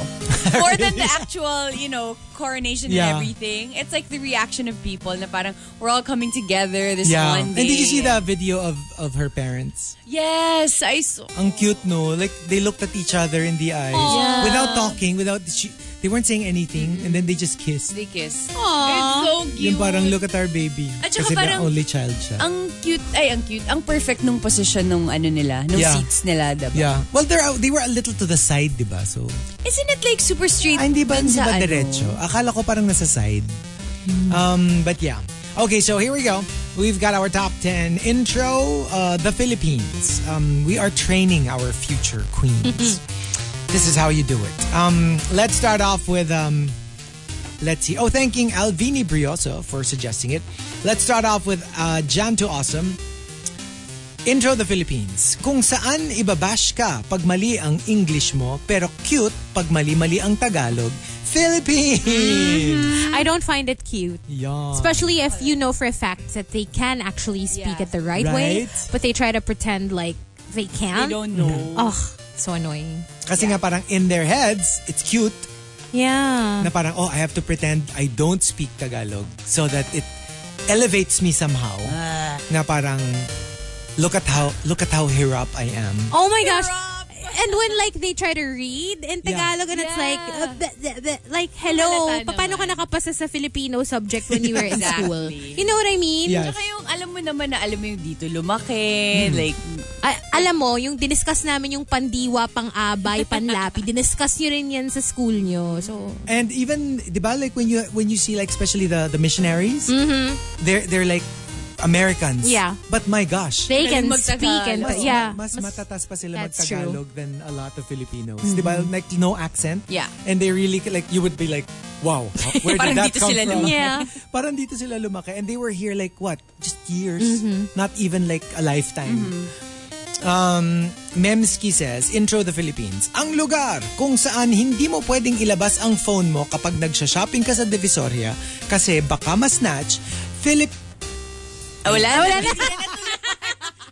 [SPEAKER 4] More than the actual, you know, coronation
[SPEAKER 1] Yeah.
[SPEAKER 4] and everything. It's like the reaction of people na parang we're all coming together this
[SPEAKER 1] Yeah.
[SPEAKER 4] one
[SPEAKER 1] And
[SPEAKER 4] day.
[SPEAKER 1] did you see that video of, of her parents?
[SPEAKER 4] Yes, I saw.
[SPEAKER 1] Ang cute, no? Like, they looked at each other in the eyes. Without talking, without, she, they weren't saying anything, and then they just kissed.
[SPEAKER 4] They kiss. It's so cute.
[SPEAKER 1] Yung parang, look at our baby.
[SPEAKER 4] At
[SPEAKER 1] Kasi
[SPEAKER 4] saka parang-
[SPEAKER 1] the only child siya.
[SPEAKER 4] Ang cute. Ay, ang cute. Ang perfect nung position nung ano nila. Nung
[SPEAKER 1] Yeah.
[SPEAKER 4] seats nila, diba?
[SPEAKER 1] yeah. Well, they're, out- they were a little to the side, di ba? So,
[SPEAKER 4] Isn't it like super straight?
[SPEAKER 1] Ah, hindi ba,
[SPEAKER 4] dun
[SPEAKER 1] hindi
[SPEAKER 4] sa
[SPEAKER 1] ba
[SPEAKER 4] ano?
[SPEAKER 1] diretso? Akala ko parang nasa side. Um, but yeah. Okay, so here we go. We've got our top 10 intro, uh, the Philippines. Um, we are training our future
[SPEAKER 4] *laughs*
[SPEAKER 1] queens. this is how you do it. Um, let's start off with, um, let's see. Oh, thanking Alvini Brioso for suggesting it. Let's start off with uh, Jan to Awesome. Intro the Philippines. Kung saan ibabash ka pag mali ang English mo, pero cute pag mali-mali ang Tagalog. Philippines!
[SPEAKER 2] I don't find it cute.
[SPEAKER 1] Yon.
[SPEAKER 2] Especially if you know for a fact that they can actually speak it the right, way,
[SPEAKER 1] Right?
[SPEAKER 2] but they try to pretend like they
[SPEAKER 4] I
[SPEAKER 2] can.
[SPEAKER 4] don't know.
[SPEAKER 1] Mm-hmm.
[SPEAKER 2] Ugh, so annoying.
[SPEAKER 1] Kasi nga parang in their heads, it's cute
[SPEAKER 2] Yeah.
[SPEAKER 1] na parang, oh, I have to pretend I don't speak Tagalog so that it elevates me somehow. na parang, look at how, look at how here up I am.
[SPEAKER 2] Oh my gosh. And when like they try to read in Tagalog and it's
[SPEAKER 4] Yeah.
[SPEAKER 2] like uh, th- th- th- like hello,
[SPEAKER 4] Halata
[SPEAKER 2] paano ka nakapasa sa Filipino subject when you were in
[SPEAKER 4] Exactly.
[SPEAKER 2] school? You know what I mean?
[SPEAKER 1] Yes.
[SPEAKER 4] Tsaka yung alam mo naman na alam mo yung dito
[SPEAKER 1] Mm-hmm.
[SPEAKER 4] lumaki, like,
[SPEAKER 2] A- alam mo, yung diniscuss namin yung pandiwa, pang-abay, panlapi, diniscuss nyo rin yan sa school nyo. So,
[SPEAKER 1] And even, di ba, like when you when you see like especially the the missionaries, they're they're like Americans.
[SPEAKER 2] Yeah.
[SPEAKER 1] But my gosh,
[SPEAKER 2] they
[SPEAKER 4] Magaling
[SPEAKER 2] can
[SPEAKER 4] magtagal.
[SPEAKER 2] speak and,
[SPEAKER 1] mas,
[SPEAKER 2] yeah.
[SPEAKER 1] mas, matatas pa sila
[SPEAKER 2] that's
[SPEAKER 1] mag-Tagalog than a lot of Filipinos. Di ba, like no accent.
[SPEAKER 4] Mm-hmm. Yeah.
[SPEAKER 1] And they really like you would be like, wow, how- where did
[SPEAKER 4] Parang
[SPEAKER 1] that
[SPEAKER 4] dito
[SPEAKER 1] come
[SPEAKER 4] sila
[SPEAKER 1] from?
[SPEAKER 2] lumaki. Yeah.
[SPEAKER 1] *laughs* Parang dito sila lumaki. And they were here like what? Just years.
[SPEAKER 4] Mm-hmm.
[SPEAKER 1] Not even like a lifetime. Um, Memski says, Intro the Philippines. Ang lugar kung saan hindi mo pwedeng ilabas ang phone mo kapag nagsha-shopping ka sa Divisoria kasi baka masnatch, Philip...
[SPEAKER 4] ah, wala, wala na. *laughs*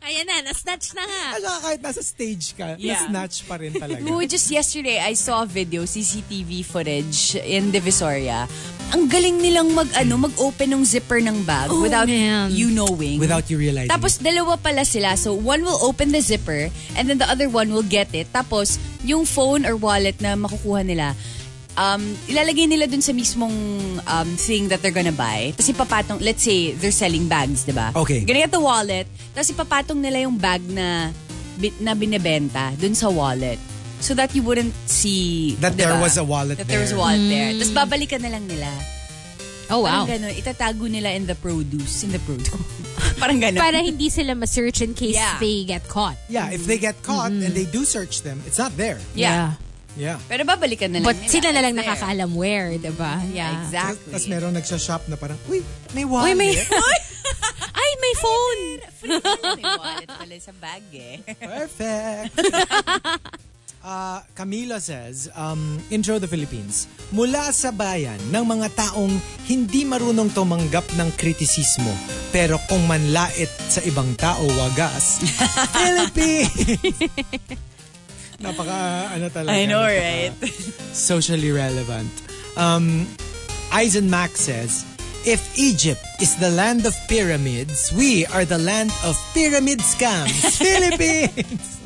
[SPEAKER 2] Ayan na, nasnatch na nga.
[SPEAKER 1] Asa ah, kahit nasa stage ka,
[SPEAKER 4] Yeah.
[SPEAKER 1] nasnatch pa rin talaga.
[SPEAKER 4] No, just yesterday, I saw a video, CCTV footage in Divisoria. Ang galing nilang mag, ano, mag-open ng zipper ng bag
[SPEAKER 2] Oh,
[SPEAKER 4] without
[SPEAKER 2] man.
[SPEAKER 4] you knowing.
[SPEAKER 1] Without you realizing.
[SPEAKER 4] Tapos dalawa pala sila. So one will open the zipper and then the other one will get it. Tapos yung phone or wallet na makukuha nila, um, ilalagay nila dun sa mismong um, thing that they're gonna buy. Tapos ipapatong, let's say they're selling bags, di ba?
[SPEAKER 1] Okay.
[SPEAKER 4] You're gonna get the wallet. Tapos ipapatong nila yung bag na, bi- na binibenta dun sa wallet. So that you wouldn't see,
[SPEAKER 1] That
[SPEAKER 4] di
[SPEAKER 1] there
[SPEAKER 4] ba?
[SPEAKER 1] was a wallet
[SPEAKER 4] That there was
[SPEAKER 1] there.
[SPEAKER 4] a wallet there. Tapos babalikan na lang nila.
[SPEAKER 2] Oh, Mm. wow.
[SPEAKER 3] Parang ganun. Itatago nila in the produce. In the
[SPEAKER 4] *laughs*
[SPEAKER 3] produce. Parang ganun.
[SPEAKER 2] Para hindi sila ma-search in case
[SPEAKER 3] Yeah.
[SPEAKER 2] they get caught.
[SPEAKER 1] Yeah, if they get caught and they do search them, it's not there.
[SPEAKER 3] yeah.
[SPEAKER 1] Yeah.
[SPEAKER 3] Pero babalikan na lang
[SPEAKER 2] But
[SPEAKER 3] nila.
[SPEAKER 2] sila na lang
[SPEAKER 3] It's there.
[SPEAKER 2] nakakaalam where, di ba? Yeah.
[SPEAKER 3] Exactly.
[SPEAKER 1] Tapos merong nagsha-shop na parang, uy, may wallet.
[SPEAKER 2] Uy, may... *laughs* Ay, may phone!
[SPEAKER 3] May wallet pala sa bag eh.
[SPEAKER 1] Perfect. uh, Camila says, um, Intro the Philippines. Mula sa bayan ng mga taong hindi marunong tumanggap ng kritisismo, pero kung manlait sa ibang tao, wagas. Philippines! Napaka, ano talaga.
[SPEAKER 3] I know,
[SPEAKER 1] napaka-
[SPEAKER 3] right?
[SPEAKER 1] socially relevant. Um, Eisenmack says, If Egypt is the land of pyramids, we are the land of pyramid scams. Philippines!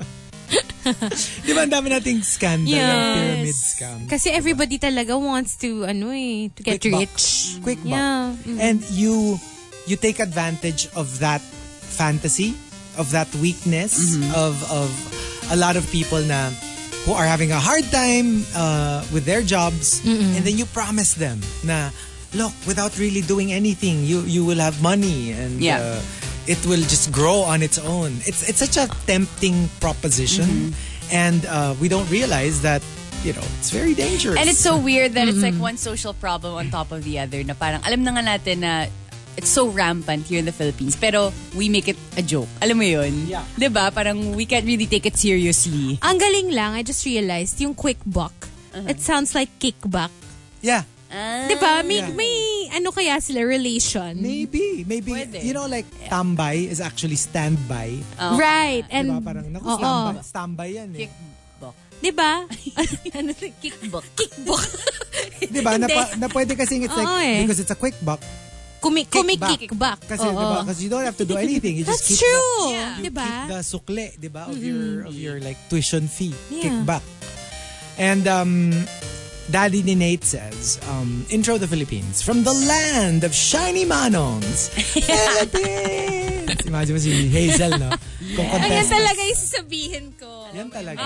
[SPEAKER 1] *laughs* Di ba ang dami nating scandal ng pyramid scam?
[SPEAKER 2] Kasi everybody talaga wants to, ano eh, to get
[SPEAKER 1] Quick
[SPEAKER 2] rich.
[SPEAKER 1] buck. Quick buck.
[SPEAKER 2] Yeah. Mm.
[SPEAKER 1] And you you take advantage of that fantasy, of that weakness of of a lot of people na who are having a hard time uh, with their jobs and then you promise them na look without really doing anything you you will have money and
[SPEAKER 3] Yeah.
[SPEAKER 1] uh, it will just grow on its own. It's it's such a tempting proposition and uh, we don't realize that you know it's very dangerous.
[SPEAKER 3] And it's so weird that it's like one
[SPEAKER 2] Mm-hmm.
[SPEAKER 3] social problem on top of the other na parang alam na nga natin na it's so rampant here in the Philippines pero we make it a joke. Alam mo yun?
[SPEAKER 1] Yeah.
[SPEAKER 3] 'Di ba? Parang we can't really take it seriously.
[SPEAKER 2] Ang galing lang, I just realized, yung quick buck, it sounds like kickback.
[SPEAKER 1] yeah.
[SPEAKER 2] Di ba? Diba? May,
[SPEAKER 1] Ah, Yeah.
[SPEAKER 2] may ano kaya sila, relation.
[SPEAKER 1] Maybe, maybe.
[SPEAKER 3] Pwede.
[SPEAKER 1] You know, like, tambay is actually standby.
[SPEAKER 2] Right. And,
[SPEAKER 1] diba? Parang, naku,
[SPEAKER 2] Um, Oo. Diba?
[SPEAKER 1] standby, standby yan
[SPEAKER 2] *laughs*
[SPEAKER 1] eh.
[SPEAKER 2] Di
[SPEAKER 1] *laughs*
[SPEAKER 2] ba? ano, kickbook. Kickbook.
[SPEAKER 1] Diba? Na, pa- na pwede kasing it's like,
[SPEAKER 2] Oo eh.
[SPEAKER 1] because it's a quick buck.
[SPEAKER 2] Kumi,
[SPEAKER 1] back.
[SPEAKER 2] kumikickback.
[SPEAKER 1] Kasi,
[SPEAKER 2] Oo.
[SPEAKER 1] diba? Because you don't have to
[SPEAKER 2] *laughs*
[SPEAKER 1] do anything. You just
[SPEAKER 2] That's
[SPEAKER 1] keep
[SPEAKER 2] true.
[SPEAKER 1] The,
[SPEAKER 2] Yeah.
[SPEAKER 1] you
[SPEAKER 2] Diba?
[SPEAKER 1] keep the sukle, diba? Of your, of your like, tuition fee.
[SPEAKER 2] Yeah.
[SPEAKER 1] Kickback. And, um, Daddy ni Nate says, um, intro the Philippines. From the land of shiny
[SPEAKER 2] *laughs*
[SPEAKER 1] manongs. Philippines! Imagine mo si Hazel, no? Kung
[SPEAKER 2] *laughs* Ayan
[SPEAKER 1] contestant.
[SPEAKER 2] talaga yung sasabihin ko.
[SPEAKER 1] Yan talaga.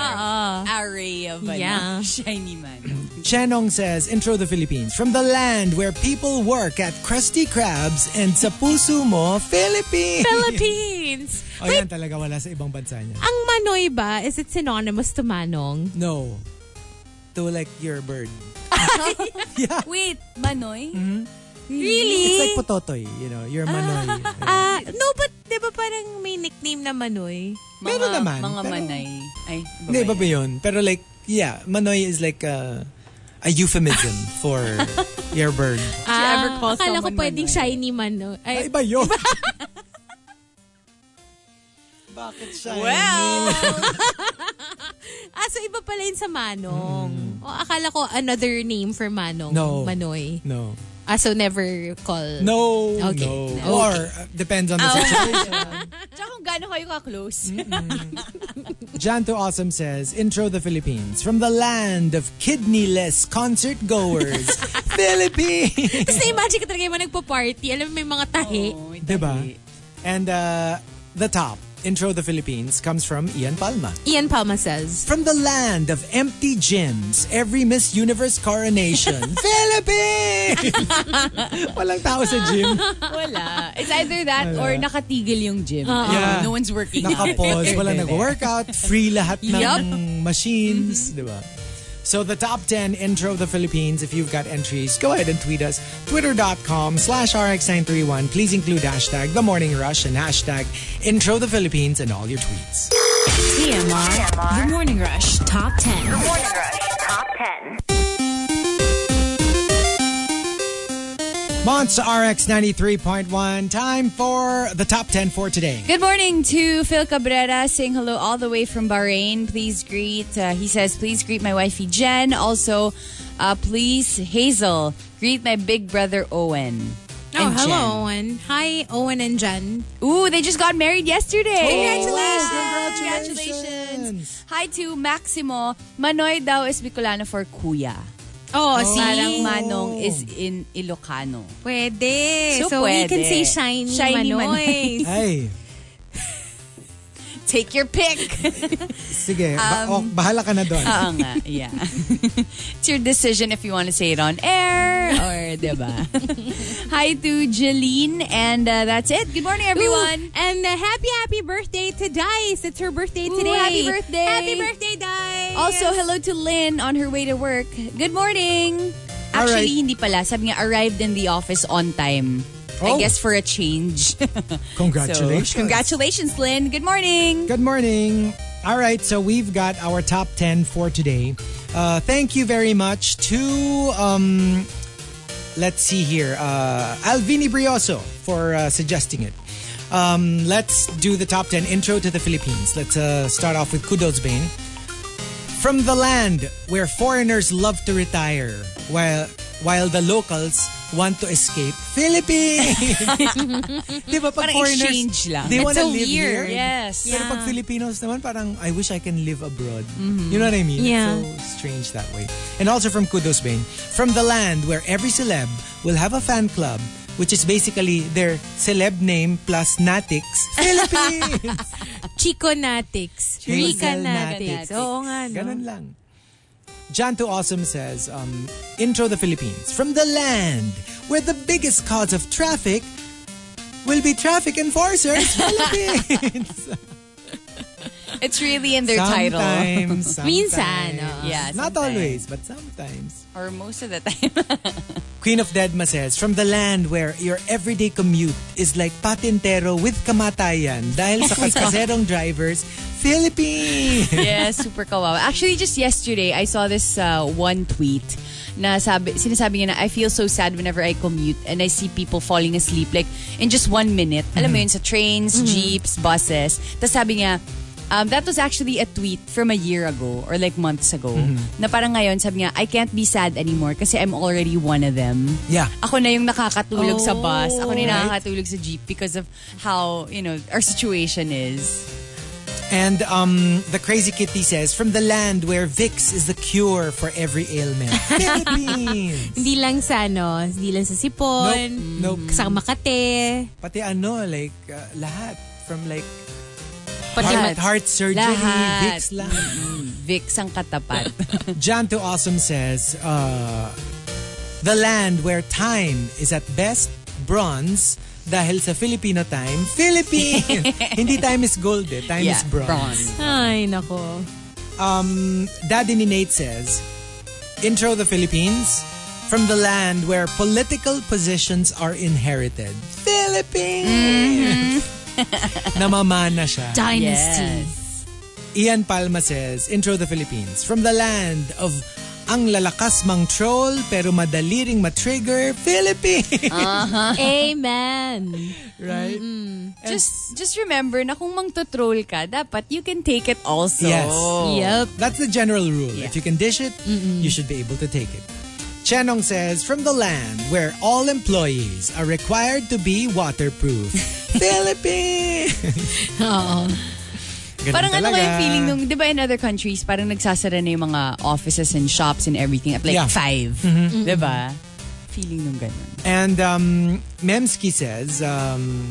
[SPEAKER 1] *laughs*
[SPEAKER 3] Array of ano,
[SPEAKER 2] Yeah.
[SPEAKER 3] shiny man.
[SPEAKER 1] Chenong says, Intro the Philippines, from the land where people work at Krusty Krabs and sa puso mo, Philippines!
[SPEAKER 2] Philippines.
[SPEAKER 1] O yan talaga, wala sa ibang bansa niya.
[SPEAKER 2] Ang manoy ba, is it synonymous to
[SPEAKER 1] *laughs*
[SPEAKER 2] manong?
[SPEAKER 1] No. To like your bird.
[SPEAKER 3] Wait, Manoy?
[SPEAKER 2] Really?
[SPEAKER 1] Mm-hmm. It's like pototoy, you know, your manoy.
[SPEAKER 2] Ah, no, but di ba parang may nickname na manoy?
[SPEAKER 1] Meron naman,
[SPEAKER 3] Mga
[SPEAKER 1] pero-
[SPEAKER 3] manay. Ay,
[SPEAKER 1] Hindi, iba ba yun? Pero like, yeah, manoy is like a, a euphemism for your bird.
[SPEAKER 3] you ever call
[SPEAKER 2] Ah, akala ko
[SPEAKER 3] someone
[SPEAKER 2] pwedeng
[SPEAKER 3] manoy?
[SPEAKER 2] shiny manoy.
[SPEAKER 1] Ay,
[SPEAKER 2] Ay,
[SPEAKER 1] iba yun. *laughs* Bakit siya?
[SPEAKER 3] Well,
[SPEAKER 2] ah, so iba pala yun sa manong. O akala ko another name for manong.
[SPEAKER 1] Hmm. No.
[SPEAKER 2] Manoy.
[SPEAKER 1] No.
[SPEAKER 2] Ah, so never call.
[SPEAKER 1] No,
[SPEAKER 2] Okay.
[SPEAKER 1] no.
[SPEAKER 2] Okay.
[SPEAKER 1] Or, uh, depends on the
[SPEAKER 3] *laughs*
[SPEAKER 1] situation.
[SPEAKER 3] tsaka kung Oh. gaano kayo ka-close.
[SPEAKER 1] *laughs* Janto Awesome says, Intro the Philippines, from the land of kidneyless concert goers,
[SPEAKER 3] *laughs*
[SPEAKER 1] Philippines!
[SPEAKER 2] Tapos na-imagine ka talaga yung mga nagpa-party. Alam mo, may mga tahi.
[SPEAKER 1] Diba? And uh, the top, Intro the Philippines, comes from Ian Palma.
[SPEAKER 2] Ian Palma says,
[SPEAKER 1] From the land of empty gyms, every Miss Universe coronation,
[SPEAKER 3] *laughs*
[SPEAKER 1] Philippines! Walang tao sa gym.
[SPEAKER 2] *laughs*
[SPEAKER 3] Wala. It's either that or nakatigil yung gym.
[SPEAKER 2] Ah.
[SPEAKER 1] Yeah.
[SPEAKER 3] No one's working.
[SPEAKER 4] *laughs*
[SPEAKER 3] *laughs*
[SPEAKER 1] Nakapause, walang nag-workout, free lahat ng
[SPEAKER 2] Yup.
[SPEAKER 1] machines,
[SPEAKER 4] Mm-hmm.
[SPEAKER 1] di ba? So the top 10 intro of the Philippines, if you've got entries, go ahead and tweet us. Twitter.com slash RX931. Please include hashtag The Morning Rush and hashtag Intro the Philippines in all your tweets.
[SPEAKER 5] TMR. The Morning Rush Top 10.
[SPEAKER 6] Morning Rush Top 10.
[SPEAKER 1] Monts RX 93.1. Time for the top 10 for today.
[SPEAKER 4] Good morning to Phil Cabrera, saying hello all the way from Bahrain. Please greet, uh, he says, please greet my wifey Jen. Also, uh, please, Hazel, greet my big brother Owen.
[SPEAKER 2] Oh,
[SPEAKER 4] and
[SPEAKER 2] hello,
[SPEAKER 4] Jen.
[SPEAKER 2] Owen. Hi, Owen and Jen.
[SPEAKER 4] Ooh, they just got married yesterday.
[SPEAKER 1] wow. Congratulations.
[SPEAKER 4] Congratulations. Hi to Maximo. Manoy daw is Bicolano for kuya.
[SPEAKER 2] Oh, see?
[SPEAKER 4] Parang Manong is in Ilocano.
[SPEAKER 2] Pwede. So,
[SPEAKER 4] So
[SPEAKER 2] we
[SPEAKER 4] pwede.
[SPEAKER 2] can say shiny,
[SPEAKER 4] Shiny
[SPEAKER 2] manoy.
[SPEAKER 1] Hey,
[SPEAKER 4] Take your pick. *laughs*
[SPEAKER 1] sige. Ba-
[SPEAKER 4] Um, uh,
[SPEAKER 1] oh, bahala ka na doon.
[SPEAKER 4] Oo nga, yeah. It's your decision if you want to say it on air, or 'di
[SPEAKER 1] *laughs*
[SPEAKER 4] ba? Hi to Jeline and uh, that's it. Good morning
[SPEAKER 2] Ooh,
[SPEAKER 4] everyone.
[SPEAKER 2] and uh, happy, happy birthday to Dice. It's her birthday
[SPEAKER 4] Ooh,
[SPEAKER 2] today.
[SPEAKER 4] happy birthday.
[SPEAKER 2] Happy birthday, Dice.
[SPEAKER 4] Also, hello to Lynn on her way to work. Good morning. Actually, hindi pala. Sabi niya, arrived in the office on time.
[SPEAKER 1] Oh.
[SPEAKER 4] I guess for a change. *laughs*
[SPEAKER 1] Congratulations.
[SPEAKER 4] So, congratulations, Lynn. Good morning.
[SPEAKER 1] Good morning. All right, so we've got our top 10 for today. Uh, thank you very much to, um, let's see here, uh, Alvini Brioso for uh, suggesting it. Um, let's do the top 10 intro to the Philippines. Let's uh, start off with Kudos Bain. From the land where foreigners love to retire while while the locals want to escape Philippines. *laughs* Di ba pag
[SPEAKER 4] Parang exchange lang.
[SPEAKER 1] They
[SPEAKER 4] It's
[SPEAKER 1] wanna
[SPEAKER 4] so
[SPEAKER 1] live
[SPEAKER 4] weird.
[SPEAKER 1] here.
[SPEAKER 4] Yes.
[SPEAKER 1] Pero pag Filipinos naman, parang, I wish I can live abroad. You know what I mean?
[SPEAKER 2] Mm-hmm. Yeah.
[SPEAKER 1] It's so strange that way. And also from Kudos Bain, from the land where every celeb will have a fan club, which is basically their celeb name plus
[SPEAKER 2] *laughs*
[SPEAKER 1] natics, Philippines!
[SPEAKER 2] Chico Natics. Rica
[SPEAKER 1] Rizal Natics.
[SPEAKER 2] Natics. Oo nga, no?
[SPEAKER 1] Ganun lang. Jan to Awesome says, um, intro the Philippines from the land where the biggest cause of traffic will be traffic enforcers, Philippines!
[SPEAKER 4] It's really in their title. *laughs*
[SPEAKER 1] sometimes, sometimes.
[SPEAKER 2] Minsan, oo.
[SPEAKER 4] Yeah,
[SPEAKER 1] Not
[SPEAKER 4] sometimes.
[SPEAKER 1] always, but sometimes.
[SPEAKER 4] Or most of the time.
[SPEAKER 1] Queen of Deadma says, From the land where your everyday commute is like patintero with kamatayan dahil
[SPEAKER 4] *laughs*
[SPEAKER 1] sa kaserong drivers, Philippines!
[SPEAKER 4] yeah, super kawawa. Actually, just yesterday, I saw this uh, one tweet na sabi, sinasabi niya na, I feel so sad whenever I commute and I see people falling asleep like in just one minute. Alam mo yun, sa trains, jeeps, buses. Tapos sabi niya, um, that was actually a tweet from a year ago or like months ago na parang ngayon sabi niya, I can't be sad anymore kasi I'm already one of them.
[SPEAKER 1] Yeah.
[SPEAKER 4] Ako na yung nakakatulog sa bus. Ako na yung
[SPEAKER 1] Right.
[SPEAKER 4] nakakatulog sa jeep because of how, you know, our situation is.
[SPEAKER 1] And um, the Crazy Kitty says, From the land where Vicks is the cure for every
[SPEAKER 4] *laughs*
[SPEAKER 1] ailment, Philippines!
[SPEAKER 2] Hindi lang sa, ano, hindi lang sa sipon.
[SPEAKER 1] Nope, nope.
[SPEAKER 2] Sa Makate.
[SPEAKER 1] Pati ano, like, uh, lahat. From like,
[SPEAKER 4] Pati
[SPEAKER 1] heart,
[SPEAKER 4] lahat.
[SPEAKER 1] heart surgery,
[SPEAKER 4] Lahat.
[SPEAKER 1] Vicks lahat.
[SPEAKER 4] Vicks ang katapat.
[SPEAKER 1] Jan to Awesome says, uh, The land where time is at best bronze dahil sa Filipino time, Philippines! Hindi time is gold eh, time is bronze.
[SPEAKER 2] Ay, nako.
[SPEAKER 1] Um, Daddy ni Nate says, Intro the Philippines from the land where political positions are inherited, Philippines! *laughs* Namamana siya.
[SPEAKER 2] Dynasty.
[SPEAKER 1] Ian Palma says, Intro the Philippines. From the land of ang lalakas mang troll pero madali ring matrigger, Philippines!
[SPEAKER 4] Ah.
[SPEAKER 2] Amen.
[SPEAKER 1] *laughs* right?
[SPEAKER 4] Mm-hmm. Just just remember na kung mangtotroll ka, dapat you can take it also.
[SPEAKER 1] Yes.
[SPEAKER 2] Yep.
[SPEAKER 1] That's the general rule.
[SPEAKER 4] Yeah.
[SPEAKER 1] If you can dish it, you should be able to take it. Chenong says, From the land where all employees are required to be
[SPEAKER 4] *laughs*
[SPEAKER 1] waterproof, Philippines!
[SPEAKER 2] Oo.
[SPEAKER 1] Ganun
[SPEAKER 4] Parang ano
[SPEAKER 1] talaga.
[SPEAKER 4] kaya feeling nung, di ba in other countries, parang nagsasara na yung mga offices and shops and everything at like
[SPEAKER 1] Yeah. Mm-hmm.
[SPEAKER 4] five. Di ba? Feeling nung ganun.
[SPEAKER 1] And um, Memski says, um,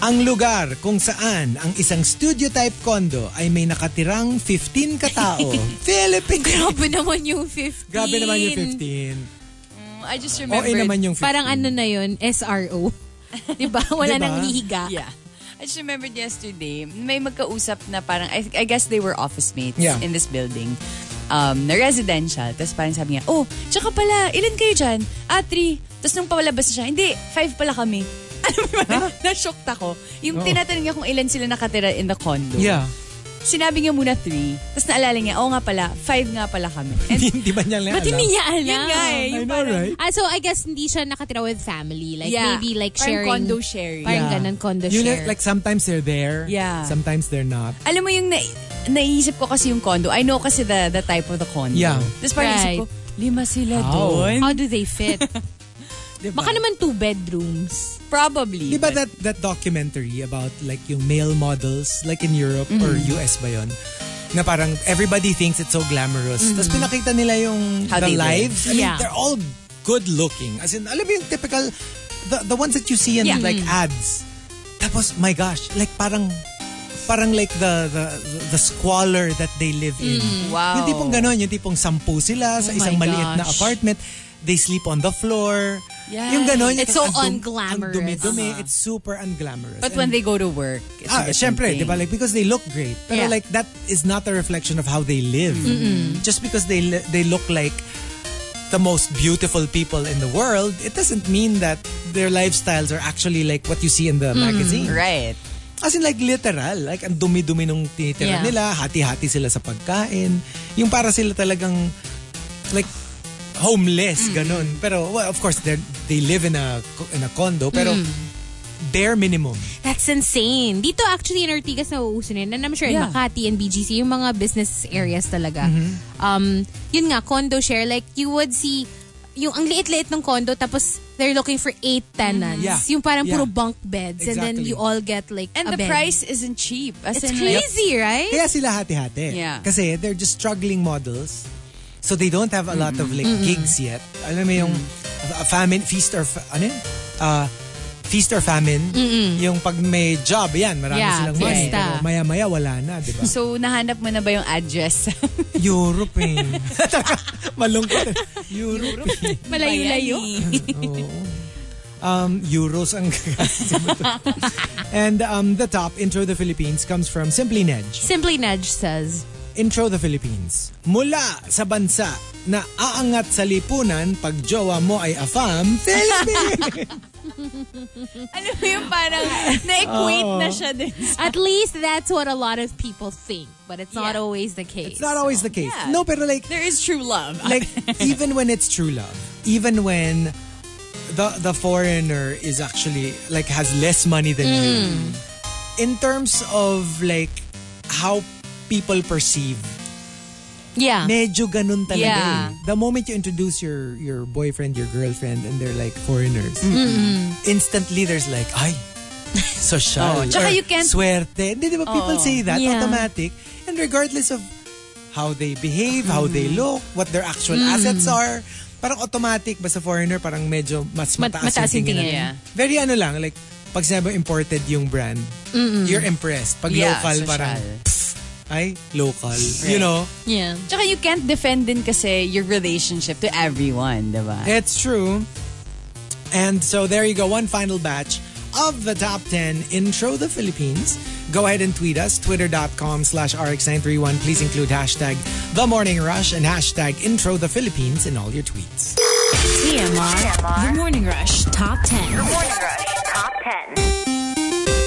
[SPEAKER 1] ang lugar kung saan ang isang studio-type condo ay may nakatirang 15
[SPEAKER 2] *laughs*
[SPEAKER 1] katao. Philippines!
[SPEAKER 2] Grabe naman yung 15.
[SPEAKER 1] Grabe naman yung 15.
[SPEAKER 4] I just remember.
[SPEAKER 1] OA Oh, eh, naman yung 15.
[SPEAKER 2] Parang ano na yun, SRO. *laughs* diba? Wala
[SPEAKER 1] Diba?
[SPEAKER 2] nang hihiga.
[SPEAKER 4] *laughs* Yeah. I just remembered yesterday, may magkausap na parang, I, I guess they were office mates
[SPEAKER 1] Yeah.
[SPEAKER 4] in this building. Um, na residential. Tapos parang sabi niya, oh, tsaka pala, ilan kayo dyan? Ah, three. Tapos nung pawalabas na siya, hindi, five pala kami. *laughs* Alam mo yun, na-shocked ako.
[SPEAKER 1] Oo.
[SPEAKER 4] Yung tinatanong niya kung ilan sila nakatira in the condo.
[SPEAKER 1] Yeah. *laughs*
[SPEAKER 4] Sinabi niya muna three. Tapos naalala niya, oo nga pala, five nga pala kami.
[SPEAKER 1] *laughs*
[SPEAKER 4] And
[SPEAKER 1] Hindi ba niya lang
[SPEAKER 2] Ba't
[SPEAKER 1] alam?
[SPEAKER 2] hindi niya alam?
[SPEAKER 4] yun nga eh,
[SPEAKER 1] I
[SPEAKER 4] yung
[SPEAKER 1] know,
[SPEAKER 4] parang,
[SPEAKER 1] right?
[SPEAKER 2] Ah, so I guess hindi siya nakatira with family. Like
[SPEAKER 4] Yeah.
[SPEAKER 2] maybe like
[SPEAKER 4] Parang
[SPEAKER 2] sharing.
[SPEAKER 4] condo sharing.
[SPEAKER 2] Parang ganun, condo
[SPEAKER 1] You know,
[SPEAKER 2] share.
[SPEAKER 1] like sometimes they're there.
[SPEAKER 4] Yeah.
[SPEAKER 1] Sometimes they're not.
[SPEAKER 4] alam mo yung na, naiisip ko kasi yung condo. I know kasi the, the type of the condo.
[SPEAKER 1] Yeah.
[SPEAKER 4] Tapos parang isip
[SPEAKER 2] Right.
[SPEAKER 4] ko, lima sila
[SPEAKER 1] How?
[SPEAKER 4] doon.
[SPEAKER 2] How do they
[SPEAKER 1] *laughs*
[SPEAKER 2] fit?
[SPEAKER 1] Diba?
[SPEAKER 2] Baka naman two bedrooms.
[SPEAKER 4] Probably.
[SPEAKER 1] Di ba that, that documentary about like yung male models like in Europe or
[SPEAKER 2] Mm-hmm.
[SPEAKER 1] US ba yun? Na parang everybody thinks it's so glamorous.
[SPEAKER 2] Mm-hmm.
[SPEAKER 1] Tapos pinakita nila yung
[SPEAKER 4] How
[SPEAKER 1] the
[SPEAKER 4] they live.
[SPEAKER 1] lives. I mean,
[SPEAKER 2] Yeah.
[SPEAKER 1] they're all good looking. As in, alam mo yung typical, the, the ones that you see in
[SPEAKER 4] Yeah.
[SPEAKER 1] like
[SPEAKER 2] Mm-hmm.
[SPEAKER 1] ads. Tapos, my gosh, like parang parang like the the the squalor that they live in.
[SPEAKER 4] Wow.
[SPEAKER 1] Yung tipong ganon, yung tipong sampu sila sa
[SPEAKER 2] Mm-hmm. Oh
[SPEAKER 1] isang
[SPEAKER 2] my
[SPEAKER 1] maliit na
[SPEAKER 2] gosh.
[SPEAKER 1] apartment. they sleep on the floor.
[SPEAKER 3] Yes.
[SPEAKER 1] Yung ganon.
[SPEAKER 2] It's
[SPEAKER 1] yung
[SPEAKER 2] so
[SPEAKER 1] ang dum- Ang
[SPEAKER 2] unglamorous.
[SPEAKER 1] dumi-dumi.
[SPEAKER 3] Uh-huh.
[SPEAKER 1] It's super unglamorous.
[SPEAKER 3] But when
[SPEAKER 1] And-
[SPEAKER 3] they go to work, it's a
[SPEAKER 1] Ah,
[SPEAKER 3] different
[SPEAKER 1] syempre,
[SPEAKER 3] thing.
[SPEAKER 1] di ba? Like, because they look great.
[SPEAKER 3] Yeah.
[SPEAKER 1] Pero like, that is not a reflection of how they live. Just because they li- they look like the most beautiful people in the world, it doesn't mean that their lifestyles are actually like what you see in the magazine.
[SPEAKER 3] Mm-hmm. Right.
[SPEAKER 1] As in like literal, like ang dumi-dumi nung
[SPEAKER 3] Yeah.
[SPEAKER 1] tinitira nila, hati-hati sila sa pagkain. Yung para sila talagang like homeless
[SPEAKER 3] Mm-hmm.
[SPEAKER 1] ganun. Pero well, of course they they live in a co- in a condo pero
[SPEAKER 3] Mm-hmm.
[SPEAKER 1] bare minimum.
[SPEAKER 2] That's insane. Dito actually in Ortigas nauuso na yun. And I'm sure in
[SPEAKER 3] Yeah.
[SPEAKER 2] Makati and BGC, yung mga business areas talaga.
[SPEAKER 1] Mm-hmm.
[SPEAKER 2] Um, yun nga, condo share, like you would see yung ang liit-liit ng condo tapos they're looking for eight tenants.
[SPEAKER 1] Yeah.
[SPEAKER 2] Yung parang
[SPEAKER 1] Yeah.
[SPEAKER 2] puro bunk beds and then
[SPEAKER 1] Exactly.
[SPEAKER 2] you all get like
[SPEAKER 3] And
[SPEAKER 2] a
[SPEAKER 3] the
[SPEAKER 2] bed.
[SPEAKER 3] price isn't cheap. As
[SPEAKER 2] It's
[SPEAKER 3] in, like,
[SPEAKER 2] crazy, right?
[SPEAKER 1] Kaya sila hati-hati.
[SPEAKER 3] Yeah.
[SPEAKER 1] Kasi they're just struggling models. So they don't have a lot of like gigs yet. Alam mo yung a famine, feast or, fa- ano yun? Uh, feast or famine. Yung pag may job, yan, marami
[SPEAKER 2] Yeah,
[SPEAKER 1] silang money.
[SPEAKER 2] fiesta.
[SPEAKER 1] Pero maya-maya wala na, di
[SPEAKER 2] *laughs*
[SPEAKER 1] ba?
[SPEAKER 3] so, nahanap mo na ba yung address? *laughs*
[SPEAKER 1] Europe eh. *laughs* Malungkot. eh. Europe eh.
[SPEAKER 2] Malayo-layo. *laughs*
[SPEAKER 1] Oo. Um, Euros ang *laughs* gagastos mo to. And um, the top, Intro the Philippines, comes from Simply Nedge.
[SPEAKER 2] Simply Nudge says,
[SPEAKER 1] Intro the Philippines. Mula sa bansa na aangat sa lipunan pag jowa mo ay afam, Philippines!
[SPEAKER 3] Alam mo yung
[SPEAKER 1] *laughs*
[SPEAKER 3] parang na-equate na
[SPEAKER 1] Oh.
[SPEAKER 3] siya din.
[SPEAKER 2] at least that's what a lot of people think. But it's not
[SPEAKER 3] Yeah.
[SPEAKER 2] always the case.
[SPEAKER 1] It's not always the case.
[SPEAKER 3] yeah.
[SPEAKER 1] No, pero like,
[SPEAKER 3] There is true love.
[SPEAKER 1] like even when it's true love, even when the the foreigner is actually like has less money than you, in terms of like how people perceive
[SPEAKER 2] Yeah.
[SPEAKER 1] medyo ganun talaga
[SPEAKER 3] Yeah.
[SPEAKER 1] eh. The moment you introduce your your boyfriend, your girlfriend, and they're like foreigners, instantly there's like, ay, social.
[SPEAKER 3] Mm-hmm. *laughs* Oh, tsaka
[SPEAKER 1] or
[SPEAKER 3] you can't- Oh,
[SPEAKER 1] Swerte. Hindi, di ba people
[SPEAKER 3] Oo.
[SPEAKER 1] say that?
[SPEAKER 2] Yeah.
[SPEAKER 1] Automatic. And regardless of how they behave, how they
[SPEAKER 3] Mm-hmm.
[SPEAKER 1] look, what their actual assets are, parang automatic ba sa foreigner, parang medyo mas
[SPEAKER 2] Mat-
[SPEAKER 1] mataas,
[SPEAKER 2] mataas yung tingin,
[SPEAKER 1] nila. Very ano lang, like, pag sinabi imported yung brand, you're impressed. Pag
[SPEAKER 3] Yeah,
[SPEAKER 1] local,
[SPEAKER 3] social.
[SPEAKER 1] parang, pff, ay, local. You know?
[SPEAKER 2] yeah.
[SPEAKER 3] Tsaka you can't defend din kasi your relationship to everyone, di ba?
[SPEAKER 1] It's true. And so there you go, one final batch of the top 10 intro the Philippines. Go ahead and tweet us, twitter.com slash rx931. Please include hashtag the morning rush and hashtag intro the Philippines in all your tweets.
[SPEAKER 5] TMR. The Morning Rush Top 10.
[SPEAKER 6] Morning Rush Top 10.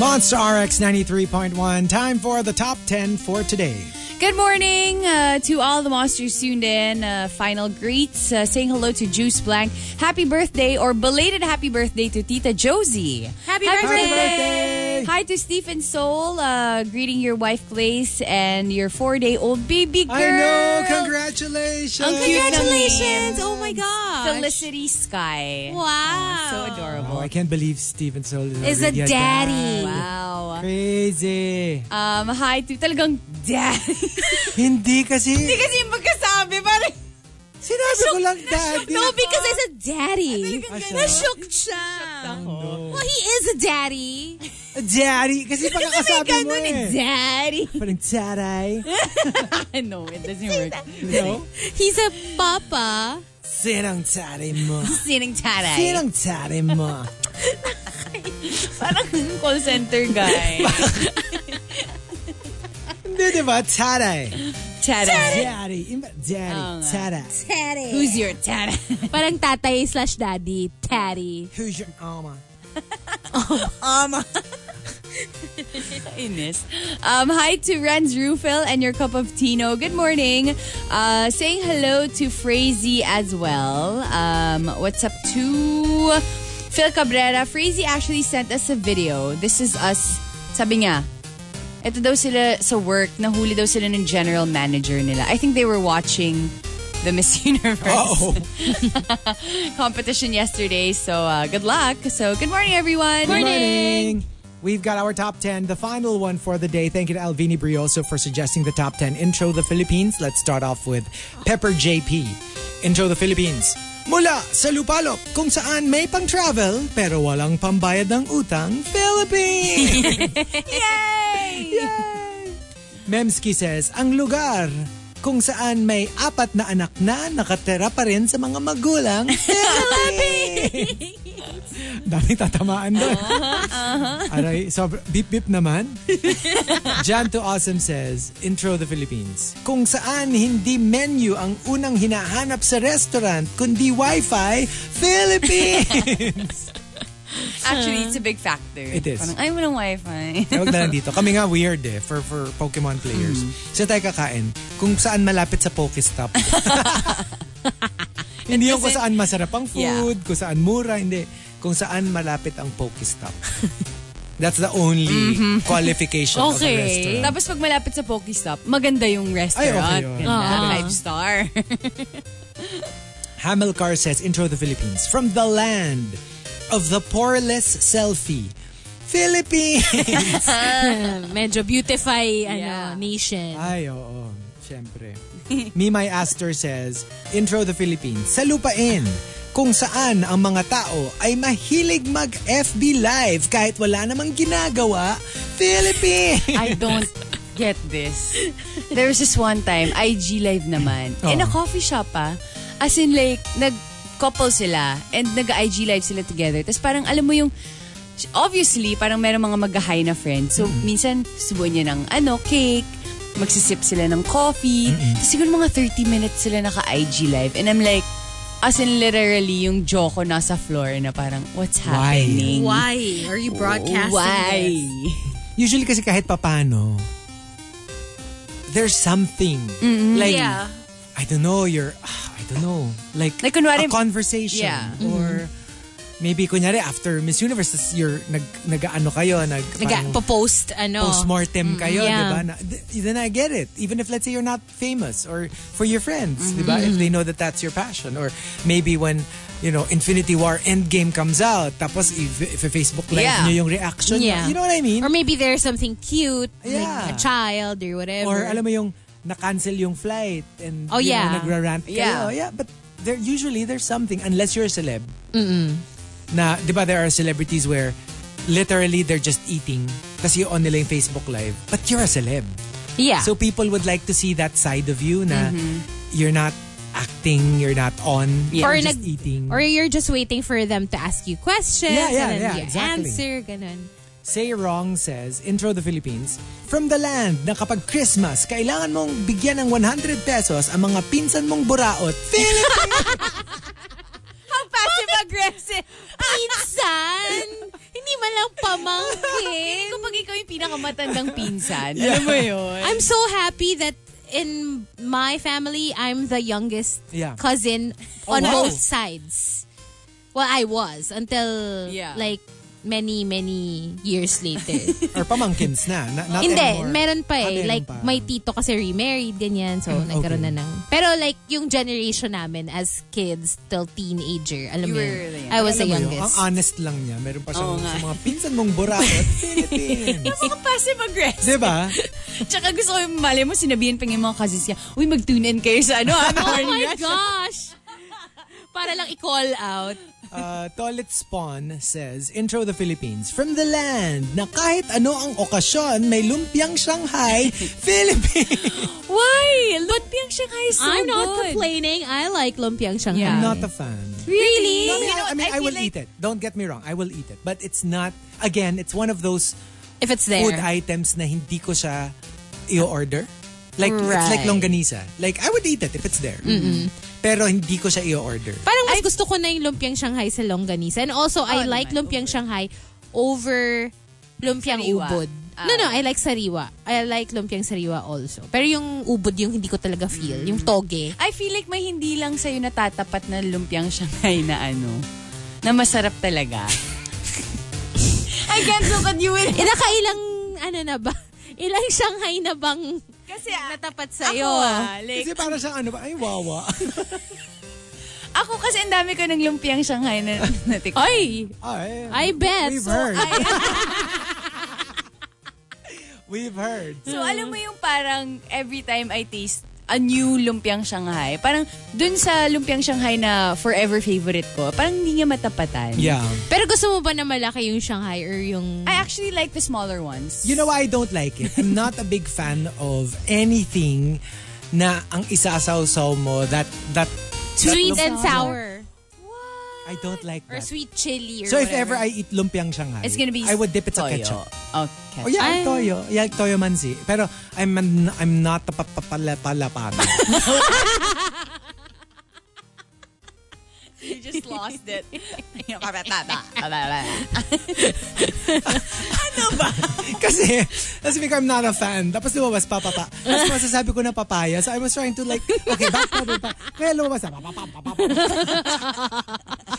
[SPEAKER 1] Monster RX 93.1, time for the top 10 for today.
[SPEAKER 4] Good morning uh, to all the monsters tuned in. Uh, final greets. Uh, saying hello to Juice Blank. Happy birthday or belated happy birthday to Tita Josie.
[SPEAKER 2] Happy birthday!
[SPEAKER 4] Hi to Stephen Soul. Uh, greeting your wife, Place, and your four-day-old baby girl.
[SPEAKER 1] I know, congratulations!
[SPEAKER 2] Oh, Congratulations! Oh my gosh.
[SPEAKER 4] Felicity Sky.
[SPEAKER 2] Wow.
[SPEAKER 1] Oh,
[SPEAKER 4] So adorable.
[SPEAKER 1] Wow, I can't believe Steven Soul is,
[SPEAKER 2] Is a
[SPEAKER 1] already
[SPEAKER 2] daddy.
[SPEAKER 4] Wow.
[SPEAKER 1] Crazy.
[SPEAKER 4] Um, hi to talagang *laughs* daddy.
[SPEAKER 1] Hindi kasi,
[SPEAKER 4] Kasi yung pagkasabi, parang
[SPEAKER 1] sinabi ko lang daddy.
[SPEAKER 2] No, because it's a daddy.
[SPEAKER 1] Ah, siya?
[SPEAKER 2] Nashook siya. Well, he is a daddy.
[SPEAKER 1] Daddy, kasi pagkakasabi mo
[SPEAKER 2] Ganun eh.
[SPEAKER 1] eh.
[SPEAKER 2] Daddy. *laughs*
[SPEAKER 1] Parang taray.
[SPEAKER 3] no, it doesn't work.
[SPEAKER 1] No?
[SPEAKER 2] He's a papa.
[SPEAKER 1] Sinang taray mo.
[SPEAKER 3] Sining taray.
[SPEAKER 1] Sinang taray mo.
[SPEAKER 3] Parang
[SPEAKER 2] *laughs*
[SPEAKER 3] call center guy.
[SPEAKER 1] Hindi, di ba? Taray.
[SPEAKER 3] taray.
[SPEAKER 1] Daddy. Ima- Daddy. Taray.
[SPEAKER 2] Daddy.
[SPEAKER 3] Who's your taray?
[SPEAKER 2] Parang tatay slash daddy. Daddy.
[SPEAKER 1] Who's your mama?
[SPEAKER 3] Inis.
[SPEAKER 4] Um, hi to Renz Rufil and your cup of Tino. Good morning. Uh, saying hello to Frazee as well. Um, what's up to Phil Cabrera? Frazee actually sent us a video. This is us. Sabi niya, ito daw sila sa work, nahuli daw sila ng general manager nila. I think they were watching the Miss *laughs* Universe
[SPEAKER 1] Oh.
[SPEAKER 4] competition yesterday. So, uh, good luck. So, good morning, everyone.
[SPEAKER 1] Morning. We've got our top 10, the final one for the day. Thank you to Alvini Brioso for suggesting the top 10 intro the Philippines. Let's start off with Pepper JP. Intro the Philippines. Mula sa Lupalop, kung saan may pang-travel pero walang pambayad ng utang, Philippines! Yay! Memski says, ang lugar kung saan may apat na anak na nakatira pa rin sa mga magulang. Philippines! *laughs* Daming tatamaan doon. Aray, sobra, beep beep naman. *laughs* Jan to Awesome says, Intro the Philippines. Kung saan hindi menu ang unang hinahanap sa restaurant, kundi wifi, Philippines!
[SPEAKER 4] Actually, it's a big factor.
[SPEAKER 1] It is.
[SPEAKER 4] Parang, ay, walang wifi. *laughs*
[SPEAKER 1] Kaya wag Eh, na lang dito. Kami nga weird eh, for, for Pokemon players. Saan tayo kakain? Kung saan malapit sa Pokestop. hindi yung kung saan masarap ang food,
[SPEAKER 4] Yeah.
[SPEAKER 1] kung saan mura, hindi. Kung saan malapit ang Pokestop. That's the only qualification of a
[SPEAKER 2] Okay.
[SPEAKER 1] restaurant.
[SPEAKER 4] Tapos pag malapit sa Pokestop, maganda yung restaurant.
[SPEAKER 1] yun.
[SPEAKER 4] Ganda. Five star.
[SPEAKER 1] Hamilcar says, Intro the Philippines. From the land of the poreless selfie. Philippines!
[SPEAKER 2] Medyo beautify
[SPEAKER 4] Yeah.
[SPEAKER 2] ano, nation.
[SPEAKER 1] Ay, oo. Siyempre. *laughs* Mimay Astor says, Intro the Philippines, sa lupain kung saan ang mga tao ay mahilig mag-FB Live kahit wala namang ginagawa, Philippines! *laughs*
[SPEAKER 4] I don't get this. There was this one time, IG live naman.
[SPEAKER 1] Oh.
[SPEAKER 4] In a coffee shop ah. As in like, nag-couple sila and nag-IG live sila together. Tapos parang alam mo yung, obviously, parang meron mga mag-high na friends. So minsan, subuan niya ng ano, cake, magsisip sila ng coffee. Tapos siguro mga 30 minutes sila naka-IG live. And I'm like, as in literally, yung jaw ko nasa floor na parang, what's
[SPEAKER 1] Why?
[SPEAKER 4] happening?
[SPEAKER 2] Why are you broadcasting
[SPEAKER 4] Why?
[SPEAKER 2] this?
[SPEAKER 1] Usually kasi kahit papano, there's something. Like,
[SPEAKER 2] Yeah.
[SPEAKER 1] I don't know, you're, ah, I don't know, like,
[SPEAKER 4] Like, kunwari-
[SPEAKER 1] a conversation.
[SPEAKER 4] Yeah. Mm-hmm.
[SPEAKER 1] Or, maybe kunyari after Miss Universe, tas you're, nag, nag-ano kayo, nag, parang-
[SPEAKER 2] Nag-post, ano.
[SPEAKER 1] post-mortem kayo, di
[SPEAKER 2] yeah.
[SPEAKER 1] ba? Na- th- Then I get it. Even if, let's say, you're not famous or for your friends,
[SPEAKER 2] Mm-hmm.
[SPEAKER 1] di ba? If they know that that's your passion. Or maybe when, you know, Infinity War Endgame comes out, tapos if, if Facebook live
[SPEAKER 4] Yeah.
[SPEAKER 1] nyo yung reaction,
[SPEAKER 2] Yeah.
[SPEAKER 1] you know what I mean?
[SPEAKER 2] Or maybe there's something cute,
[SPEAKER 1] Yeah.
[SPEAKER 2] like a child or whatever.
[SPEAKER 1] Or alam mo yung na-cancel yung flight and
[SPEAKER 2] Oh,
[SPEAKER 1] you know,
[SPEAKER 2] yeah.
[SPEAKER 1] nagra-rant
[SPEAKER 4] Yeah.
[SPEAKER 1] kayo. Oh, Yeah, but there usually there's something unless you're a celeb. Na, 'di ba there are celebrities where literally they're just eating kasi on nila yung Facebook live. But you're a celeb.
[SPEAKER 2] yeah. Mm-hmm.
[SPEAKER 1] So people would like to see that side of you na you're not acting, you're not on,
[SPEAKER 2] or,
[SPEAKER 1] you're just
[SPEAKER 2] nag-
[SPEAKER 1] eating.
[SPEAKER 2] or you're just waiting for them to ask you questions
[SPEAKER 1] Yeah, yeah,
[SPEAKER 2] and then
[SPEAKER 1] yeah,
[SPEAKER 2] you
[SPEAKER 1] exactly.
[SPEAKER 2] answer, ganun.
[SPEAKER 1] Say Wrong says, Intro the Philippines, From the land na kapag Christmas, kailangan mong bigyan ng 100 pesos ang mga pinsan mong
[SPEAKER 2] *laughs*
[SPEAKER 1] buraot. Philippines!
[SPEAKER 4] Passive-aggressive.
[SPEAKER 2] Pinsan! *laughs* Hindi man lang pamangkin.
[SPEAKER 4] Kapag ikaw yung pinakamatandang pinsan, alam mo yun?
[SPEAKER 2] I'm so happy that in my family, I'm the youngest
[SPEAKER 1] Yeah. Oh,
[SPEAKER 2] cousin on
[SPEAKER 1] wow.
[SPEAKER 2] both sides. Well, I was until
[SPEAKER 4] Yeah.
[SPEAKER 2] like many, many years later.
[SPEAKER 1] Or pamangkins na. na *laughs* not
[SPEAKER 2] Hindi,
[SPEAKER 1] anymore.
[SPEAKER 2] meron pa
[SPEAKER 1] Ah,
[SPEAKER 2] eh.
[SPEAKER 1] meron
[SPEAKER 2] like,
[SPEAKER 1] pa. Mm,
[SPEAKER 2] my tito kasi remarried, ganyan. So, nagkaroon na ng... Pero like, yung generation namin as kids till teenager, alam mo
[SPEAKER 4] You
[SPEAKER 2] yun,
[SPEAKER 4] were the
[SPEAKER 2] I was
[SPEAKER 1] Alam mo
[SPEAKER 2] the
[SPEAKER 1] yun,
[SPEAKER 2] youngest.
[SPEAKER 1] Ang honest lang niya. Meron pa siyang
[SPEAKER 4] Oo nga.
[SPEAKER 1] sa mga pinsan mong
[SPEAKER 2] *laughs*
[SPEAKER 1] buraot. Philippines!
[SPEAKER 4] Mga passive-aggressive.
[SPEAKER 1] diba?
[SPEAKER 4] *laughs* Tsaka gusto ko yung mali mo, sinabihan pa ng mga cousins niya, uy, mag-tune in kayo sa ano, ano,
[SPEAKER 2] *laughs* oh my gosh! Para lang i-call out.
[SPEAKER 1] Uh, Toilet Spawn says, Intro the Philippines, From the land na kahit ano ang okasyon, may lumpiang Shanghai, Philippines!
[SPEAKER 4] Why? Lumpiang Shanghai is so
[SPEAKER 2] I'm Ah, not
[SPEAKER 4] good.
[SPEAKER 2] complaining. I like lumpiang Shanghai.
[SPEAKER 1] I'm not a fan. No, I mean,
[SPEAKER 2] Really?
[SPEAKER 4] You know,
[SPEAKER 1] I, mean,
[SPEAKER 4] I
[SPEAKER 1] I
[SPEAKER 4] feel
[SPEAKER 1] will
[SPEAKER 4] like-
[SPEAKER 1] eat it. Don't get me wrong. I will eat it. But it's not, again, it's one of those
[SPEAKER 2] If it's there.
[SPEAKER 1] food items na hindi ko siya i-order. Like, it's like
[SPEAKER 2] Right.
[SPEAKER 1] longganisa. Like, I would eat it if it's there. Pero hindi ko siya i-order.
[SPEAKER 2] Parang mas gusto ko na yung lumpiang Shanghai sa longganisa. And also, I
[SPEAKER 4] naman,
[SPEAKER 2] like lumpiang Shanghai over lumpiang
[SPEAKER 4] Sariwa.
[SPEAKER 2] ubod. No, no, I like sariwa. I like lumpiang sariwa also. Pero yung ubod yung hindi ko talaga feel. Yung toge.
[SPEAKER 4] I feel like may hindi lang sa'yo natatapat na lumpiang *laughs* Shanghai na ano, na masarap talaga. *laughs* I can't look at you with
[SPEAKER 2] Eh, nakailang, ano na ba? *laughs* Ilang Shanghai na bang
[SPEAKER 4] Kasi ah,
[SPEAKER 2] natapat
[SPEAKER 4] ako
[SPEAKER 2] sa'yo?
[SPEAKER 4] ah, like,
[SPEAKER 1] Kasi parang siyang ano ba, ay wawa.
[SPEAKER 4] ako kasi ang dami ko ng lumpiang Shanghai na natikman.
[SPEAKER 2] Ay!
[SPEAKER 1] Ay,
[SPEAKER 2] I bet.
[SPEAKER 1] We've
[SPEAKER 2] So,
[SPEAKER 1] heard. *laughs* We've heard.
[SPEAKER 4] So alam mo yung parang every time I taste a new lumpiang Shanghai, parang dun sa lumpiang Shanghai na forever favorite ko, parang hindi niya matapatan.
[SPEAKER 1] Yeah.
[SPEAKER 2] Pero gusto mo ba na malaki yung Shanghai or yung...
[SPEAKER 4] I actually like the smaller ones.
[SPEAKER 1] You know why I don't like it? I'm not a big fan of anything na ang isasawsaw mo that that that
[SPEAKER 2] Sweet
[SPEAKER 1] lump-
[SPEAKER 2] and sour.
[SPEAKER 1] I don't like that.
[SPEAKER 2] Or sweet chili. Or
[SPEAKER 1] so if ever
[SPEAKER 2] whatever.
[SPEAKER 1] I eat lumpiang Shanghai,
[SPEAKER 4] It's gonna be
[SPEAKER 1] I would dip it sa
[SPEAKER 4] toyo.
[SPEAKER 1] ketchup.
[SPEAKER 4] Oh, ketchup.
[SPEAKER 1] Oh yeah,
[SPEAKER 2] Ay.
[SPEAKER 1] toyo. Yeah, toyo mansi. Pero I'm an- I'm not a papapalapalapan.
[SPEAKER 4] *laughs* You just lost it. *laughs*
[SPEAKER 1] *laughs* kasi, kasi because I'm not a fan. Tapos lumabas pa, papa. Tapos masasabi ko na papaya. So I was trying to like, okay, back pa, pa. Kaya lumabas na, papa, papa, papa.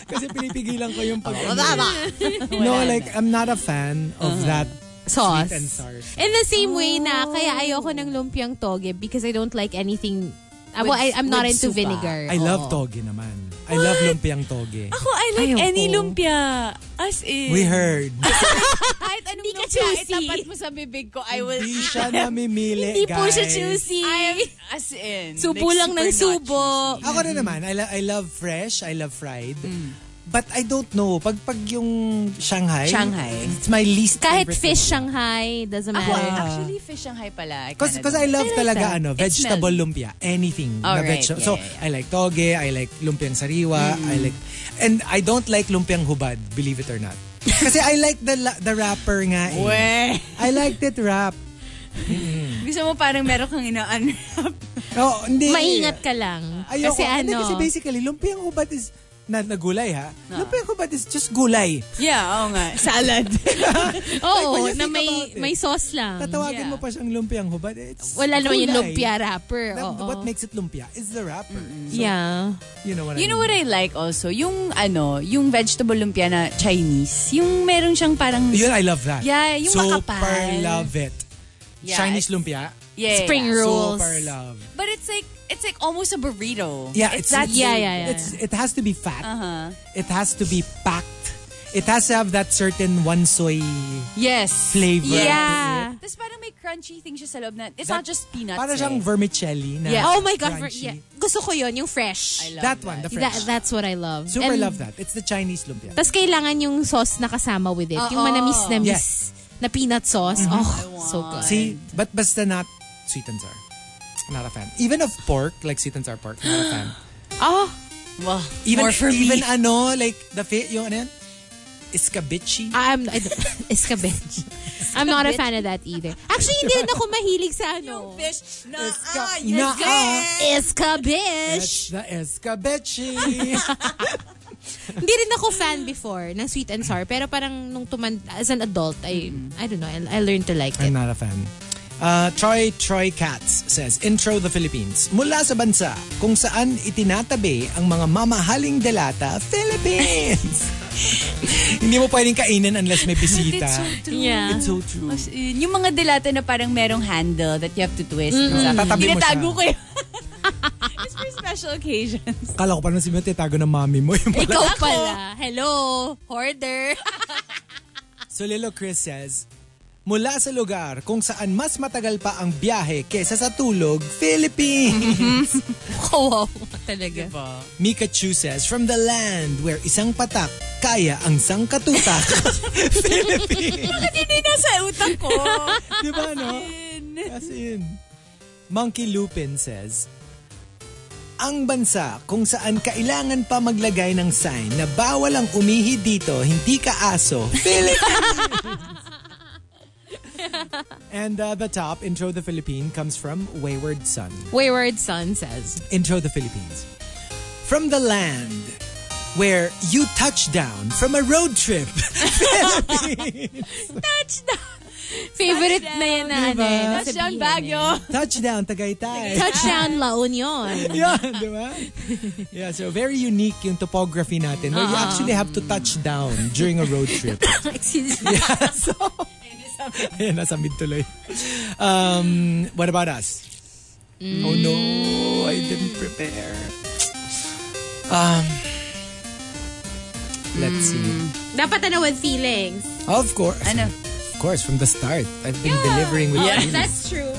[SPEAKER 1] kasi pinipigilan ko yung pag
[SPEAKER 2] Oh,
[SPEAKER 1] No, like, I'm not a fan
[SPEAKER 2] Mm-hmm.
[SPEAKER 1] of that
[SPEAKER 2] sauce.
[SPEAKER 1] sweet and sour stuff.
[SPEAKER 2] In the same way na, kaya ayoko ng lumpiang toge because I don't like anything. ah, well, I, I'm not
[SPEAKER 4] with
[SPEAKER 2] into
[SPEAKER 4] supa.
[SPEAKER 2] vinegar.
[SPEAKER 1] I love
[SPEAKER 2] Oo.
[SPEAKER 1] toge naman. I love lumpiang toge.
[SPEAKER 4] Ako, I like
[SPEAKER 2] Ayoko.
[SPEAKER 4] any lumpia. As in.
[SPEAKER 1] We heard.
[SPEAKER 4] Kahit anong
[SPEAKER 2] Hindi ka
[SPEAKER 4] lumpia,
[SPEAKER 2] choosy.
[SPEAKER 4] itapat mo sa bibig ko, I will
[SPEAKER 1] Hindi
[SPEAKER 4] eat.
[SPEAKER 1] siya namimili,
[SPEAKER 2] Hindi
[SPEAKER 1] Eh, guys.
[SPEAKER 2] po siya juicy.
[SPEAKER 4] As in.
[SPEAKER 2] Subo
[SPEAKER 4] like,
[SPEAKER 2] lang ng
[SPEAKER 4] super not
[SPEAKER 2] subo.
[SPEAKER 4] juicy.
[SPEAKER 1] Ako rin naman, I, lo- I love fresh, I love fried.
[SPEAKER 2] Mm.
[SPEAKER 1] But I don't know, pag pag yung Shanghai,
[SPEAKER 4] Shanghai.
[SPEAKER 1] it's my least
[SPEAKER 2] Kahit
[SPEAKER 1] favorite
[SPEAKER 2] fish Shanghai, doesn't
[SPEAKER 4] Ako,
[SPEAKER 2] matter.
[SPEAKER 4] actually, fish Shanghai pala.
[SPEAKER 1] Because
[SPEAKER 4] kinda
[SPEAKER 1] cause I
[SPEAKER 4] do.
[SPEAKER 1] love talaga ano,
[SPEAKER 4] It
[SPEAKER 1] vegetable lumpia, anything
[SPEAKER 4] Oh,
[SPEAKER 1] na
[SPEAKER 4] right.
[SPEAKER 1] veg-
[SPEAKER 4] Yeah,
[SPEAKER 1] so
[SPEAKER 4] yeah, yeah.
[SPEAKER 1] I like toge, I like lumpiang sariwa, I
[SPEAKER 2] Mm.
[SPEAKER 1] like and I don't like lumpiang hubad, believe it or
[SPEAKER 2] *laughs*
[SPEAKER 1] not. Kasi I like the la- the wrapper nga eh.
[SPEAKER 4] Weh.
[SPEAKER 1] I liked it wrap.
[SPEAKER 4] Gusto mo parang meron kang ina-unwrap.
[SPEAKER 1] Oh, hindi.
[SPEAKER 2] Maingat ka lang.
[SPEAKER 1] Ayoko.
[SPEAKER 2] Kasi
[SPEAKER 1] Hindi,
[SPEAKER 2] ano,
[SPEAKER 1] kasi basically, lumpiang hubad is na, na gulay ha.
[SPEAKER 2] Ah.
[SPEAKER 1] Lumpiang hubad is just
[SPEAKER 2] *laughs*
[SPEAKER 1] gulay.
[SPEAKER 4] *laughs* yeah, oo nga. Salad.
[SPEAKER 2] oo,
[SPEAKER 1] when you
[SPEAKER 2] na
[SPEAKER 1] think
[SPEAKER 2] may,
[SPEAKER 1] about it,
[SPEAKER 2] may sauce lang.
[SPEAKER 1] Tatawagin
[SPEAKER 4] yeah.
[SPEAKER 1] mo pa siyang lumpiang hubad. It's
[SPEAKER 2] Wala naman yung
[SPEAKER 1] gulay.
[SPEAKER 2] lumpia wrapper.
[SPEAKER 1] The-
[SPEAKER 2] oo.
[SPEAKER 1] What makes it lumpia is the wrapper. So,
[SPEAKER 2] Yeah.
[SPEAKER 1] You know what
[SPEAKER 4] *laughs* you
[SPEAKER 1] I
[SPEAKER 4] know
[SPEAKER 1] mean.
[SPEAKER 4] what I like also? Yung ano, yung vegetable lumpia na Chinese. Yung meron siyang parang...
[SPEAKER 1] Yun, I love that.
[SPEAKER 4] Yeah, yung
[SPEAKER 1] Super
[SPEAKER 4] makapal.
[SPEAKER 1] love it.
[SPEAKER 4] Yeah,
[SPEAKER 1] Chinese lumpia,
[SPEAKER 4] Yeah,
[SPEAKER 2] Spring
[SPEAKER 4] yeah.
[SPEAKER 2] rolls.
[SPEAKER 1] super love.
[SPEAKER 4] But it's like, it's like almost a burrito.
[SPEAKER 1] Yeah, it's,
[SPEAKER 4] that
[SPEAKER 2] yeah, yeah, yeah.
[SPEAKER 1] It's, it has to be fat.
[SPEAKER 4] Uh-huh.
[SPEAKER 1] It has to be packed. It has to have that certain one soy
[SPEAKER 4] Yes.
[SPEAKER 1] flavor.
[SPEAKER 2] Yeah.
[SPEAKER 4] Tapos parang may crunchy thing siya sa loob na, it's
[SPEAKER 1] That-
[SPEAKER 4] not just peanuts.
[SPEAKER 1] Para siyang
[SPEAKER 4] eh.
[SPEAKER 1] vermicelli na
[SPEAKER 2] Oh my God. for-
[SPEAKER 1] crunchy.
[SPEAKER 2] yeah. Gusto ko yun, yung fresh.
[SPEAKER 4] I love
[SPEAKER 1] That one, the
[SPEAKER 2] That,
[SPEAKER 1] French.
[SPEAKER 2] that's what I love.
[SPEAKER 1] Super
[SPEAKER 2] And-
[SPEAKER 1] love that. It's the Chinese lumpia.
[SPEAKER 2] Tapos kailangan yung sauce na kasama with it. Yung
[SPEAKER 4] Oo.
[SPEAKER 2] manamis-namis
[SPEAKER 1] Yes. Mm-hmm.
[SPEAKER 2] na peanut sauce. Oh,
[SPEAKER 4] want.
[SPEAKER 2] so good.
[SPEAKER 1] See, but basta not sweet and sour. Not a fan. Even of pork, like sweet and sour pork, not a fan.
[SPEAKER 2] Oh,
[SPEAKER 4] Well,
[SPEAKER 1] Even,
[SPEAKER 4] more for
[SPEAKER 1] even
[SPEAKER 4] me.
[SPEAKER 1] ano, like, the fa- yung ano yan? Iskabichi.
[SPEAKER 4] Ah,
[SPEAKER 2] I'm, I *laughs* don't- escabeche. I'm not a fan of that either. Actually, hindi rin ako mahilig sa ano.
[SPEAKER 4] Fish na
[SPEAKER 1] Iska-
[SPEAKER 4] ah,
[SPEAKER 1] na-
[SPEAKER 4] yes, yes.
[SPEAKER 1] uh-huh. That's
[SPEAKER 2] Escabeche.
[SPEAKER 1] the
[SPEAKER 4] *laughs*
[SPEAKER 1] escabeche.
[SPEAKER 2] Hindi rin ako fan before ng sweet and sour. Pero parang nung tuman, as an adult, I,
[SPEAKER 1] Mm-hmm.
[SPEAKER 2] I don't know, I, I learned to like
[SPEAKER 1] I'm
[SPEAKER 2] it.
[SPEAKER 1] not a fan. Uh, Troy Troy Katz says, Intro the Philippines. Mula sa bansa kung saan itinatabi ang mga mamahaling delata, Philippines! *laughs* Hindi mo pwedeng kainin unless may bisita.
[SPEAKER 4] It's so true.
[SPEAKER 2] Yeah.
[SPEAKER 1] It's so true.
[SPEAKER 4] As in, Yung mga delata na parang merong handle that you have to twist. Sa-
[SPEAKER 1] Tatabi mo
[SPEAKER 4] Tinatago
[SPEAKER 1] siya.
[SPEAKER 4] ko yun. *laughs* It's for special occasions.
[SPEAKER 1] Akala ko pa naman si Mio, titago ng mami mo. Yung
[SPEAKER 2] Ikaw pala. Hello, hoarder.
[SPEAKER 1] So Lilo Chris says, mula sa lugar kung saan mas matagal pa ang biyahe kesa sa tulog, Philippines!
[SPEAKER 2] Kawawa talaga.
[SPEAKER 4] Diba?
[SPEAKER 1] Mika Chu says, from the land where isang patak kaya ang sangkatutak, *laughs* Philippines!
[SPEAKER 4] Hindi na sa utak ko.
[SPEAKER 1] Di ba, no? As in. Monkey Lupin says, ang bansa kung saan kailangan pa maglagay ng sign na bawal ang umihi dito, hindi ka *laughs* aso, Philippines! And uh, the top, Intro the Philippine, comes from Wayward Son.
[SPEAKER 2] Wayward Son says.
[SPEAKER 1] Intro the Philippines. From the land where you touch down from a road trip. *laughs*
[SPEAKER 2] Touchdown. Favorite na yan na ano
[SPEAKER 1] diba?
[SPEAKER 2] eh. nasabihan
[SPEAKER 4] Touchdown
[SPEAKER 2] eh.
[SPEAKER 4] Baguio.
[SPEAKER 1] Touchdown, Tagaytay.
[SPEAKER 2] Touchdown La Union.
[SPEAKER 1] yeah, di ba? Yeah, so very unique yung topography natin where you
[SPEAKER 2] Ah.
[SPEAKER 1] actually have to touch down during a road trip.
[SPEAKER 2] *laughs* Excuse me.
[SPEAKER 1] so, ayun, nasa mid tuloy. Um, what about us? Oh no, I didn't prepare. Um, let's see.
[SPEAKER 2] Dapat ano with feelings.
[SPEAKER 1] Of course.
[SPEAKER 4] Ano?
[SPEAKER 1] Of course, from the start. I've been delivering with *laughs*
[SPEAKER 2] Oh,
[SPEAKER 1] feelings.
[SPEAKER 2] that's true.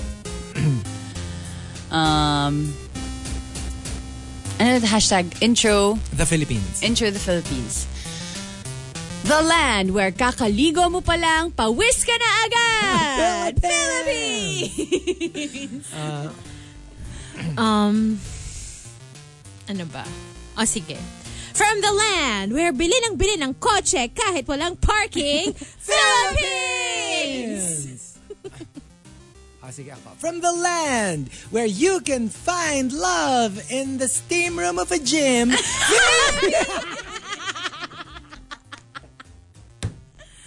[SPEAKER 4] Um, ano the hashtag? Intro.
[SPEAKER 1] The Philippines.
[SPEAKER 4] Intro the Philippines. The land where kakaligo mo pa lang, pawis ka na agad!
[SPEAKER 1] *laughs* Philippines! *laughs* Uh.
[SPEAKER 4] Philippines!
[SPEAKER 2] Um, ano ba? O sige. From the land where bilin ang bilin ang kotse kahit walang
[SPEAKER 1] *laughs*
[SPEAKER 2] parking, Philippines!
[SPEAKER 1] *laughs* Ah, sige ako. From the land where you can find love in the steam room of a
[SPEAKER 2] *laughs*
[SPEAKER 1] gym.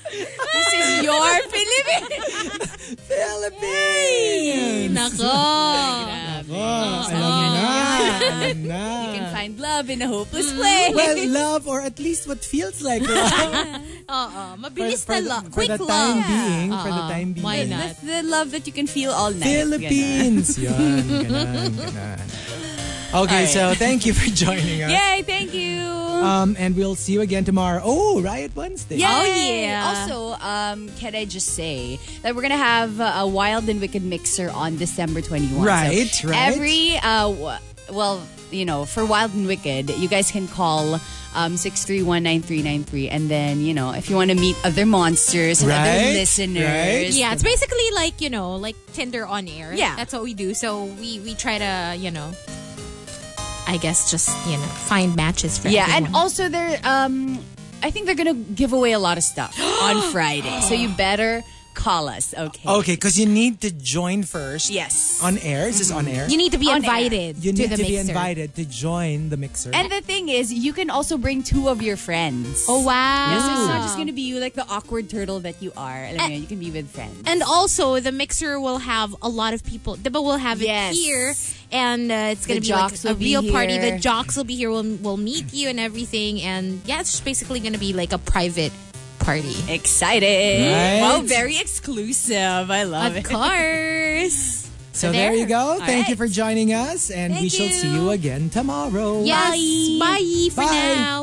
[SPEAKER 3] This is your Philippines.
[SPEAKER 1] Philippines!
[SPEAKER 2] Nako!
[SPEAKER 1] Oh, alam na. Alam na.
[SPEAKER 2] *laughs*
[SPEAKER 3] Find love in a hopeless
[SPEAKER 2] Mm-hmm.
[SPEAKER 3] place.
[SPEAKER 1] Well, love or at least what feels
[SPEAKER 2] *laughs*
[SPEAKER 1] like love.
[SPEAKER 2] Oo, mabilis
[SPEAKER 1] for,
[SPEAKER 2] na love.
[SPEAKER 1] the, for
[SPEAKER 2] Quick
[SPEAKER 1] the
[SPEAKER 2] love.
[SPEAKER 1] time being. For the
[SPEAKER 2] Oo,
[SPEAKER 1] time being.
[SPEAKER 2] why not?
[SPEAKER 3] That's the love that you can feel all night.
[SPEAKER 1] Philippines! Yan, ganun,
[SPEAKER 2] *laughs*
[SPEAKER 1] ganun. Okay, so thank you for joining us.
[SPEAKER 3] Yay, thank you.
[SPEAKER 1] Um, and we'll see you again tomorrow. Oh, Riot Wednesday.
[SPEAKER 3] Yay!
[SPEAKER 2] Oh, yeah.
[SPEAKER 3] Also, um,
[SPEAKER 4] Can I just say that we're gonna have uh, a wild and wicked mixer on December 21?
[SPEAKER 1] Right,
[SPEAKER 4] So
[SPEAKER 1] right.
[SPEAKER 4] Every uh, w- well, you know, for wild and wicked, you guys can call um six three one nine three nine three, and then you know if you want to meet other monsters and
[SPEAKER 1] Right,
[SPEAKER 4] other listeners.
[SPEAKER 1] right.
[SPEAKER 2] Yeah, it's basically like, you know, like Tinder on air.
[SPEAKER 4] Yeah.
[SPEAKER 2] That's what we do. So we we try to, you know, I guess just, you know, find matches for
[SPEAKER 4] Yeah,
[SPEAKER 2] everyone.
[SPEAKER 4] and also they're um I think they're gonna give away a lot of
[SPEAKER 1] *gasps*
[SPEAKER 4] stuff on Friday. So you better call us, okay?
[SPEAKER 1] Okay, because you need to join first.
[SPEAKER 4] Yes.
[SPEAKER 1] On air. Is this on air?
[SPEAKER 2] Mm-hmm. you need to be
[SPEAKER 4] On air.
[SPEAKER 2] invited
[SPEAKER 1] You
[SPEAKER 2] to
[SPEAKER 1] need
[SPEAKER 2] the
[SPEAKER 1] to be
[SPEAKER 2] mixer.
[SPEAKER 1] invited to join the mixer.
[SPEAKER 4] And the thing is, you can also bring two of your friends.
[SPEAKER 2] Oh, wow.
[SPEAKER 4] Yes, it's not just gonna be you like the awkward turtle that you are. Alam mo yun, you can be with friends.
[SPEAKER 2] And also, the mixer will have a lot of people. Diba will have it
[SPEAKER 4] Yes.
[SPEAKER 2] here, and uh, it's gonna be
[SPEAKER 4] The
[SPEAKER 2] like
[SPEAKER 4] jocks
[SPEAKER 2] a
[SPEAKER 4] will be
[SPEAKER 2] real party. The
[SPEAKER 4] here.
[SPEAKER 2] jocks will be here. We'll, we'll meet you and everything. And yeah, it's just basically gonna be like a private party.
[SPEAKER 4] Excited.
[SPEAKER 1] Right.
[SPEAKER 4] Wow, very exclusive. I love
[SPEAKER 2] Of
[SPEAKER 4] it. *laughs*
[SPEAKER 2] course.
[SPEAKER 1] so there, you go.
[SPEAKER 4] All
[SPEAKER 1] Thank you for
[SPEAKER 4] right.
[SPEAKER 1] joining us, and we
[SPEAKER 2] Thank
[SPEAKER 1] shall see you
[SPEAKER 2] you.
[SPEAKER 1] again tomorrow.
[SPEAKER 2] Yes. Bye, for
[SPEAKER 1] Bye.
[SPEAKER 2] now.